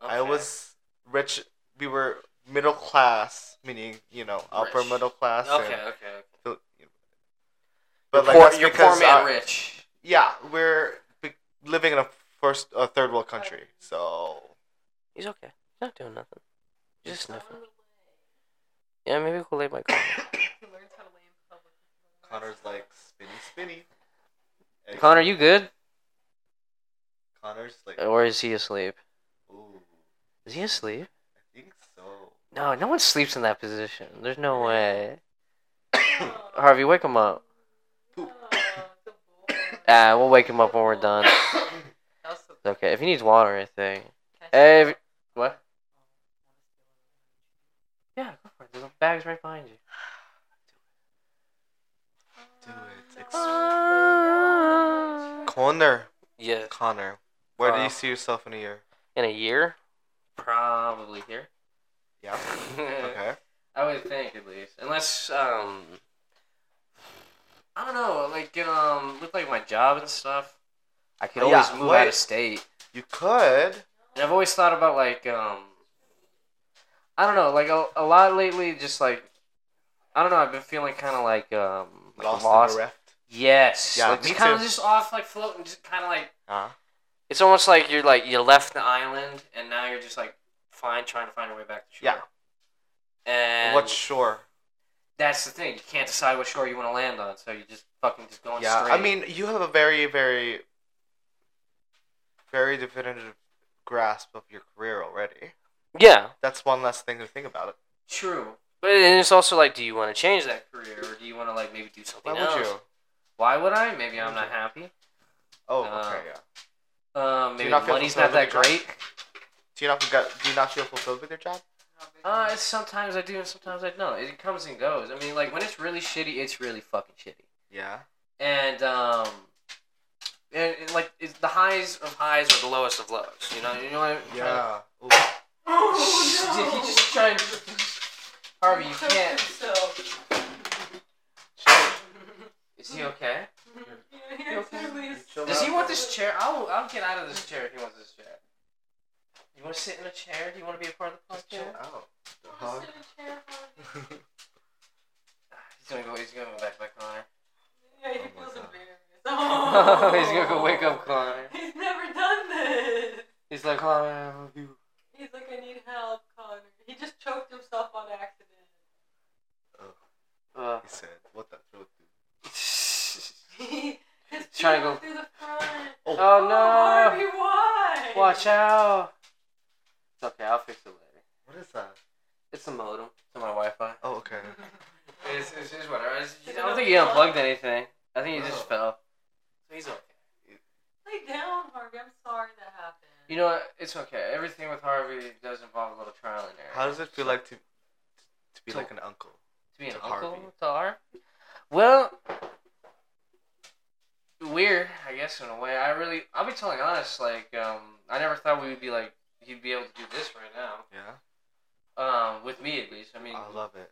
[SPEAKER 4] I was rich. We were middle class, meaning you know upper
[SPEAKER 1] Rich.
[SPEAKER 4] middle class. and
[SPEAKER 1] Okay, okay. okay.
[SPEAKER 4] fil-
[SPEAKER 1] You're
[SPEAKER 4] But like
[SPEAKER 1] poor,
[SPEAKER 4] that's
[SPEAKER 1] you're
[SPEAKER 4] because
[SPEAKER 1] poor man
[SPEAKER 4] uh,
[SPEAKER 1] rich.
[SPEAKER 4] yeah, we're be- living in a first, a third world country, so
[SPEAKER 1] He's okay. He's not doing nothing. He's just
[SPEAKER 3] I
[SPEAKER 1] sniffing.
[SPEAKER 3] wanna
[SPEAKER 1] Yeah, maybe we'll lay my car.
[SPEAKER 3] lay- He learns how to lay in public.
[SPEAKER 4] Connor's like spinny, spinny. And
[SPEAKER 1] Connor, you good? Oh.
[SPEAKER 4] Connor's like,
[SPEAKER 1] Or is he asleep?
[SPEAKER 4] ooh,
[SPEAKER 1] Is he asleep?
[SPEAKER 4] I think so.
[SPEAKER 1] No, no one sleeps in that position. There's no way.
[SPEAKER 6] Oh,
[SPEAKER 1] Harvey, wake him up.
[SPEAKER 6] oh, the boy.
[SPEAKER 1] Ah, we'll wake him up when we're done. It's
[SPEAKER 3] That was so
[SPEAKER 1] okay. If he needs water, I think.
[SPEAKER 3] catchy.
[SPEAKER 1] Every what? Yeah, go for it. There's bags right behind you.
[SPEAKER 4] Do it. Ex-
[SPEAKER 1] Ah.
[SPEAKER 4] Connor,
[SPEAKER 1] Yeah.
[SPEAKER 4] Connor, where do
[SPEAKER 1] Wow.
[SPEAKER 4] you see yourself in a year?
[SPEAKER 1] In a year? Probably here.
[SPEAKER 4] Yeah. Okay.
[SPEAKER 1] I would think at least, unless um, I don't know, like get um, with like my job and stuff, I could
[SPEAKER 4] Oh, yeah,
[SPEAKER 1] always move out
[SPEAKER 4] wait.
[SPEAKER 1] of state.
[SPEAKER 4] You could.
[SPEAKER 1] And I've always thought about like um, I don't know, like a, a lot lately, just like I don't know, I've been feeling kind of like um, like
[SPEAKER 4] Lost, in the reft.
[SPEAKER 1] Yes,
[SPEAKER 4] Yeah,
[SPEAKER 1] like,
[SPEAKER 4] me
[SPEAKER 1] just kind of
[SPEAKER 4] too.
[SPEAKER 1] just off, like floating, just kind of like
[SPEAKER 4] Huh?
[SPEAKER 1] it's almost like you're like you left the island and now you're just like fine trying to find your way back to shore.
[SPEAKER 4] Yeah.
[SPEAKER 1] And
[SPEAKER 4] What shore?
[SPEAKER 1] That's the thing. You can't decide what shore you want to land on, so you just fucking just going
[SPEAKER 4] yeah,
[SPEAKER 1] straight.
[SPEAKER 4] I mean, you have a very, very, very definitive grasp of your career already.
[SPEAKER 1] yeah,
[SPEAKER 4] That's one less thing to think about. It.
[SPEAKER 1] true. But then it's also like, do you want to change that career, or do you want to like maybe do something
[SPEAKER 4] Why
[SPEAKER 1] else?
[SPEAKER 4] would you?
[SPEAKER 1] Why would I? Maybe
[SPEAKER 4] Why
[SPEAKER 1] I'm
[SPEAKER 4] would
[SPEAKER 1] not
[SPEAKER 4] you?
[SPEAKER 1] happy.
[SPEAKER 4] Oh,
[SPEAKER 1] Uh,
[SPEAKER 4] okay, yeah.
[SPEAKER 1] Um, maybe
[SPEAKER 4] not
[SPEAKER 1] the
[SPEAKER 4] feel
[SPEAKER 1] money's not
[SPEAKER 4] fulfilled
[SPEAKER 1] that
[SPEAKER 4] with your
[SPEAKER 1] great.
[SPEAKER 4] Do you not forget, Do you not feel fulfilled with your job?
[SPEAKER 1] Uh, it's sometimes I do, and sometimes I don't. It comes and goes. I mean, like when it's really shitty, it's really fucking shitty.
[SPEAKER 4] Yeah.
[SPEAKER 1] and um, and, and, like it's the highs of highs are the lowest of lows. You know, you know what? I'm trying
[SPEAKER 4] Yeah. Ooh,
[SPEAKER 3] Oh,
[SPEAKER 1] to- Did he just try and Harvey? You can't. Is he okay? Does he want this chair? I'll I'll get out of this chair if he wants this chair. You want to sit in a chair? Do you want to be a part of the
[SPEAKER 4] chill
[SPEAKER 1] podcast?
[SPEAKER 4] out. Dog.
[SPEAKER 1] He's gonna go. He's gonna go back by Connor.
[SPEAKER 6] Yeah, he
[SPEAKER 4] Oh my
[SPEAKER 6] feels
[SPEAKER 4] God.
[SPEAKER 6] embarrassed. Oh,
[SPEAKER 1] He's gonna go wake up Connor.
[SPEAKER 6] He's never done this.
[SPEAKER 1] He's like, Connor, I love you.
[SPEAKER 6] He's like, I need help, Connor. He just choked himself on accident.
[SPEAKER 1] Uh,
[SPEAKER 4] He said, "What the throat do?"
[SPEAKER 6] He his feet
[SPEAKER 1] Trying to
[SPEAKER 6] went through the front.
[SPEAKER 1] oh
[SPEAKER 6] Harvey, why?
[SPEAKER 1] no! Watch out! It's okay, I'll fix it later.
[SPEAKER 4] What is that?
[SPEAKER 1] It's a modem to my Wi-Fi.
[SPEAKER 4] Oh, okay.
[SPEAKER 1] It's, it's just whatever. It's-
[SPEAKER 6] Is
[SPEAKER 1] I
[SPEAKER 6] it
[SPEAKER 1] don't
[SPEAKER 6] a
[SPEAKER 1] think he
[SPEAKER 6] plug?
[SPEAKER 1] unplugged anything. I think he
[SPEAKER 4] Oh.
[SPEAKER 1] just fell. So he's okay.
[SPEAKER 6] Lay down, Harvey. I'm sorry that happened.
[SPEAKER 1] You know what? It's okay. Everything with Harvey does involve a little trial and error.
[SPEAKER 4] How does it feel like to to be
[SPEAKER 1] To-
[SPEAKER 4] like an uncle?
[SPEAKER 1] to be an
[SPEAKER 4] to
[SPEAKER 1] uncle
[SPEAKER 4] Harvey?
[SPEAKER 1] to Harvey? Well, weird, I guess, in a way. I really, I'll be totally honest. Like, um, I never thought we would be like he'd be able to do this right now.
[SPEAKER 4] Yeah,
[SPEAKER 1] Um, with me at least. I mean,
[SPEAKER 4] I love it.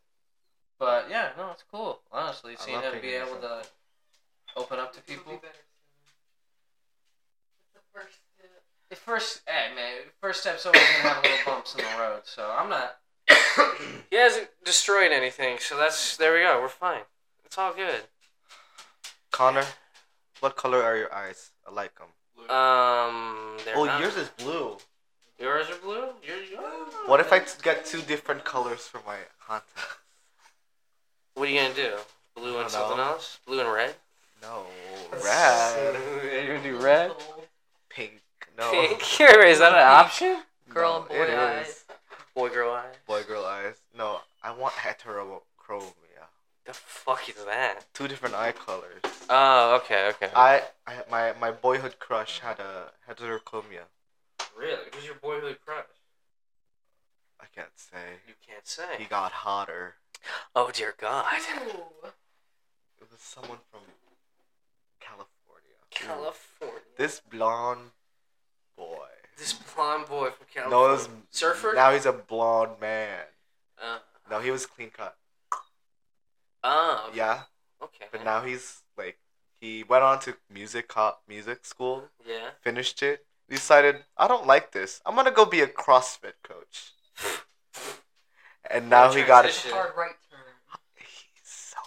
[SPEAKER 1] but yeah, no, it's cool. Honestly,
[SPEAKER 4] I
[SPEAKER 1] seeing
[SPEAKER 4] love
[SPEAKER 1] him be
[SPEAKER 4] picking
[SPEAKER 1] able
[SPEAKER 4] this
[SPEAKER 1] to open up to
[SPEAKER 3] This will
[SPEAKER 1] people.
[SPEAKER 3] be better soon. It's the first step.
[SPEAKER 1] The first, hey man, first step's always gonna have little bumps in the road, so I'm not. he hasn't destroyed anything, so that's there we go. We're fine. It's all good.
[SPEAKER 4] Connor, what color are your eyes? I like them.
[SPEAKER 1] Um, they're
[SPEAKER 4] Oh,
[SPEAKER 1] not-
[SPEAKER 4] yours is blue.
[SPEAKER 1] yours are blue. Yours, yours.
[SPEAKER 4] What if I t- get two different colors for my contact?
[SPEAKER 1] What are you gonna do? Blue
[SPEAKER 4] I
[SPEAKER 1] and
[SPEAKER 4] don't
[SPEAKER 1] something
[SPEAKER 4] know.
[SPEAKER 1] else? Blue and red?
[SPEAKER 4] No, red,
[SPEAKER 1] You're gonna do
[SPEAKER 3] Soul.
[SPEAKER 4] pink. No,
[SPEAKER 1] Pink? is that an option?
[SPEAKER 3] Girl
[SPEAKER 4] No,
[SPEAKER 3] and boy
[SPEAKER 4] it
[SPEAKER 3] eyes.
[SPEAKER 4] is.
[SPEAKER 1] Boy, girl, eyes.
[SPEAKER 4] Boy, girl eyes. No, I want heterochromia.
[SPEAKER 1] The fuck is that?
[SPEAKER 4] Two different eye colors.
[SPEAKER 1] Oh, okay, okay.
[SPEAKER 4] I, I my my boyhood crush had a heterochromia.
[SPEAKER 1] really? Who's your boyhood crush?
[SPEAKER 4] I can't say.
[SPEAKER 1] You can't say.
[SPEAKER 4] He got hotter.
[SPEAKER 1] Oh dear God.
[SPEAKER 3] Ooh.
[SPEAKER 4] It was someone from California.
[SPEAKER 1] California.
[SPEAKER 4] This blonde boy.
[SPEAKER 1] This blonde boy from
[SPEAKER 4] No,
[SPEAKER 1] California.
[SPEAKER 4] it was
[SPEAKER 1] Surfer?
[SPEAKER 4] Now he's a blonde man.
[SPEAKER 1] Uh,
[SPEAKER 4] No, he was clean cut.
[SPEAKER 1] oh.
[SPEAKER 4] Yeah,
[SPEAKER 1] Okay.
[SPEAKER 4] but now he's like he went on to music co- music school,
[SPEAKER 1] Yeah.
[SPEAKER 4] finished it, decided I don't like this. I'm gonna go be a CrossFit coach. and now he got
[SPEAKER 1] Transition.
[SPEAKER 4] it.
[SPEAKER 1] Shit.
[SPEAKER 3] Hard right turn.
[SPEAKER 4] He's so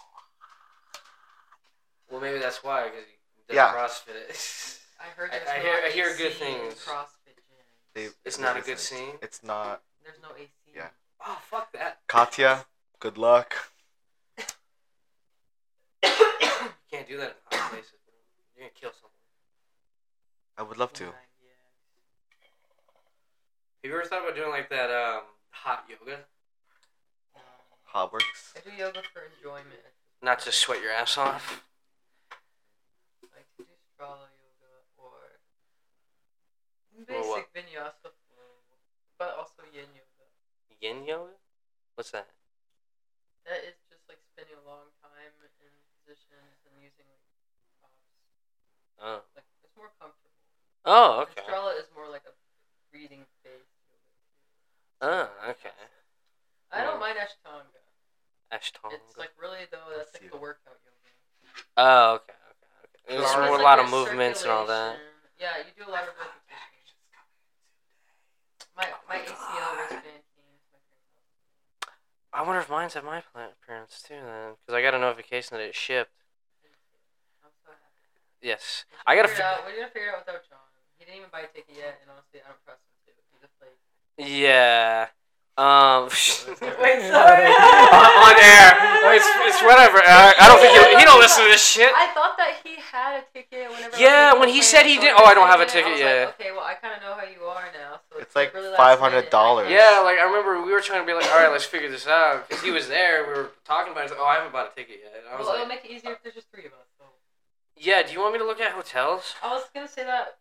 [SPEAKER 1] Well, maybe that's why because he does
[SPEAKER 4] Yeah.
[SPEAKER 1] CrossFit.
[SPEAKER 3] I heard
[SPEAKER 1] I-
[SPEAKER 3] there's
[SPEAKER 1] I
[SPEAKER 3] no
[SPEAKER 1] hear- I
[SPEAKER 3] AC
[SPEAKER 1] hear good
[SPEAKER 3] in
[SPEAKER 1] things.
[SPEAKER 3] CrossFit gyms.
[SPEAKER 4] They-
[SPEAKER 1] it's
[SPEAKER 4] it
[SPEAKER 1] not a
[SPEAKER 4] isn't.
[SPEAKER 1] good scene.
[SPEAKER 4] It's not.
[SPEAKER 3] There's no AC.
[SPEAKER 4] Yeah.
[SPEAKER 1] Oh fuck that!
[SPEAKER 4] Katya, good luck.
[SPEAKER 1] You can't do that in hot places. Bro. You're gonna kill someone.
[SPEAKER 4] I would love to.
[SPEAKER 3] Yeah,
[SPEAKER 1] Have you ever thought about doing like that um hot yoga?
[SPEAKER 3] yeah. No.
[SPEAKER 4] Hot works.
[SPEAKER 3] I do yoga for enjoyment.
[SPEAKER 1] Not to sweat your ass off.
[SPEAKER 3] Like to do strala yoga or
[SPEAKER 1] Or
[SPEAKER 3] basic
[SPEAKER 1] what?
[SPEAKER 3] vinyasa flow, but also yin yoga.
[SPEAKER 1] Yin yoga? What's that?
[SPEAKER 3] That is just like spending a long time in positions and using like props.
[SPEAKER 1] Oh.
[SPEAKER 3] Like it's more comfortable.
[SPEAKER 1] Oh
[SPEAKER 3] And
[SPEAKER 1] okay.
[SPEAKER 3] Strala is more like a breathing based yoga.
[SPEAKER 1] Oh okay.
[SPEAKER 3] I don't
[SPEAKER 1] Mm.
[SPEAKER 3] mind Ashtanga.
[SPEAKER 4] Oh,
[SPEAKER 1] Ashtanga.
[SPEAKER 3] It's like really though
[SPEAKER 4] Let's
[SPEAKER 3] that's
[SPEAKER 4] see.
[SPEAKER 3] like the workout yoga.
[SPEAKER 1] oh okay. okay, okay. It's
[SPEAKER 4] Strong.
[SPEAKER 1] more a
[SPEAKER 4] It's like
[SPEAKER 1] lot
[SPEAKER 3] your
[SPEAKER 1] of movements and all that.
[SPEAKER 3] circulation. Yeah, you do a lot of repetition. My
[SPEAKER 1] Oh
[SPEAKER 3] my
[SPEAKER 1] my
[SPEAKER 3] ACL
[SPEAKER 1] God.
[SPEAKER 3] wristband came to my parents' house.
[SPEAKER 1] I wonder if mine's at my pla- parents too then, because I got a notification that it shipped.
[SPEAKER 3] I'm so happy.
[SPEAKER 1] Yes.
[SPEAKER 3] We
[SPEAKER 1] I
[SPEAKER 3] should
[SPEAKER 1] gotta
[SPEAKER 3] figure it
[SPEAKER 1] fi-
[SPEAKER 3] out. We're gonna figure it out without John. He didn't even buy a ticket yet, and honestly, I don't trust him to. He just like
[SPEAKER 1] Yeah. Um.
[SPEAKER 3] Wait,
[SPEAKER 1] on,
[SPEAKER 3] sorry.
[SPEAKER 1] on air. It's, it's whatever. I, I don't think he, he don't listen to this shit.
[SPEAKER 3] I thought that he had a ticket whenever. like,
[SPEAKER 1] Yeah,
[SPEAKER 3] was
[SPEAKER 1] when he
[SPEAKER 3] playing
[SPEAKER 1] said he
[SPEAKER 3] Sony
[SPEAKER 1] did- oh, I don't have a
[SPEAKER 3] Music, I
[SPEAKER 1] ticket
[SPEAKER 3] was
[SPEAKER 1] yet.
[SPEAKER 3] Like, okay, well, I kind of know how you are now. So
[SPEAKER 4] It's like
[SPEAKER 3] really last minute.
[SPEAKER 4] $500.
[SPEAKER 1] Yeah, like I remember we were trying to be like, all right, let's figure this out because he was there. We were talking about it. He's like, oh, I haven't bought a ticket yet. And I
[SPEAKER 3] Well,
[SPEAKER 1] was
[SPEAKER 3] it'll
[SPEAKER 1] like,
[SPEAKER 3] make it easier if there's just three of us. So.
[SPEAKER 1] yeah. Do you want me to look at hotels?
[SPEAKER 3] I was gonna say that.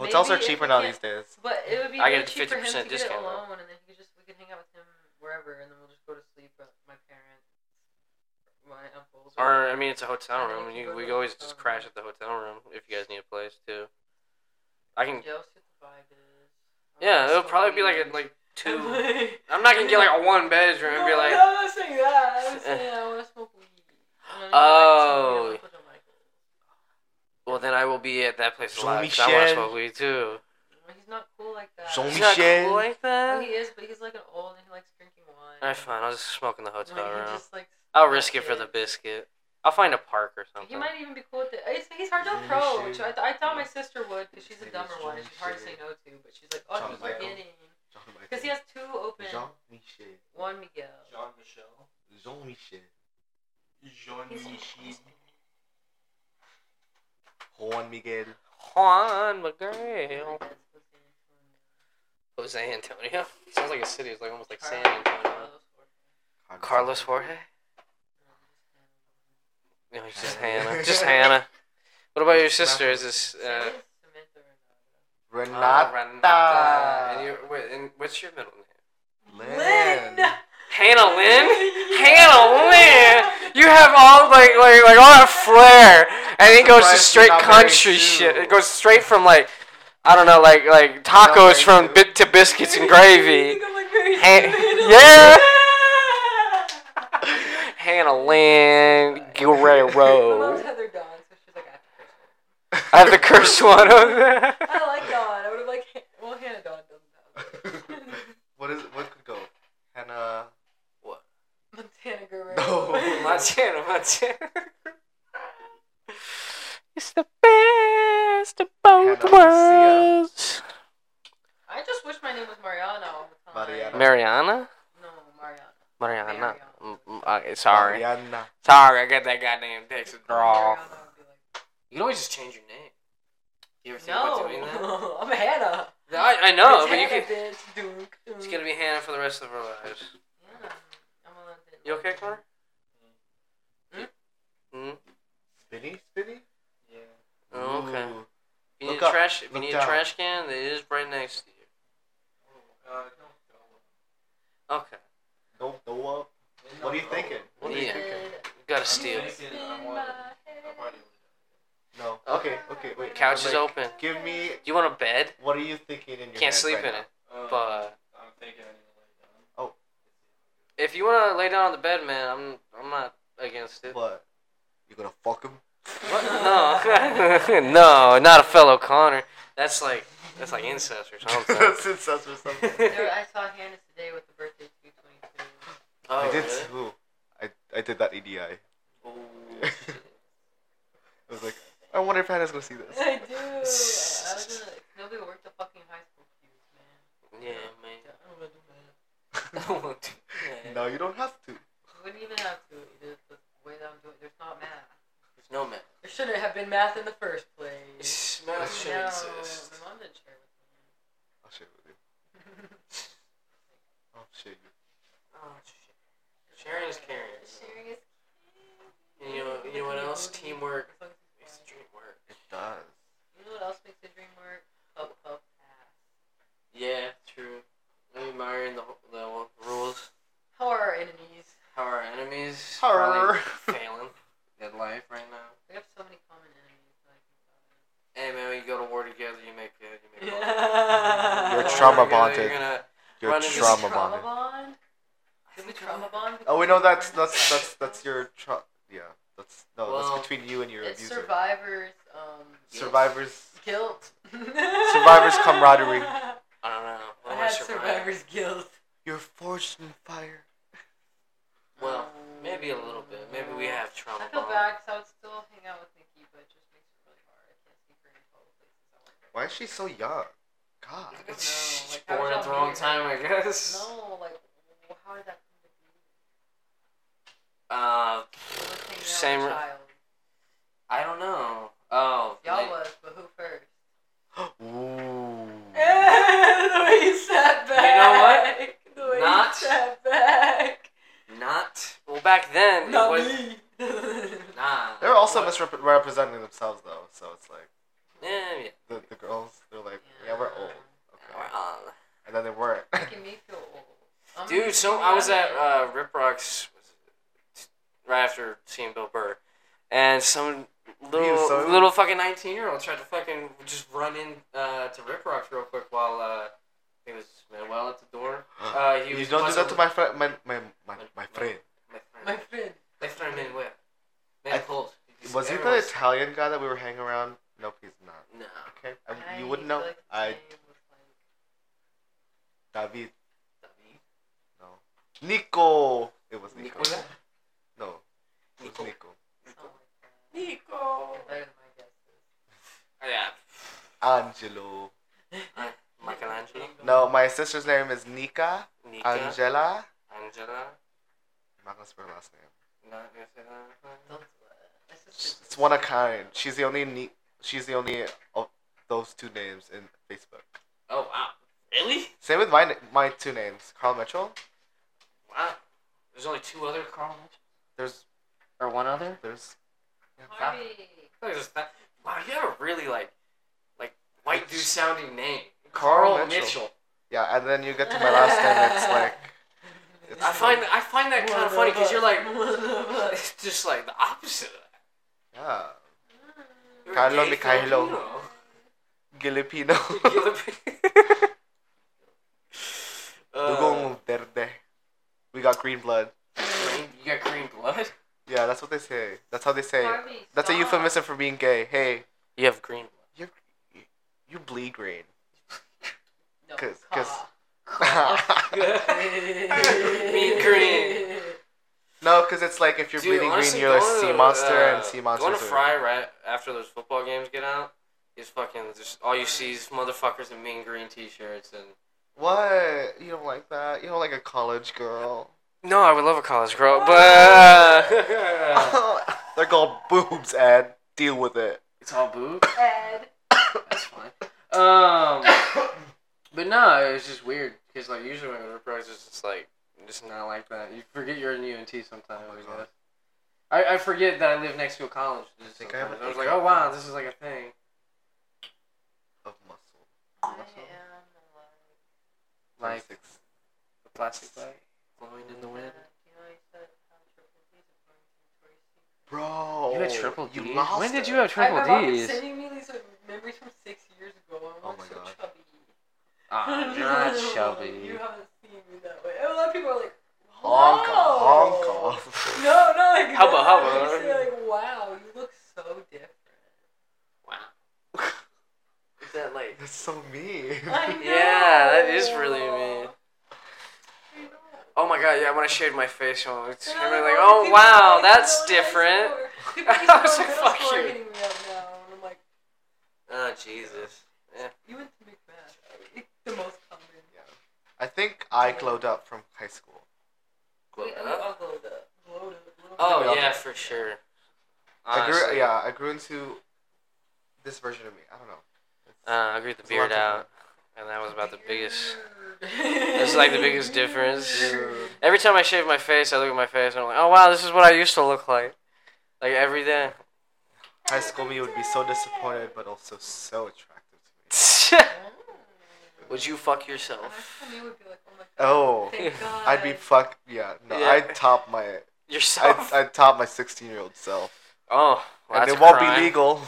[SPEAKER 4] Hotels are
[SPEAKER 3] maybe if
[SPEAKER 4] cheaper
[SPEAKER 3] we
[SPEAKER 4] now
[SPEAKER 3] can't-
[SPEAKER 4] these days.
[SPEAKER 3] But it would be
[SPEAKER 1] I
[SPEAKER 3] really
[SPEAKER 1] get a
[SPEAKER 3] cheap for him to
[SPEAKER 1] 50%
[SPEAKER 3] get
[SPEAKER 1] discount,
[SPEAKER 3] it
[SPEAKER 1] though.
[SPEAKER 3] alone, and then he could just we could hang out with him wherever, and then we'll just go to sleep at my parents, my uncles.
[SPEAKER 1] Or I mean, it's a hotel
[SPEAKER 3] I mean,
[SPEAKER 1] room.
[SPEAKER 3] you
[SPEAKER 1] You,
[SPEAKER 3] go
[SPEAKER 1] we
[SPEAKER 3] to
[SPEAKER 1] could
[SPEAKER 3] a
[SPEAKER 1] always
[SPEAKER 3] hotel
[SPEAKER 1] just
[SPEAKER 3] room.
[SPEAKER 1] crash at the hotel room if you guys need a place too. I can.
[SPEAKER 3] yeah, let's see what the vibe is.
[SPEAKER 1] Yeah,
[SPEAKER 3] Um,
[SPEAKER 1] it'll
[SPEAKER 3] so
[SPEAKER 1] probably be
[SPEAKER 3] we-
[SPEAKER 1] like a, like two.
[SPEAKER 3] Like-
[SPEAKER 1] I'm not gonna get like a one bedroom and be
[SPEAKER 3] No,
[SPEAKER 1] like,
[SPEAKER 3] no, I'm not saying that. I'm just saying I want to smoke weed. And
[SPEAKER 1] Oh.
[SPEAKER 3] I can smoke weed at Uncle John Michael's.
[SPEAKER 1] well, then I will be at that place a lot 'cause I want to
[SPEAKER 4] Jean-Michel.
[SPEAKER 1] smoke weed too.
[SPEAKER 3] Well, He's not cool like that.
[SPEAKER 4] Jean-
[SPEAKER 1] He's not
[SPEAKER 4] Jean-Michel.
[SPEAKER 1] cool like
[SPEAKER 3] Well,
[SPEAKER 1] that.
[SPEAKER 3] he is, but he's like an old and he likes drinking wine.
[SPEAKER 1] Alright, fine. I'll just smoke in the hotel
[SPEAKER 3] Like, he
[SPEAKER 1] room.
[SPEAKER 3] just, like,
[SPEAKER 1] I'll risk it for
[SPEAKER 3] smoke
[SPEAKER 1] the biscuit. I'll find a park or something.
[SPEAKER 3] He might even be cool with it. It's, he's hard to
[SPEAKER 4] Maybe
[SPEAKER 3] approach.
[SPEAKER 4] she-
[SPEAKER 3] I, th- I thought my sister would because she's a
[SPEAKER 4] Maybe
[SPEAKER 3] dumber one and
[SPEAKER 4] she
[SPEAKER 3] she's hard to say
[SPEAKER 4] should-
[SPEAKER 3] no to, but she's like, oh,
[SPEAKER 4] John
[SPEAKER 3] he's
[SPEAKER 4] Michael.
[SPEAKER 3] beginning.
[SPEAKER 4] Jean
[SPEAKER 3] Because he has two open.
[SPEAKER 4] Jean Michel.
[SPEAKER 3] One Miguel.
[SPEAKER 2] uh, Jean Michel.
[SPEAKER 4] Jean Michel.
[SPEAKER 2] Jean
[SPEAKER 3] He's-
[SPEAKER 2] Michel.
[SPEAKER 4] Juan Miguel.
[SPEAKER 1] Juan
[SPEAKER 3] I
[SPEAKER 1] Miguel.
[SPEAKER 3] guess, was the
[SPEAKER 1] Jose Antonio. Sounds like a city. It's like almost like San
[SPEAKER 3] Carlos.
[SPEAKER 1] Antonio. Carlos Jorge. No, it's just
[SPEAKER 4] Hannah.
[SPEAKER 1] Hannah. Just Hannah. What about your
[SPEAKER 4] It's not-
[SPEAKER 1] sister? Is this uh,
[SPEAKER 3] Samantha Renato.
[SPEAKER 1] uh,
[SPEAKER 4] Renata.
[SPEAKER 1] Renata? And, you're, wait, and what's your middle name?
[SPEAKER 4] Lynn.
[SPEAKER 3] Lynn.
[SPEAKER 1] Hannah Lynn. Hannah Lynn. You have all like like like all that flair, and it goes to
[SPEAKER 4] Surprised
[SPEAKER 1] straight
[SPEAKER 4] you're not married
[SPEAKER 1] country
[SPEAKER 4] too.
[SPEAKER 1] shit. It goes straight from like I don't know, like like tacos
[SPEAKER 4] married
[SPEAKER 1] from
[SPEAKER 4] too.
[SPEAKER 1] bit to biscuits and gravy.
[SPEAKER 3] I'm like very
[SPEAKER 1] Han-
[SPEAKER 3] stupid.
[SPEAKER 1] yeah. Hannah Lynn
[SPEAKER 3] My mom's
[SPEAKER 1] Guerrero.
[SPEAKER 3] Heather Dawn, so she's like, I have to curse her.
[SPEAKER 1] I have the curse one on there.
[SPEAKER 3] I like Dawn. I would have liked. Han- Well, Hannah Dawn doesn't have. it.
[SPEAKER 4] What is what could go? Hannah.
[SPEAKER 3] Montana Guerrero.
[SPEAKER 4] No,
[SPEAKER 1] Montana, Montana. It's the best of both
[SPEAKER 4] Hannah uh, Lucia.
[SPEAKER 1] worlds.
[SPEAKER 3] I just wish my name was Mariana all the time.
[SPEAKER 4] Mariana.
[SPEAKER 1] Mariana?
[SPEAKER 3] No, Mariana.
[SPEAKER 1] Mariana.
[SPEAKER 3] Mariana.
[SPEAKER 1] Mm, mm, okay,
[SPEAKER 4] Oh,
[SPEAKER 1] sorry.
[SPEAKER 4] Mariana.
[SPEAKER 1] Sorry, I got that goddamn Texas draw.
[SPEAKER 3] Mariana would be like,
[SPEAKER 1] You can always just change your name. You ever think about doing that?
[SPEAKER 3] no, I'm Hannah.
[SPEAKER 1] No, I, I know,
[SPEAKER 3] It's
[SPEAKER 1] but you
[SPEAKER 3] Hannah,
[SPEAKER 1] can.
[SPEAKER 3] Bitch, Duke.
[SPEAKER 1] It's gonna be Hannah for the rest of our lives.
[SPEAKER 3] Yeah, I'm a little bit
[SPEAKER 1] You
[SPEAKER 3] like-
[SPEAKER 1] okay, Connor?
[SPEAKER 4] Hmm?
[SPEAKER 3] Mm.
[SPEAKER 1] Mm.
[SPEAKER 4] Spinny, spinny.
[SPEAKER 2] Yeah.
[SPEAKER 1] Oh, okay.
[SPEAKER 4] Ooh.
[SPEAKER 1] If you need
[SPEAKER 4] Look
[SPEAKER 1] a
[SPEAKER 4] up,
[SPEAKER 1] trash, if you
[SPEAKER 4] look
[SPEAKER 1] need a
[SPEAKER 4] down.
[SPEAKER 1] trash can, it is right next to you.
[SPEAKER 2] Uh, don't go.
[SPEAKER 1] Okay.
[SPEAKER 4] Don't go up.
[SPEAKER 2] It's
[SPEAKER 4] What
[SPEAKER 2] not
[SPEAKER 4] are you
[SPEAKER 2] go.
[SPEAKER 4] thinking? What are you
[SPEAKER 1] Yeah.
[SPEAKER 4] thinking?
[SPEAKER 1] Gotta steal.
[SPEAKER 2] Nice.
[SPEAKER 3] Spin
[SPEAKER 2] I
[SPEAKER 3] my
[SPEAKER 2] want-
[SPEAKER 3] head.
[SPEAKER 2] I probably would.
[SPEAKER 4] No.
[SPEAKER 1] Okay.
[SPEAKER 4] Okay. Okay. Wait.
[SPEAKER 1] Couch is
[SPEAKER 4] Like,
[SPEAKER 1] open.
[SPEAKER 4] Give me.
[SPEAKER 1] You want a bed?
[SPEAKER 4] What are you thinking in your
[SPEAKER 1] Can't
[SPEAKER 4] head
[SPEAKER 1] sleep
[SPEAKER 4] right
[SPEAKER 1] in
[SPEAKER 4] now?
[SPEAKER 1] it.
[SPEAKER 2] Um,
[SPEAKER 1] But
[SPEAKER 2] I'm thinking I need to lay down.
[SPEAKER 4] Oh.
[SPEAKER 1] if you wanna lay down on the bed, man, I'm I'm not against it.
[SPEAKER 4] What? You gonna fuck him?
[SPEAKER 1] What? No, no, not a fellow Connor. That's like that's like incest or something.
[SPEAKER 4] That's incest or something.
[SPEAKER 3] There, I saw Hannah today with the birthday 222.
[SPEAKER 1] oh,
[SPEAKER 4] I did
[SPEAKER 1] really?
[SPEAKER 4] too. I, I did that EDI. I
[SPEAKER 2] Oh,
[SPEAKER 4] was like, I wonder if Hannah's gonna see this.
[SPEAKER 3] I do. I was gonna, nobody worked the fucking high school cues,
[SPEAKER 1] Yeah,
[SPEAKER 3] man. I don't wanna do that.
[SPEAKER 1] man. There's
[SPEAKER 4] No, you don't have to.
[SPEAKER 3] You wouldn't even have to. It is the way that I'm doing. There's not math.
[SPEAKER 1] no man.
[SPEAKER 3] There shouldn't have been math in the first place.
[SPEAKER 1] Math
[SPEAKER 3] no,
[SPEAKER 1] shouldn't exist.
[SPEAKER 3] my mom didn't share with me.
[SPEAKER 4] I'll share with you. I'll share you.
[SPEAKER 1] Oh shit. Sharing is caring.
[SPEAKER 3] Sharing is
[SPEAKER 1] And you know, you know what else? Teamwork makes the dream work.
[SPEAKER 4] It does.
[SPEAKER 3] You know what else makes a dream work? Up, up, pass.
[SPEAKER 1] Yeah, true. I'm admiring the the rules.
[SPEAKER 3] How are our enemies?
[SPEAKER 1] How our enemies
[SPEAKER 4] Arr.
[SPEAKER 1] probably failing at life right now.
[SPEAKER 3] We have so many common enemies. that I can find.
[SPEAKER 1] Hey man, when you go to war together, you make good, you make all-
[SPEAKER 3] Yeah.
[SPEAKER 4] You're
[SPEAKER 1] When you
[SPEAKER 4] trauma
[SPEAKER 1] work together,
[SPEAKER 4] bonded.
[SPEAKER 1] You're gonna,
[SPEAKER 4] You're
[SPEAKER 1] Run into
[SPEAKER 4] trauma
[SPEAKER 1] some
[SPEAKER 4] bonded.
[SPEAKER 3] bond. Did we trauma bond?
[SPEAKER 4] Oh, we know that's that's that's that's your tra- Yeah, that's no,
[SPEAKER 1] Well,
[SPEAKER 4] that's between you and your
[SPEAKER 3] It's
[SPEAKER 4] abuser.
[SPEAKER 3] survivors. Um,
[SPEAKER 4] Survivors.
[SPEAKER 3] guilt.
[SPEAKER 4] Survivor's camaraderie.
[SPEAKER 1] I don't know. What am
[SPEAKER 3] I
[SPEAKER 1] I
[SPEAKER 3] had
[SPEAKER 1] surviving?
[SPEAKER 3] survivor's guilt.
[SPEAKER 4] You're forged in fire.
[SPEAKER 1] Well, maybe a little bit. Maybe we have trauma.
[SPEAKER 3] Um, I feel
[SPEAKER 1] bond.
[SPEAKER 3] bad because I would still hang out with Nikki, but it just makes it really hard. I can't see her in all the places I want to go.
[SPEAKER 4] Why is she so young? God.
[SPEAKER 3] I don't know,
[SPEAKER 1] She's
[SPEAKER 3] like, how
[SPEAKER 1] born at
[SPEAKER 3] did
[SPEAKER 1] the
[SPEAKER 3] y'all
[SPEAKER 1] wrong
[SPEAKER 3] do
[SPEAKER 1] time, I guess.
[SPEAKER 3] No, like, w- how did that come to be?
[SPEAKER 1] Uh,
[SPEAKER 3] Let's hang out with
[SPEAKER 1] Same
[SPEAKER 3] a
[SPEAKER 1] re-
[SPEAKER 3] Child.
[SPEAKER 1] I don't know. Oh,
[SPEAKER 3] Y'all
[SPEAKER 1] they-
[SPEAKER 3] was, but who first?
[SPEAKER 4] Ooh.
[SPEAKER 3] the way you sat
[SPEAKER 1] back.
[SPEAKER 3] You
[SPEAKER 1] way
[SPEAKER 3] know what?
[SPEAKER 1] you Not-
[SPEAKER 3] sat back.
[SPEAKER 1] not well. Back then, it was
[SPEAKER 3] me.
[SPEAKER 1] nah.
[SPEAKER 4] They're also
[SPEAKER 1] What-
[SPEAKER 4] misrepresenting themselves though, so it's like
[SPEAKER 1] Yeah, yeah.
[SPEAKER 4] the, the girls. They're like, yeah, we're old. Okay.
[SPEAKER 1] We're on.
[SPEAKER 4] And then they weren't.
[SPEAKER 3] Making me feel old. I'm
[SPEAKER 1] Dude, so I was at uh, Rip Rocks was it, right after seeing Bill Burr, and some little
[SPEAKER 4] so-
[SPEAKER 1] little fucking nineteen year old tried to fucking just run in uh, to Rip Rocks real quick while uh, I think it was Manuel at the door. Uh, he
[SPEAKER 4] You
[SPEAKER 1] was
[SPEAKER 4] don't do that to
[SPEAKER 1] wasn't-
[SPEAKER 4] my friend, my, my, my, my friend.
[SPEAKER 1] my
[SPEAKER 3] My
[SPEAKER 1] friend.
[SPEAKER 3] friend.
[SPEAKER 1] My friend Manuel.
[SPEAKER 4] I-
[SPEAKER 1] Man, cold.
[SPEAKER 4] Was he the
[SPEAKER 1] Everyone's-
[SPEAKER 4] Italian guy that we were hanging around? Nope, he's not.
[SPEAKER 1] No.
[SPEAKER 4] Okay, I,
[SPEAKER 3] I
[SPEAKER 4] you wouldn't know.
[SPEAKER 3] feel
[SPEAKER 4] I
[SPEAKER 3] like his name was like-
[SPEAKER 4] David,
[SPEAKER 1] David?
[SPEAKER 4] no, Nico. It was Nico.
[SPEAKER 1] Nicola?
[SPEAKER 4] No, it was
[SPEAKER 1] Nico.
[SPEAKER 4] Nico.
[SPEAKER 1] Nico. Oh,
[SPEAKER 4] Michelangelo.
[SPEAKER 1] Uh, Michelangelo,
[SPEAKER 4] No, my sister's name is Nika,
[SPEAKER 1] Nika,
[SPEAKER 4] Angela.
[SPEAKER 1] Angela.
[SPEAKER 4] I'm not gonna spell her last name.
[SPEAKER 1] Not gonna say that.
[SPEAKER 3] Don't do it. That's just
[SPEAKER 4] It's one of kind. She's the only Ni- She's the only of those two names in Facebook.
[SPEAKER 1] Oh wow, really?
[SPEAKER 4] Same with my my two names, Carl Mitchell.
[SPEAKER 1] Wow. There's only two other Carl Mitchell?
[SPEAKER 4] There's
[SPEAKER 1] or one other.
[SPEAKER 4] there's
[SPEAKER 6] Harvey.
[SPEAKER 1] I thought it was that- Wow, you have a really like, like white dude sounding name,
[SPEAKER 4] Carl
[SPEAKER 1] Carl,
[SPEAKER 4] Mitchell.
[SPEAKER 1] Mitchell.
[SPEAKER 4] yeah, and then you get to my last name. It's like it's
[SPEAKER 1] I find I find that kind of funny because you're like,
[SPEAKER 3] like.
[SPEAKER 1] it's just like the opposite. of that.
[SPEAKER 4] yeah,
[SPEAKER 1] You're
[SPEAKER 4] Carlo
[SPEAKER 1] gay
[SPEAKER 4] Michaelo. Filipino.
[SPEAKER 1] Filipino. uh,
[SPEAKER 4] Dugong verde. We got green blood.
[SPEAKER 1] green, you got green blood.
[SPEAKER 4] Yeah, that's what they say. That's how they say. it.
[SPEAKER 6] Harvey,
[SPEAKER 4] That's a
[SPEAKER 6] stop.
[SPEAKER 4] euphemism for being gay. Hey,
[SPEAKER 1] You have green
[SPEAKER 4] you bleed green.
[SPEAKER 3] No,
[SPEAKER 4] 'Cause-
[SPEAKER 3] caw.
[SPEAKER 4] 'cause- no,
[SPEAKER 1] Mean green.
[SPEAKER 4] because it's like if you're
[SPEAKER 1] Dude,
[SPEAKER 4] bleeding
[SPEAKER 1] honestly,
[SPEAKER 4] green, you're a
[SPEAKER 1] going
[SPEAKER 4] sea
[SPEAKER 1] to,
[SPEAKER 4] monster,
[SPEAKER 1] uh,
[SPEAKER 4] and sea monsters.
[SPEAKER 1] Going to
[SPEAKER 4] are-
[SPEAKER 1] Fry right after those football games get out is fucking just all you see is motherfuckers in mean green t-shirts and.
[SPEAKER 4] What? You don't like that? You don't like a college girl?
[SPEAKER 1] No, I would love a college girl, uh, but
[SPEAKER 4] They're called boobs, Ed. Deal with it.
[SPEAKER 1] it's all boo.
[SPEAKER 6] Ed.
[SPEAKER 1] That's fine. Um, but no, it was just weird because like usually when I go to Price, it's just like just not like that. You forget you're in UNT sometimes.
[SPEAKER 4] Oh my
[SPEAKER 1] I
[SPEAKER 4] God.
[SPEAKER 1] guess. I, I forget that I live next to a college. just
[SPEAKER 4] think I have
[SPEAKER 1] sometimes.
[SPEAKER 4] an
[SPEAKER 1] I was
[SPEAKER 4] A
[SPEAKER 1] like,
[SPEAKER 4] cup.
[SPEAKER 1] oh wow, this is like a thing.
[SPEAKER 4] Of muscle.
[SPEAKER 6] I am like.
[SPEAKER 1] Like
[SPEAKER 4] Like six.
[SPEAKER 1] the plastic bag blowing in the
[SPEAKER 3] uh,
[SPEAKER 1] wind.
[SPEAKER 6] You know, you said
[SPEAKER 3] um,
[SPEAKER 6] how triple D's are going to Victoria's Secret.
[SPEAKER 4] Bro.
[SPEAKER 1] you had triple D.
[SPEAKER 4] Oh, You lost
[SPEAKER 1] when did
[SPEAKER 4] it.
[SPEAKER 1] you have triple
[SPEAKER 3] My mom is
[SPEAKER 1] D's?
[SPEAKER 3] sending me these like, memories from six years ago. and
[SPEAKER 4] Oh
[SPEAKER 3] I'm
[SPEAKER 4] my
[SPEAKER 3] so
[SPEAKER 4] God.
[SPEAKER 3] chubby.
[SPEAKER 1] Ah, you're not chubby.
[SPEAKER 3] You haven't seen me that way. And A lot of people are like, wow.
[SPEAKER 4] Honk honk, honk.
[SPEAKER 3] No, no, like
[SPEAKER 1] Hubba,
[SPEAKER 3] no,
[SPEAKER 1] hubba.
[SPEAKER 3] They say like, wow, you look so different.
[SPEAKER 1] Wow. is that like?
[SPEAKER 4] That's so mean.
[SPEAKER 3] I know.
[SPEAKER 1] Yeah, that is really mean.
[SPEAKER 3] I know.
[SPEAKER 1] Oh my god, yeah, when I shaved my face, I was
[SPEAKER 3] And
[SPEAKER 1] I
[SPEAKER 3] I'm
[SPEAKER 1] was like,
[SPEAKER 3] all
[SPEAKER 1] oh
[SPEAKER 3] people
[SPEAKER 1] wow,
[SPEAKER 3] in
[SPEAKER 1] that's
[SPEAKER 3] middle
[SPEAKER 1] different.
[SPEAKER 3] school- People in
[SPEAKER 1] I was like,
[SPEAKER 3] middle
[SPEAKER 1] fuck
[SPEAKER 3] school are
[SPEAKER 1] you.
[SPEAKER 3] hitting me up now, and I'm like,
[SPEAKER 1] Oh Jesus.
[SPEAKER 3] you went to Macbeth. It's the most common.
[SPEAKER 4] I think I glowed up from high school.
[SPEAKER 3] We, we
[SPEAKER 1] Huh?
[SPEAKER 3] all glowed up. Glowed up. glowed up.
[SPEAKER 1] uh, Oh
[SPEAKER 4] Maybe I'll
[SPEAKER 1] yeah,
[SPEAKER 4] do it.
[SPEAKER 1] for sure.
[SPEAKER 4] I grew,
[SPEAKER 1] Honestly.
[SPEAKER 4] yeah, I grew into this version of me. I don't know.
[SPEAKER 1] Uh, I grew the
[SPEAKER 4] It's a lot
[SPEAKER 1] beard out,
[SPEAKER 4] different.
[SPEAKER 1] and that was about the biggest.
[SPEAKER 3] it
[SPEAKER 1] That's like the biggest difference.
[SPEAKER 4] Dude.
[SPEAKER 1] Every time I shave my face, I look at my face and I'm like, oh wow, this is what I used to look like. Like every day.
[SPEAKER 4] High school me would be so disappointed, but also so attractive to me.
[SPEAKER 1] Would you fuck
[SPEAKER 3] I
[SPEAKER 1] yourself?
[SPEAKER 3] thought you would be like,
[SPEAKER 4] Oh,
[SPEAKER 3] oh my god. Thank God.
[SPEAKER 4] I'd be fuck. Yeah, no,
[SPEAKER 1] Yeah.
[SPEAKER 4] I'd top my, I'd,
[SPEAKER 1] Yourself?
[SPEAKER 4] I'd top my sixteen-year-old self,
[SPEAKER 1] oh, well,
[SPEAKER 4] and
[SPEAKER 1] that's
[SPEAKER 4] it
[SPEAKER 1] a
[SPEAKER 4] won't
[SPEAKER 1] crime.
[SPEAKER 4] be legal.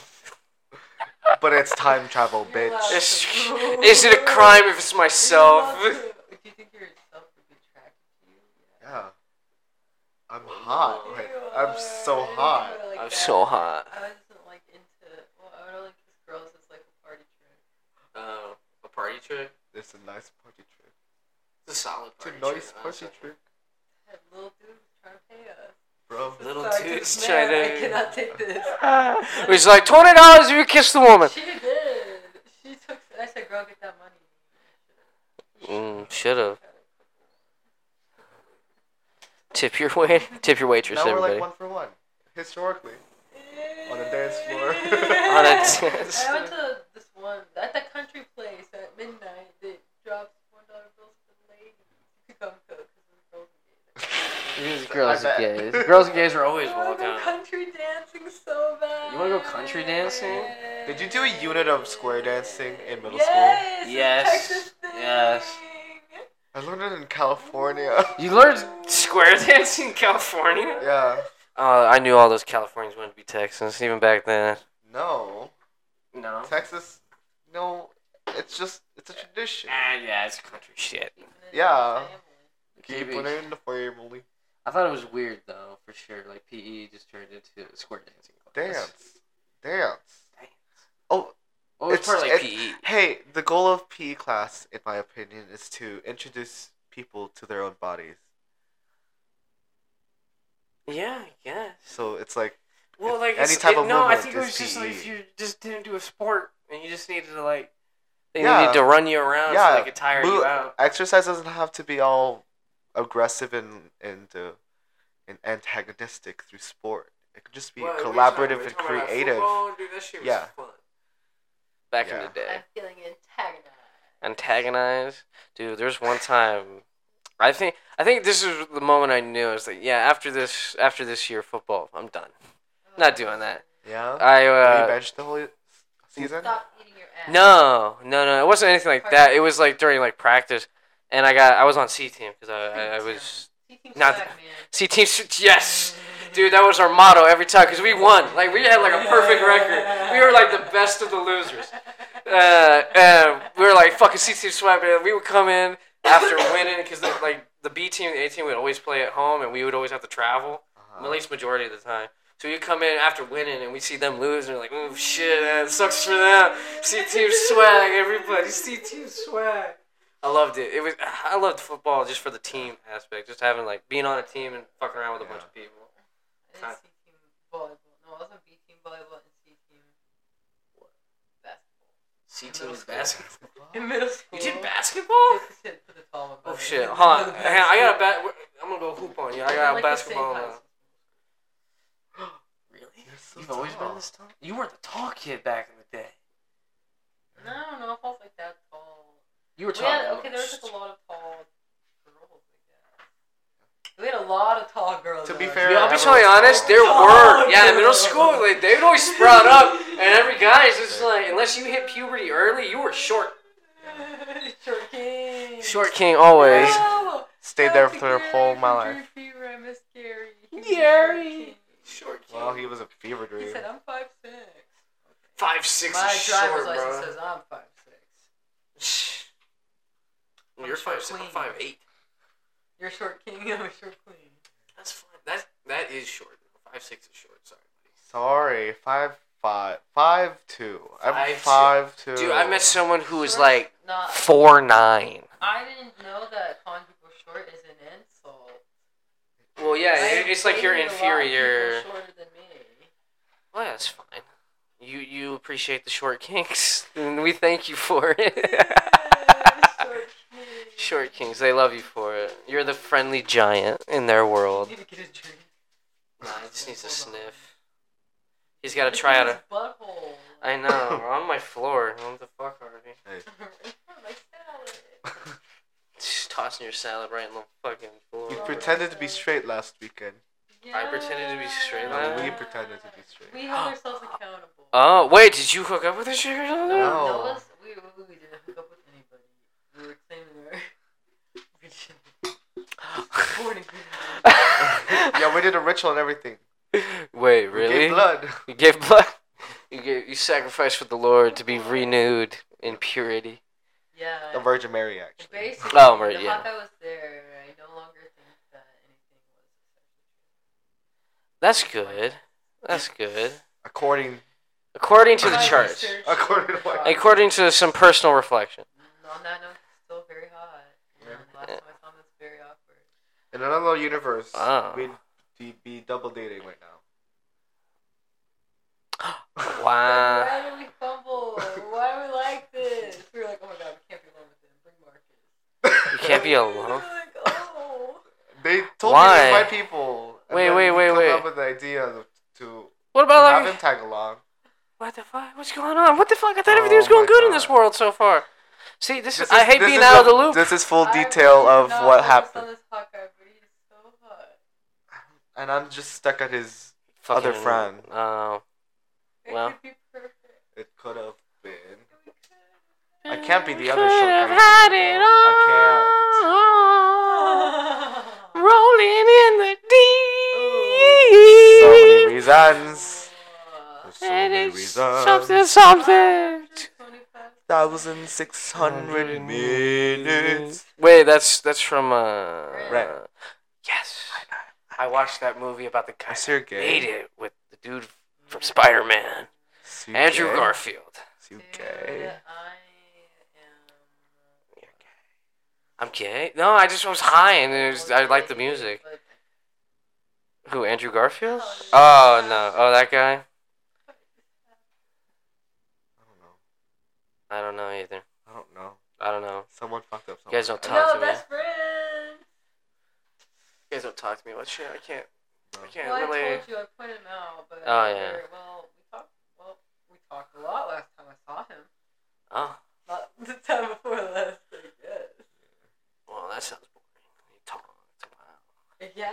[SPEAKER 4] but it's time travel,
[SPEAKER 3] You're allowed
[SPEAKER 4] bitch.
[SPEAKER 1] It's-
[SPEAKER 3] to-
[SPEAKER 1] Is it a crime if it's
[SPEAKER 3] You're
[SPEAKER 1] myself?
[SPEAKER 3] allowed to- If you think yourself would be attracted to you, yeah.
[SPEAKER 4] Yeah, I'm hot.
[SPEAKER 1] Ew,
[SPEAKER 4] Like, I'm so
[SPEAKER 3] I didn't
[SPEAKER 4] hot.
[SPEAKER 3] know it like
[SPEAKER 1] I'm
[SPEAKER 3] that.
[SPEAKER 1] so hot.
[SPEAKER 3] I wasn't like into. Well, I would only kiss girls as like a party trick.
[SPEAKER 1] Uh, a party trick?
[SPEAKER 4] It's a nice party trick.
[SPEAKER 1] It's a solid
[SPEAKER 4] It's a nice party trick,
[SPEAKER 3] That little dude was trying to pay us.
[SPEAKER 4] bro.
[SPEAKER 1] Little
[SPEAKER 3] Sorry,
[SPEAKER 1] dude's
[SPEAKER 3] man,
[SPEAKER 1] trying to-
[SPEAKER 3] I cannot take this.
[SPEAKER 1] trick. He's like, $20 if you kiss the woman.
[SPEAKER 3] she did. She took. I said, "Girl, get that money."
[SPEAKER 1] Mm, should have. Tip your wait, tip your waitress,
[SPEAKER 4] Now we're
[SPEAKER 1] everybody.
[SPEAKER 4] like one for one, historically. On the dance floor.
[SPEAKER 1] On a
[SPEAKER 4] dance
[SPEAKER 1] dance
[SPEAKER 3] I went
[SPEAKER 1] floor.
[SPEAKER 3] to this one at that country place at midnight. They drops one dollar bills for the ladies. You could come cook because the girls are gay.
[SPEAKER 1] These
[SPEAKER 4] girls are gays.
[SPEAKER 1] Girls and gays are always
[SPEAKER 3] I wanna go
[SPEAKER 1] welcome.
[SPEAKER 3] country dancing so bad.
[SPEAKER 1] You wanna go country dancing?
[SPEAKER 4] Did you do a unit of square dancing in middle school?
[SPEAKER 3] yes, it's a
[SPEAKER 1] Yes,
[SPEAKER 3] Texas thing.
[SPEAKER 1] yes.
[SPEAKER 4] I learned it in California.
[SPEAKER 1] You learned square dance in California?
[SPEAKER 4] yeah.
[SPEAKER 1] Uh, I knew all those Californians wanted to be Texans even back then.
[SPEAKER 4] No.
[SPEAKER 1] No.
[SPEAKER 4] Texas, no. It's just it's a tradition.
[SPEAKER 1] Ah, yeah, it's country shit. E.
[SPEAKER 3] Keeping it in the
[SPEAKER 4] Yeah.
[SPEAKER 3] family.
[SPEAKER 4] Keep it in the family.
[SPEAKER 1] I thought it was weird though, for sure. Like PE just turned into a square dancing
[SPEAKER 4] Dance, dance.
[SPEAKER 1] Dance.
[SPEAKER 4] Oh,
[SPEAKER 1] Well, it's,
[SPEAKER 4] It's-
[SPEAKER 1] partly
[SPEAKER 4] it-
[SPEAKER 1] PE.
[SPEAKER 4] hey. The goal of PE class, in my opinion, is to introduce people to their own bodies.
[SPEAKER 1] Yeah, I guess.
[SPEAKER 4] So it's like
[SPEAKER 1] Well,
[SPEAKER 4] If
[SPEAKER 1] like
[SPEAKER 4] any
[SPEAKER 1] it's,
[SPEAKER 4] type
[SPEAKER 1] it-
[SPEAKER 4] of
[SPEAKER 1] no, I
[SPEAKER 4] movement
[SPEAKER 1] think it
[SPEAKER 4] is
[SPEAKER 1] was just like
[SPEAKER 4] PE.
[SPEAKER 1] if you just didn't do a sport and you just needed to like They
[SPEAKER 4] Yeah.
[SPEAKER 1] need to run you around so
[SPEAKER 4] Yeah.
[SPEAKER 1] they can tire
[SPEAKER 4] Move-
[SPEAKER 1] you out.
[SPEAKER 4] Exercise doesn't have to be all aggressive and and uh, and antagonistic through sport. It could just be collaborative and creative. Yeah.
[SPEAKER 1] Back in
[SPEAKER 4] Yeah.
[SPEAKER 1] the day.
[SPEAKER 6] I'm feeling antagonized.
[SPEAKER 1] antagonize. Dude, there's one time I think I think this is the moment I knew. I was like, yeah, after this after this year of football, I'm done. Not doing that.
[SPEAKER 4] Yeah.
[SPEAKER 1] I
[SPEAKER 4] Were you
[SPEAKER 1] uh
[SPEAKER 4] benched the whole season.
[SPEAKER 6] Stop eating your ass.
[SPEAKER 1] no, no, no. It wasn't anything like that. It was like during like practice and I got I was on C team cuz I, I I was
[SPEAKER 3] He thinks
[SPEAKER 1] Not-
[SPEAKER 3] back, man.
[SPEAKER 1] C team yes. Dude, that was our motto every time cuz we won. Like we had like a perfect record. We were like the best of the losers. uh, and we were like fucking C team sweat, man. We would come in after winning because like the B team, and the A team would always play at home, and we would always have to travel
[SPEAKER 4] Uh-huh.
[SPEAKER 1] at least majority of the time. So you come in after winning, and we see them lose, and we're like, oh shit, man, it sucks for them. C team swag, everybody. C team swag. I loved it. It was I loved football just for the team aspect, just having like being on a team and fucking around with a bunch of people.
[SPEAKER 3] I did C team volleyball. No, I was on B team volleyball and C team basketball.
[SPEAKER 1] C
[SPEAKER 3] team
[SPEAKER 1] team
[SPEAKER 3] is
[SPEAKER 1] basketball.
[SPEAKER 3] In middle school.
[SPEAKER 1] You did basketball?
[SPEAKER 3] Just to sit for the tall one,
[SPEAKER 1] Oh
[SPEAKER 3] brother.
[SPEAKER 1] shit! Hold on, Hang on, I got a bat. I'm gonna go hoop on you. I got a
[SPEAKER 3] Like the same
[SPEAKER 1] basketball. uh,
[SPEAKER 3] class.
[SPEAKER 1] now. Really? You've always been this tall. You weren't the tall kid back in the day.
[SPEAKER 3] No, I don't know if I was like that tall.
[SPEAKER 1] You were
[SPEAKER 3] We had, okay, there was like a lot of tall girls, I guess. We had a lot of tall girls.
[SPEAKER 4] To
[SPEAKER 3] though,
[SPEAKER 4] be
[SPEAKER 3] like-
[SPEAKER 4] fair,
[SPEAKER 1] Yeah, I'll be
[SPEAKER 4] everyone
[SPEAKER 1] totally
[SPEAKER 4] was
[SPEAKER 1] honest.
[SPEAKER 4] tall.
[SPEAKER 1] There
[SPEAKER 3] Oh,
[SPEAKER 1] were, yeah, in middle
[SPEAKER 3] girl.
[SPEAKER 1] school, like they would always sprout up, and every guy is just like, unless you hit puberty early, you were short.
[SPEAKER 3] Short king.
[SPEAKER 1] Short king always.
[SPEAKER 3] No!
[SPEAKER 4] Stayed there for the whole my life.
[SPEAKER 3] Fever, I miss Gary. He was a short
[SPEAKER 1] Gary.
[SPEAKER 3] king.
[SPEAKER 1] Short king.
[SPEAKER 4] Well, he "Oh." was a fever
[SPEAKER 3] He
[SPEAKER 4] dream.
[SPEAKER 3] said, I'm five six.
[SPEAKER 1] Five six
[SPEAKER 3] My
[SPEAKER 1] is
[SPEAKER 3] driver's
[SPEAKER 1] short,
[SPEAKER 3] license
[SPEAKER 1] bro.
[SPEAKER 3] says I'm five six.
[SPEAKER 1] Well, you're five six. I'm
[SPEAKER 3] Queen.
[SPEAKER 1] five eight.
[SPEAKER 3] You're a short king, I'm a short queen.
[SPEAKER 1] That's fine. That that is short. Five six is short. Sorry.
[SPEAKER 4] Sorry, five five five two. I'm
[SPEAKER 1] Five
[SPEAKER 4] five two.
[SPEAKER 1] Dude, I met someone who was
[SPEAKER 3] Short-
[SPEAKER 1] like
[SPEAKER 3] Not,
[SPEAKER 1] four nine.
[SPEAKER 3] I didn't know that calling people short is an insult.
[SPEAKER 1] Well, yeah,
[SPEAKER 3] I
[SPEAKER 1] it, it's like you're
[SPEAKER 3] dated a lot of people
[SPEAKER 1] inferior.
[SPEAKER 3] Shorter than me.
[SPEAKER 1] Well, that's fine. You you appreciate the short kinks, and we thank you for
[SPEAKER 3] Yeah,
[SPEAKER 1] it.
[SPEAKER 3] short king.
[SPEAKER 1] short kings, they love you for it. You're the friendly giant in their world.
[SPEAKER 3] Need to get a drink.
[SPEAKER 1] Nah, he just needs a sniff. He's got to try out a.
[SPEAKER 3] Butthole.
[SPEAKER 1] I know. we're on my floor. What the fuck, Harvey? Just tossing your salad right in the fucking floor.
[SPEAKER 4] You
[SPEAKER 3] Oh,
[SPEAKER 4] pretended to be straight last weekend.
[SPEAKER 1] I pretended to be straight
[SPEAKER 4] No,
[SPEAKER 1] last
[SPEAKER 4] we
[SPEAKER 1] Yeah.
[SPEAKER 4] pretended to be straight.
[SPEAKER 3] We held ourselves accountable.
[SPEAKER 1] Oh wait, did you hook up with this chick or something?
[SPEAKER 4] No.
[SPEAKER 3] Noah's, we, we, we didn't hook up with anybody. We were claiming we were. we should- born again.
[SPEAKER 4] yeah, we did a ritual and everything.
[SPEAKER 1] Wait,
[SPEAKER 4] We gave
[SPEAKER 1] really?
[SPEAKER 4] blood.
[SPEAKER 1] You gave blood. You gave, you sacrificed for the Lord to be renewed in purity.
[SPEAKER 3] Yeah.
[SPEAKER 4] The Virgin Mary, actually.
[SPEAKER 3] Basically,
[SPEAKER 1] Oh, right,
[SPEAKER 3] the
[SPEAKER 1] yeah.
[SPEAKER 3] hawk I was there, I no longer think that anything was
[SPEAKER 1] That's good. That's good.
[SPEAKER 4] According,
[SPEAKER 1] According to the
[SPEAKER 3] My
[SPEAKER 1] charts.
[SPEAKER 3] research
[SPEAKER 4] According to what?
[SPEAKER 3] showed
[SPEAKER 1] According to some personal reflection.
[SPEAKER 3] that- On that note, it's still very hot. And last time I saw him, it's very awkward.
[SPEAKER 4] in another universe,
[SPEAKER 1] Oh.
[SPEAKER 4] we'd be, be double dating right now.
[SPEAKER 1] Wow.
[SPEAKER 3] Why did we fumble? Why are we like this? We were like, oh my god, we can't be alone with him. Bring Marcus.
[SPEAKER 1] You can't be alone.
[SPEAKER 3] We were like, oh.
[SPEAKER 4] They told me
[SPEAKER 1] Why?
[SPEAKER 4] to invite people. and
[SPEAKER 1] Wait,
[SPEAKER 4] then
[SPEAKER 1] wait,
[SPEAKER 4] we
[SPEAKER 1] wait,
[SPEAKER 4] come
[SPEAKER 1] wait.
[SPEAKER 4] up with the idea of- to
[SPEAKER 1] What
[SPEAKER 4] have
[SPEAKER 1] about
[SPEAKER 4] him
[SPEAKER 1] like
[SPEAKER 4] tag along.
[SPEAKER 1] what the fuck? What's going on? What the fuck? I thought everything
[SPEAKER 4] Oh
[SPEAKER 1] was going
[SPEAKER 4] my
[SPEAKER 1] good in this
[SPEAKER 4] God.
[SPEAKER 1] world so far. See, this,
[SPEAKER 4] This
[SPEAKER 1] is, I
[SPEAKER 4] is-
[SPEAKER 1] hate
[SPEAKER 4] this
[SPEAKER 1] being
[SPEAKER 4] is
[SPEAKER 1] out of
[SPEAKER 4] a-
[SPEAKER 1] the loop.
[SPEAKER 4] This is full
[SPEAKER 3] I
[SPEAKER 4] detail
[SPEAKER 3] really
[SPEAKER 4] of
[SPEAKER 3] not
[SPEAKER 4] what
[SPEAKER 3] focused
[SPEAKER 4] happened,
[SPEAKER 3] On this Hawkeye, but he's so hot.
[SPEAKER 4] and I'm just stuck at his.
[SPEAKER 1] Fucking-
[SPEAKER 4] other friend.
[SPEAKER 1] Oh.
[SPEAKER 3] It
[SPEAKER 1] Well.
[SPEAKER 3] could be perfect.
[SPEAKER 4] It could have been.
[SPEAKER 3] We could.
[SPEAKER 4] I can't be the other
[SPEAKER 1] Could
[SPEAKER 4] short
[SPEAKER 1] have
[SPEAKER 4] guy,
[SPEAKER 1] had
[SPEAKER 4] though.
[SPEAKER 1] it all.
[SPEAKER 3] Oh.
[SPEAKER 1] Rolling in the deep.
[SPEAKER 4] So many reasons. There's So
[SPEAKER 1] and
[SPEAKER 4] many
[SPEAKER 1] it's
[SPEAKER 4] reasons.
[SPEAKER 1] something, something.
[SPEAKER 4] Thousand six hundred minutes.
[SPEAKER 1] Wait, that's that's from uh.
[SPEAKER 4] Rent.
[SPEAKER 1] Yes. I watched that movie about the guy
[SPEAKER 4] I see you're
[SPEAKER 1] that made
[SPEAKER 4] gay.
[SPEAKER 1] it with the dude from Spider Man,
[SPEAKER 4] See you
[SPEAKER 1] Andrew
[SPEAKER 4] gay?
[SPEAKER 1] Garfield.
[SPEAKER 4] See you
[SPEAKER 3] Dude,
[SPEAKER 4] gay.
[SPEAKER 3] I am.
[SPEAKER 1] I'm gay. No, I just was high and it was, I liked the music.
[SPEAKER 3] But
[SPEAKER 1] Who? Andrew Garfield?
[SPEAKER 3] Oh,
[SPEAKER 1] Oh
[SPEAKER 3] yeah.
[SPEAKER 1] no! Oh, that guy.
[SPEAKER 4] I
[SPEAKER 1] I don't
[SPEAKER 4] don't know.
[SPEAKER 1] know either.
[SPEAKER 4] I
[SPEAKER 1] I don't know.
[SPEAKER 4] Someone fucked up.
[SPEAKER 1] You
[SPEAKER 4] Someone.
[SPEAKER 1] guys don't
[SPEAKER 4] fucked up.
[SPEAKER 1] talk to me.
[SPEAKER 3] No,
[SPEAKER 1] You
[SPEAKER 3] best friend.
[SPEAKER 1] guys don't talk to me about shit. I can't. I can't
[SPEAKER 3] Well, I
[SPEAKER 1] really.
[SPEAKER 3] told you I put him out, but
[SPEAKER 1] Oh, yeah.
[SPEAKER 3] we're- Well, we talked. Well, we talked a lot last time I saw him.
[SPEAKER 1] Oh,
[SPEAKER 3] Not the time before last, I guess.
[SPEAKER 1] well, that sounds boring. You talk.
[SPEAKER 3] Yeah.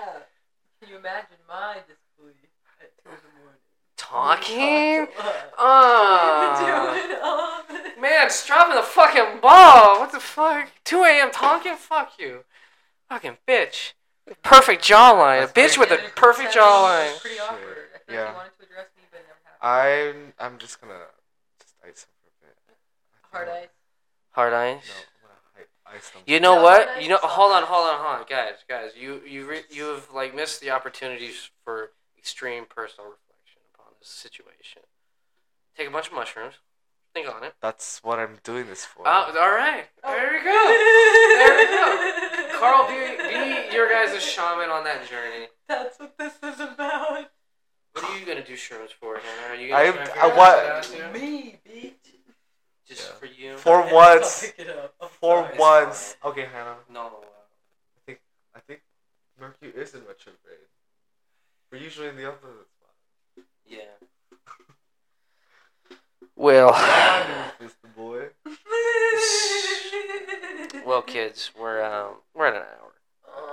[SPEAKER 3] Can you imagine my disbelief at two in the morning?
[SPEAKER 1] Talking?
[SPEAKER 3] We talked a lot.
[SPEAKER 1] Oh.
[SPEAKER 3] We've been doing all this.
[SPEAKER 1] Man, it's dropping the fucking ball. What the fuck? 2 a.m. talking? Fuck you. Fucking bitch. Perfect jawline. A bitch with a
[SPEAKER 3] Yeah,
[SPEAKER 1] perfect
[SPEAKER 3] that was
[SPEAKER 1] jawline.
[SPEAKER 3] Pretty
[SPEAKER 4] Shit.
[SPEAKER 3] awkward. I feel like
[SPEAKER 4] Yeah.
[SPEAKER 3] he wanted to address me, but it never happened.
[SPEAKER 4] I'm I'm just gonna just ice him for a bit. I
[SPEAKER 3] Hard
[SPEAKER 4] think-
[SPEAKER 3] eyes.
[SPEAKER 1] Hard
[SPEAKER 4] No,
[SPEAKER 1] eyes.
[SPEAKER 4] I'm gonna hi- ice him.
[SPEAKER 1] You know
[SPEAKER 3] No,
[SPEAKER 1] what?
[SPEAKER 3] hard
[SPEAKER 1] You know,
[SPEAKER 3] eyes is
[SPEAKER 1] hold on,
[SPEAKER 3] awesome.
[SPEAKER 1] hold on, hold on, guys, guys. You you re- you have like missed the opportunities for extreme personal reflection upon this situation. Take a bunch of mushrooms. Think on it.
[SPEAKER 4] That's what I'm doing this for.
[SPEAKER 1] Oh, all right. There we go. There we go. Carl, be be your guys' shaman on that journey.
[SPEAKER 3] That's what this is about.
[SPEAKER 1] What are you gonna do shrooms for, Hannah? Are you
[SPEAKER 4] I-
[SPEAKER 1] gonna try and
[SPEAKER 4] I
[SPEAKER 1] figure
[SPEAKER 4] want-
[SPEAKER 1] that shit out too?
[SPEAKER 3] Me, bitch.
[SPEAKER 1] just
[SPEAKER 4] Yeah.
[SPEAKER 1] for you?
[SPEAKER 4] for
[SPEAKER 3] I'll
[SPEAKER 4] once,
[SPEAKER 3] pick it up. I'm
[SPEAKER 4] for
[SPEAKER 3] sorry.
[SPEAKER 4] once. Okay, Hannah.
[SPEAKER 1] no.
[SPEAKER 4] I think Mercury is in retrograde. We're usually in the other spot.
[SPEAKER 1] Yeah. Well.
[SPEAKER 4] Mr. Boy.
[SPEAKER 1] Well, kids, we're um we're at an hour.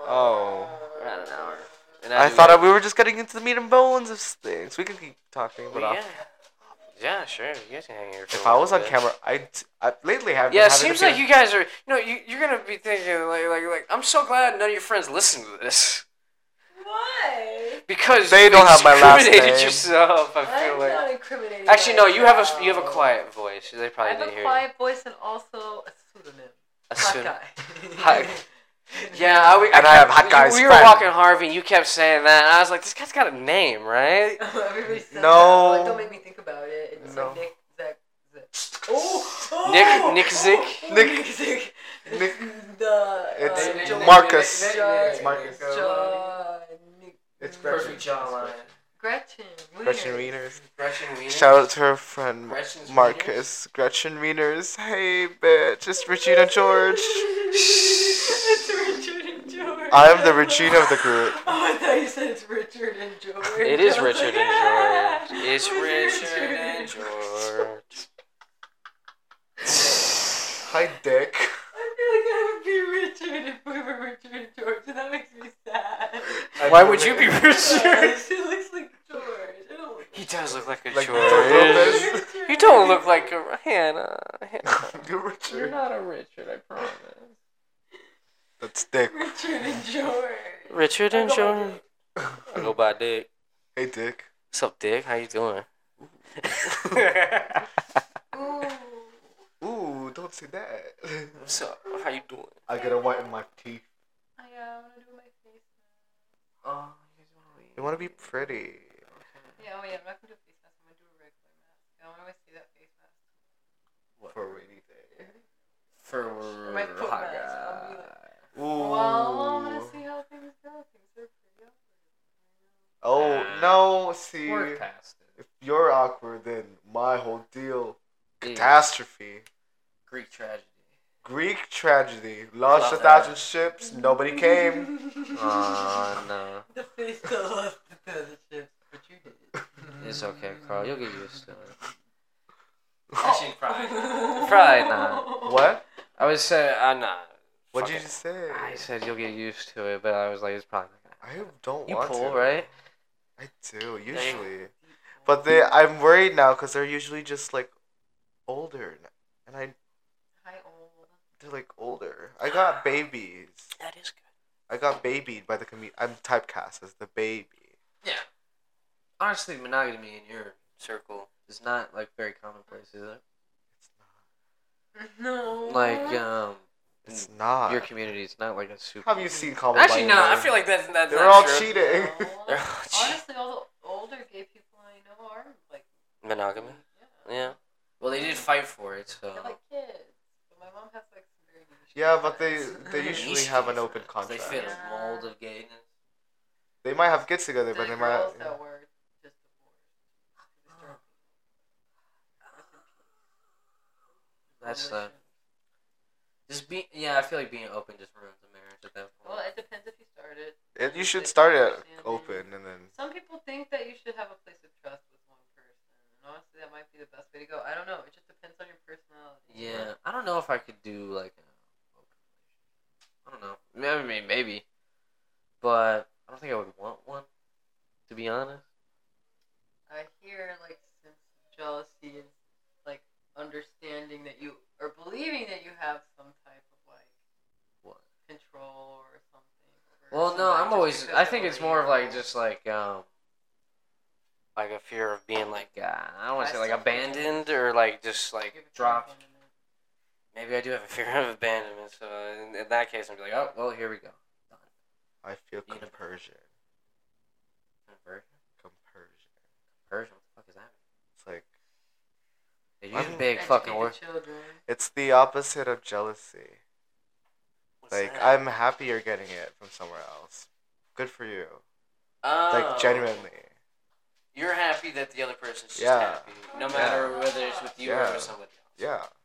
[SPEAKER 4] Oh.
[SPEAKER 1] We're at an hour. And
[SPEAKER 4] I
[SPEAKER 1] do
[SPEAKER 4] thought
[SPEAKER 1] gotta-
[SPEAKER 4] we were just getting into the meat and bones of things. We can keep talking, but
[SPEAKER 1] Well,
[SPEAKER 4] I'll-
[SPEAKER 1] yeah. yeah, sure. You guys can hang here. for
[SPEAKER 4] if
[SPEAKER 1] a
[SPEAKER 4] I was
[SPEAKER 1] little
[SPEAKER 4] on
[SPEAKER 1] bit.
[SPEAKER 4] camera, I I lately have.
[SPEAKER 1] Yeah,
[SPEAKER 4] been
[SPEAKER 1] it
[SPEAKER 4] having
[SPEAKER 1] seems
[SPEAKER 4] to
[SPEAKER 1] like
[SPEAKER 4] be-
[SPEAKER 1] you guys are. You know, you, you're gonna be thinking like, like, like. I'm so glad none of your friends listen to this
[SPEAKER 3] Why?
[SPEAKER 1] because
[SPEAKER 4] They
[SPEAKER 1] you
[SPEAKER 4] don't have my last
[SPEAKER 1] incriminated
[SPEAKER 4] name.
[SPEAKER 1] yourself. I feel
[SPEAKER 3] I'm
[SPEAKER 1] like.
[SPEAKER 3] not incriminating.
[SPEAKER 1] Actually, no. You have a s- you have a
[SPEAKER 3] myself.
[SPEAKER 1] quiet voice. They
[SPEAKER 7] I
[SPEAKER 1] probably
[SPEAKER 7] have
[SPEAKER 1] didn't
[SPEAKER 7] a
[SPEAKER 1] hear
[SPEAKER 7] quiet voice and also a pseudonym. Hot
[SPEAKER 1] you. Assume-
[SPEAKER 7] guy.
[SPEAKER 1] Hi. Yeah, I, we,
[SPEAKER 4] And I have hot
[SPEAKER 1] we-
[SPEAKER 4] guys
[SPEAKER 1] We were
[SPEAKER 4] friend.
[SPEAKER 1] walking Harvey, and you kept saying that. And I was like, this guy's got a name, right?
[SPEAKER 3] Everybody says that,
[SPEAKER 4] No.
[SPEAKER 3] but, Like, don't make me think about it. It's
[SPEAKER 4] No.
[SPEAKER 3] like Nick, Zach, Zach. Oh, oh!
[SPEAKER 1] Nick- Nick Zick?
[SPEAKER 3] Nick Zick.
[SPEAKER 4] Nick-
[SPEAKER 3] The,
[SPEAKER 4] It's
[SPEAKER 3] uh, John-
[SPEAKER 4] Marcus.
[SPEAKER 3] John-
[SPEAKER 4] Marcus.
[SPEAKER 3] John. Nick.
[SPEAKER 4] It's Gretchen.
[SPEAKER 1] Perfect jawline.
[SPEAKER 3] Gretchen. Wieners.
[SPEAKER 4] Gretchen Wieners.
[SPEAKER 1] Gretchen Wieners.
[SPEAKER 4] Shout out to her friend
[SPEAKER 1] Gretchen's
[SPEAKER 4] Marcus. Gretchen Wieners. Hey, bitch. It's Regina George.
[SPEAKER 3] it's Richard and George.
[SPEAKER 4] I am the Regina of the group.
[SPEAKER 3] Oh, I thought you said it's Richard and George.
[SPEAKER 1] It is
[SPEAKER 3] I was
[SPEAKER 1] Richard
[SPEAKER 3] like,
[SPEAKER 1] and George.
[SPEAKER 3] "Ah,
[SPEAKER 1] It's Richard and
[SPEAKER 3] George."
[SPEAKER 1] George.
[SPEAKER 4] Hi, Dick.
[SPEAKER 3] I feel like I would be Richard if we were Richard and George, and that makes me sad.
[SPEAKER 1] Why would you be
[SPEAKER 3] Uh,
[SPEAKER 1] Richard?
[SPEAKER 3] she looks like George. I don't look
[SPEAKER 1] He does look like a
[SPEAKER 4] Like
[SPEAKER 1] George.
[SPEAKER 4] George
[SPEAKER 3] like Richard.
[SPEAKER 1] You don't look like a Hannah.
[SPEAKER 4] You're Richard.
[SPEAKER 1] not a Richard, I promise.
[SPEAKER 4] That's Dick.
[SPEAKER 3] Richard and George.
[SPEAKER 1] Richard and George. I go by Dick.
[SPEAKER 4] Hey, Dick.
[SPEAKER 1] What's up, Dick? How you doing? Oh
[SPEAKER 3] Ooh.
[SPEAKER 4] Ooh, don't say that.
[SPEAKER 1] What's up? How you doing?
[SPEAKER 4] I got a white in my teeth.
[SPEAKER 3] I uh, want to do my face.
[SPEAKER 1] Oh,
[SPEAKER 4] You want to be pretty.
[SPEAKER 3] Yeah, oh yeah, I'm not gonna do a face mask. I'm gonna do a regular mask. I don't always see that face mask.
[SPEAKER 4] For a rainy day.
[SPEAKER 3] Or
[SPEAKER 1] for
[SPEAKER 3] my foot mask. I'll be like,
[SPEAKER 4] Ooh.
[SPEAKER 3] well, I wanna see how things go. Things are pretty awkward.
[SPEAKER 4] Oh, no. See,
[SPEAKER 1] Work past it.
[SPEAKER 4] if you're awkward, then my whole deal.
[SPEAKER 1] Dude,
[SPEAKER 4] Catastrophe.
[SPEAKER 1] Greek tragedy.
[SPEAKER 4] Greek tragedy. Lost a
[SPEAKER 1] Love
[SPEAKER 4] thousand ships. Nobody came.
[SPEAKER 1] Oh no.
[SPEAKER 3] the face that lost the other ships, but you did.
[SPEAKER 1] It's okay, Carl. You'll get used to it.
[SPEAKER 8] Catching pride.
[SPEAKER 3] Probably
[SPEAKER 1] Probably not.
[SPEAKER 4] What?
[SPEAKER 1] I was saying, I'm not.
[SPEAKER 4] What
[SPEAKER 1] Fuck
[SPEAKER 4] did
[SPEAKER 1] it.
[SPEAKER 4] you say?
[SPEAKER 1] I said you'll get used to it, but I was like, it's probably not
[SPEAKER 4] I don't
[SPEAKER 1] gonna
[SPEAKER 4] want
[SPEAKER 1] happen. You pull,
[SPEAKER 4] to.
[SPEAKER 1] right?
[SPEAKER 4] I do usually, but they. I'm worried now because they're usually just like older, n- and I
[SPEAKER 3] Hi, old.
[SPEAKER 4] they're like older. I got babies.
[SPEAKER 1] That is good.
[SPEAKER 4] I got babied by the comedian. I'm typecast as the baby.
[SPEAKER 1] Honestly, monogamy in your circle is not like very commonplace, is it?
[SPEAKER 4] It's not.
[SPEAKER 3] No.
[SPEAKER 1] Like, um,
[SPEAKER 4] It's not.
[SPEAKER 1] your community is not like a super.
[SPEAKER 4] Have you seen Common?
[SPEAKER 1] Actually, no. I feel like that's that's
[SPEAKER 4] they're
[SPEAKER 1] not
[SPEAKER 4] all
[SPEAKER 1] true.
[SPEAKER 4] cheating.
[SPEAKER 1] They're
[SPEAKER 3] No.
[SPEAKER 1] all cheating.
[SPEAKER 3] Honestly, all the older gay people I know are like.
[SPEAKER 1] Monogamy.
[SPEAKER 3] Yeah.
[SPEAKER 1] Yeah. Well, they did fight for it, so.
[SPEAKER 3] They're like kids. But my mom has like some very niche
[SPEAKER 4] Yeah, but they
[SPEAKER 3] friends.
[SPEAKER 4] they usually have an open
[SPEAKER 1] They
[SPEAKER 4] contract.
[SPEAKER 1] fit
[SPEAKER 3] Yeah.
[SPEAKER 1] a mold of gayness.
[SPEAKER 4] They might have kids together,
[SPEAKER 3] The
[SPEAKER 4] but they might.
[SPEAKER 3] girls that were just divorced.
[SPEAKER 1] That's uh, Just be yeah. I feel like being open just ruins a marriage at that point.
[SPEAKER 3] Well, it depends if you start it.
[SPEAKER 4] And you should start it open and then
[SPEAKER 3] Some people think that you should have a place of trust with one person, and honestly, that might be the best way to go. I don't know. It just depends on your personality.
[SPEAKER 1] yeah, I don't know if I could do like. A, I don't know. Maybe, maybe, maybe, but I don't think I would want one. To be honest.
[SPEAKER 3] I hear like sense of jealousy is like understanding that you or believing that you have some type of like
[SPEAKER 1] What?
[SPEAKER 3] control or something. over
[SPEAKER 1] Well, no,
[SPEAKER 3] somebody
[SPEAKER 1] I'm
[SPEAKER 3] just
[SPEAKER 1] always.
[SPEAKER 3] because
[SPEAKER 1] I
[SPEAKER 3] they're
[SPEAKER 1] think it's
[SPEAKER 3] older
[SPEAKER 1] more of
[SPEAKER 3] than you.
[SPEAKER 1] like just like um, like a fear of being like uh, I don't want
[SPEAKER 3] I
[SPEAKER 1] to say like
[SPEAKER 3] still feel-
[SPEAKER 1] abandoned or like just like
[SPEAKER 3] Give it to
[SPEAKER 1] dropped.
[SPEAKER 3] someone and then-
[SPEAKER 1] Maybe I do have a fear of abandonment, so uh, in, in that case, I'm be like, oh, well, here we go.
[SPEAKER 4] I feel
[SPEAKER 1] You know.
[SPEAKER 4] compersion.
[SPEAKER 1] Conversion.
[SPEAKER 4] Compersion.
[SPEAKER 1] Conversion. What the fuck is that?
[SPEAKER 4] It's like
[SPEAKER 1] They
[SPEAKER 4] What?
[SPEAKER 1] use big
[SPEAKER 3] educate
[SPEAKER 1] fucking
[SPEAKER 3] the
[SPEAKER 1] word.
[SPEAKER 3] Children.
[SPEAKER 4] it's the opposite of jealousy.
[SPEAKER 1] What's
[SPEAKER 4] Like
[SPEAKER 1] that?
[SPEAKER 4] I'm happy you're getting it from somewhere else. Good for you.
[SPEAKER 1] Oh.
[SPEAKER 4] Like genuinely.
[SPEAKER 1] You're happy that the other person's just
[SPEAKER 4] Yeah.
[SPEAKER 1] happy, no matter whether it's with you or
[SPEAKER 4] Yeah.
[SPEAKER 1] with somebody else.
[SPEAKER 4] Yeah.
[SPEAKER 3] Stop.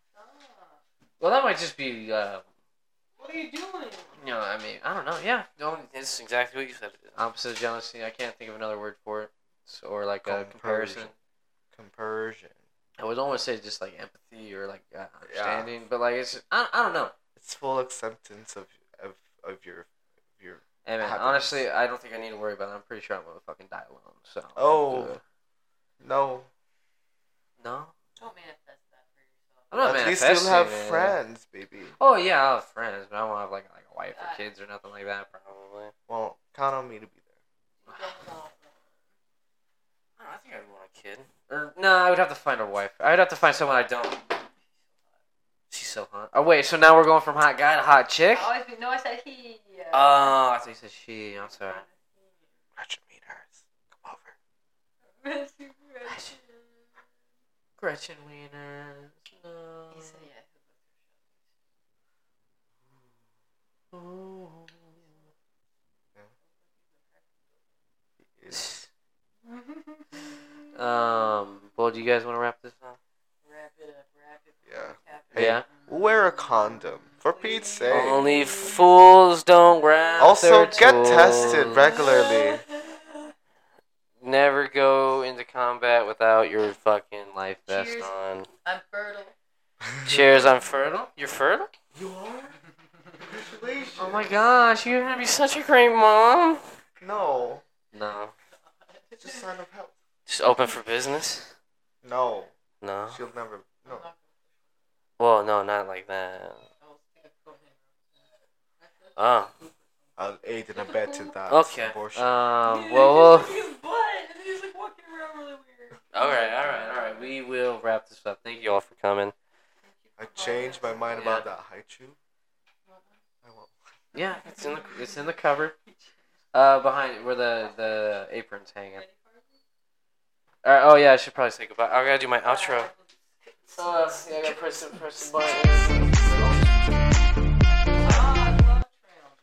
[SPEAKER 1] Well, that might just be. Uh,
[SPEAKER 3] What are you doing?
[SPEAKER 1] you know, I mean, I don't know. Yeah, no, it's exactly what you said. Opposite of jealousy. I can't think of another word for it, S- or like a
[SPEAKER 4] Compersion.
[SPEAKER 1] comparison.
[SPEAKER 4] Compersion.
[SPEAKER 1] I would almost say just like empathy or like uh, understanding, but like it's I, I don't know.
[SPEAKER 4] It's full acceptance of of, of your of your
[SPEAKER 1] Hey man,
[SPEAKER 4] Happiness.
[SPEAKER 1] honestly, I don't think I need to worry about it. I'm pretty sure I'm gonna fucking die alone. So.
[SPEAKER 4] Oh.
[SPEAKER 1] uh,
[SPEAKER 4] no.
[SPEAKER 1] no,
[SPEAKER 3] Don't manifest that for yourself.
[SPEAKER 1] I'm not
[SPEAKER 4] At least
[SPEAKER 1] manifesting,
[SPEAKER 4] you'll have
[SPEAKER 1] man.
[SPEAKER 4] friends, baby.
[SPEAKER 1] Oh yeah, I'll have friends, but I won't have like like a wife
[SPEAKER 3] Uh,
[SPEAKER 1] or kids or nothing like that. Probably.
[SPEAKER 4] Well, count on me to be there.
[SPEAKER 3] You don't want
[SPEAKER 1] I think I'd want a kid. Or no, I would have to find a wife. I'd have to find someone I don't. She's so hot. Oh wait, so now we're going from hot guy to hot chick?
[SPEAKER 3] I always be, Oh, no, I said he. uh,
[SPEAKER 1] Oh, I thought you said she. I'm sorry.
[SPEAKER 4] Gretchen Wieners. Come over.
[SPEAKER 3] Mr.
[SPEAKER 1] Gretchen. Gretchen Wieners. No.
[SPEAKER 3] He said yeah.
[SPEAKER 1] Ooh. Um. Well, do you guys want to wrap this up?
[SPEAKER 3] Wrap it up, wrap it
[SPEAKER 4] Yeah.
[SPEAKER 3] Wrap it
[SPEAKER 1] Yeah.
[SPEAKER 3] up.
[SPEAKER 4] Wear a condom. For Pete's sake.
[SPEAKER 1] Only fools don't grab.
[SPEAKER 4] also,
[SPEAKER 1] their
[SPEAKER 4] get
[SPEAKER 1] tools.
[SPEAKER 4] tested regularly.
[SPEAKER 1] Never go into combat without your fucking life vest
[SPEAKER 3] Cheers.
[SPEAKER 1] on.
[SPEAKER 3] I'm fertile.
[SPEAKER 1] Cheers, I'm fertile. You're fertile?
[SPEAKER 4] You are? Congratulations.
[SPEAKER 1] Oh my gosh, you're gonna be such a great mom.
[SPEAKER 4] No.
[SPEAKER 1] No.
[SPEAKER 4] It's just a sign of health.
[SPEAKER 1] Just open for business?
[SPEAKER 4] No.
[SPEAKER 1] No.
[SPEAKER 4] She'll never. No.
[SPEAKER 3] I'm not
[SPEAKER 1] Well, no, not like that.
[SPEAKER 3] gonna- I was thinking of cocaine.
[SPEAKER 1] Oh.
[SPEAKER 4] I'll aid and abet in that
[SPEAKER 1] Okay.
[SPEAKER 4] abortion.
[SPEAKER 1] Um,
[SPEAKER 3] He
[SPEAKER 1] well,
[SPEAKER 3] just took his butt, and then he's like walking around really weird.
[SPEAKER 1] Alright, alright, alright. We will wrap this up. Thank you all for coming.
[SPEAKER 4] I changed my mind about
[SPEAKER 1] Yeah.
[SPEAKER 4] that haichu. I won't.
[SPEAKER 1] Yeah, it's in the it's in the cupboard. Uh, behind where the the aprons hang out. Alright, oh yeah, I should probably say goodbye. I gotta do my outro.
[SPEAKER 3] Outro.
[SPEAKER 1] yeah, I gotta press, press the button.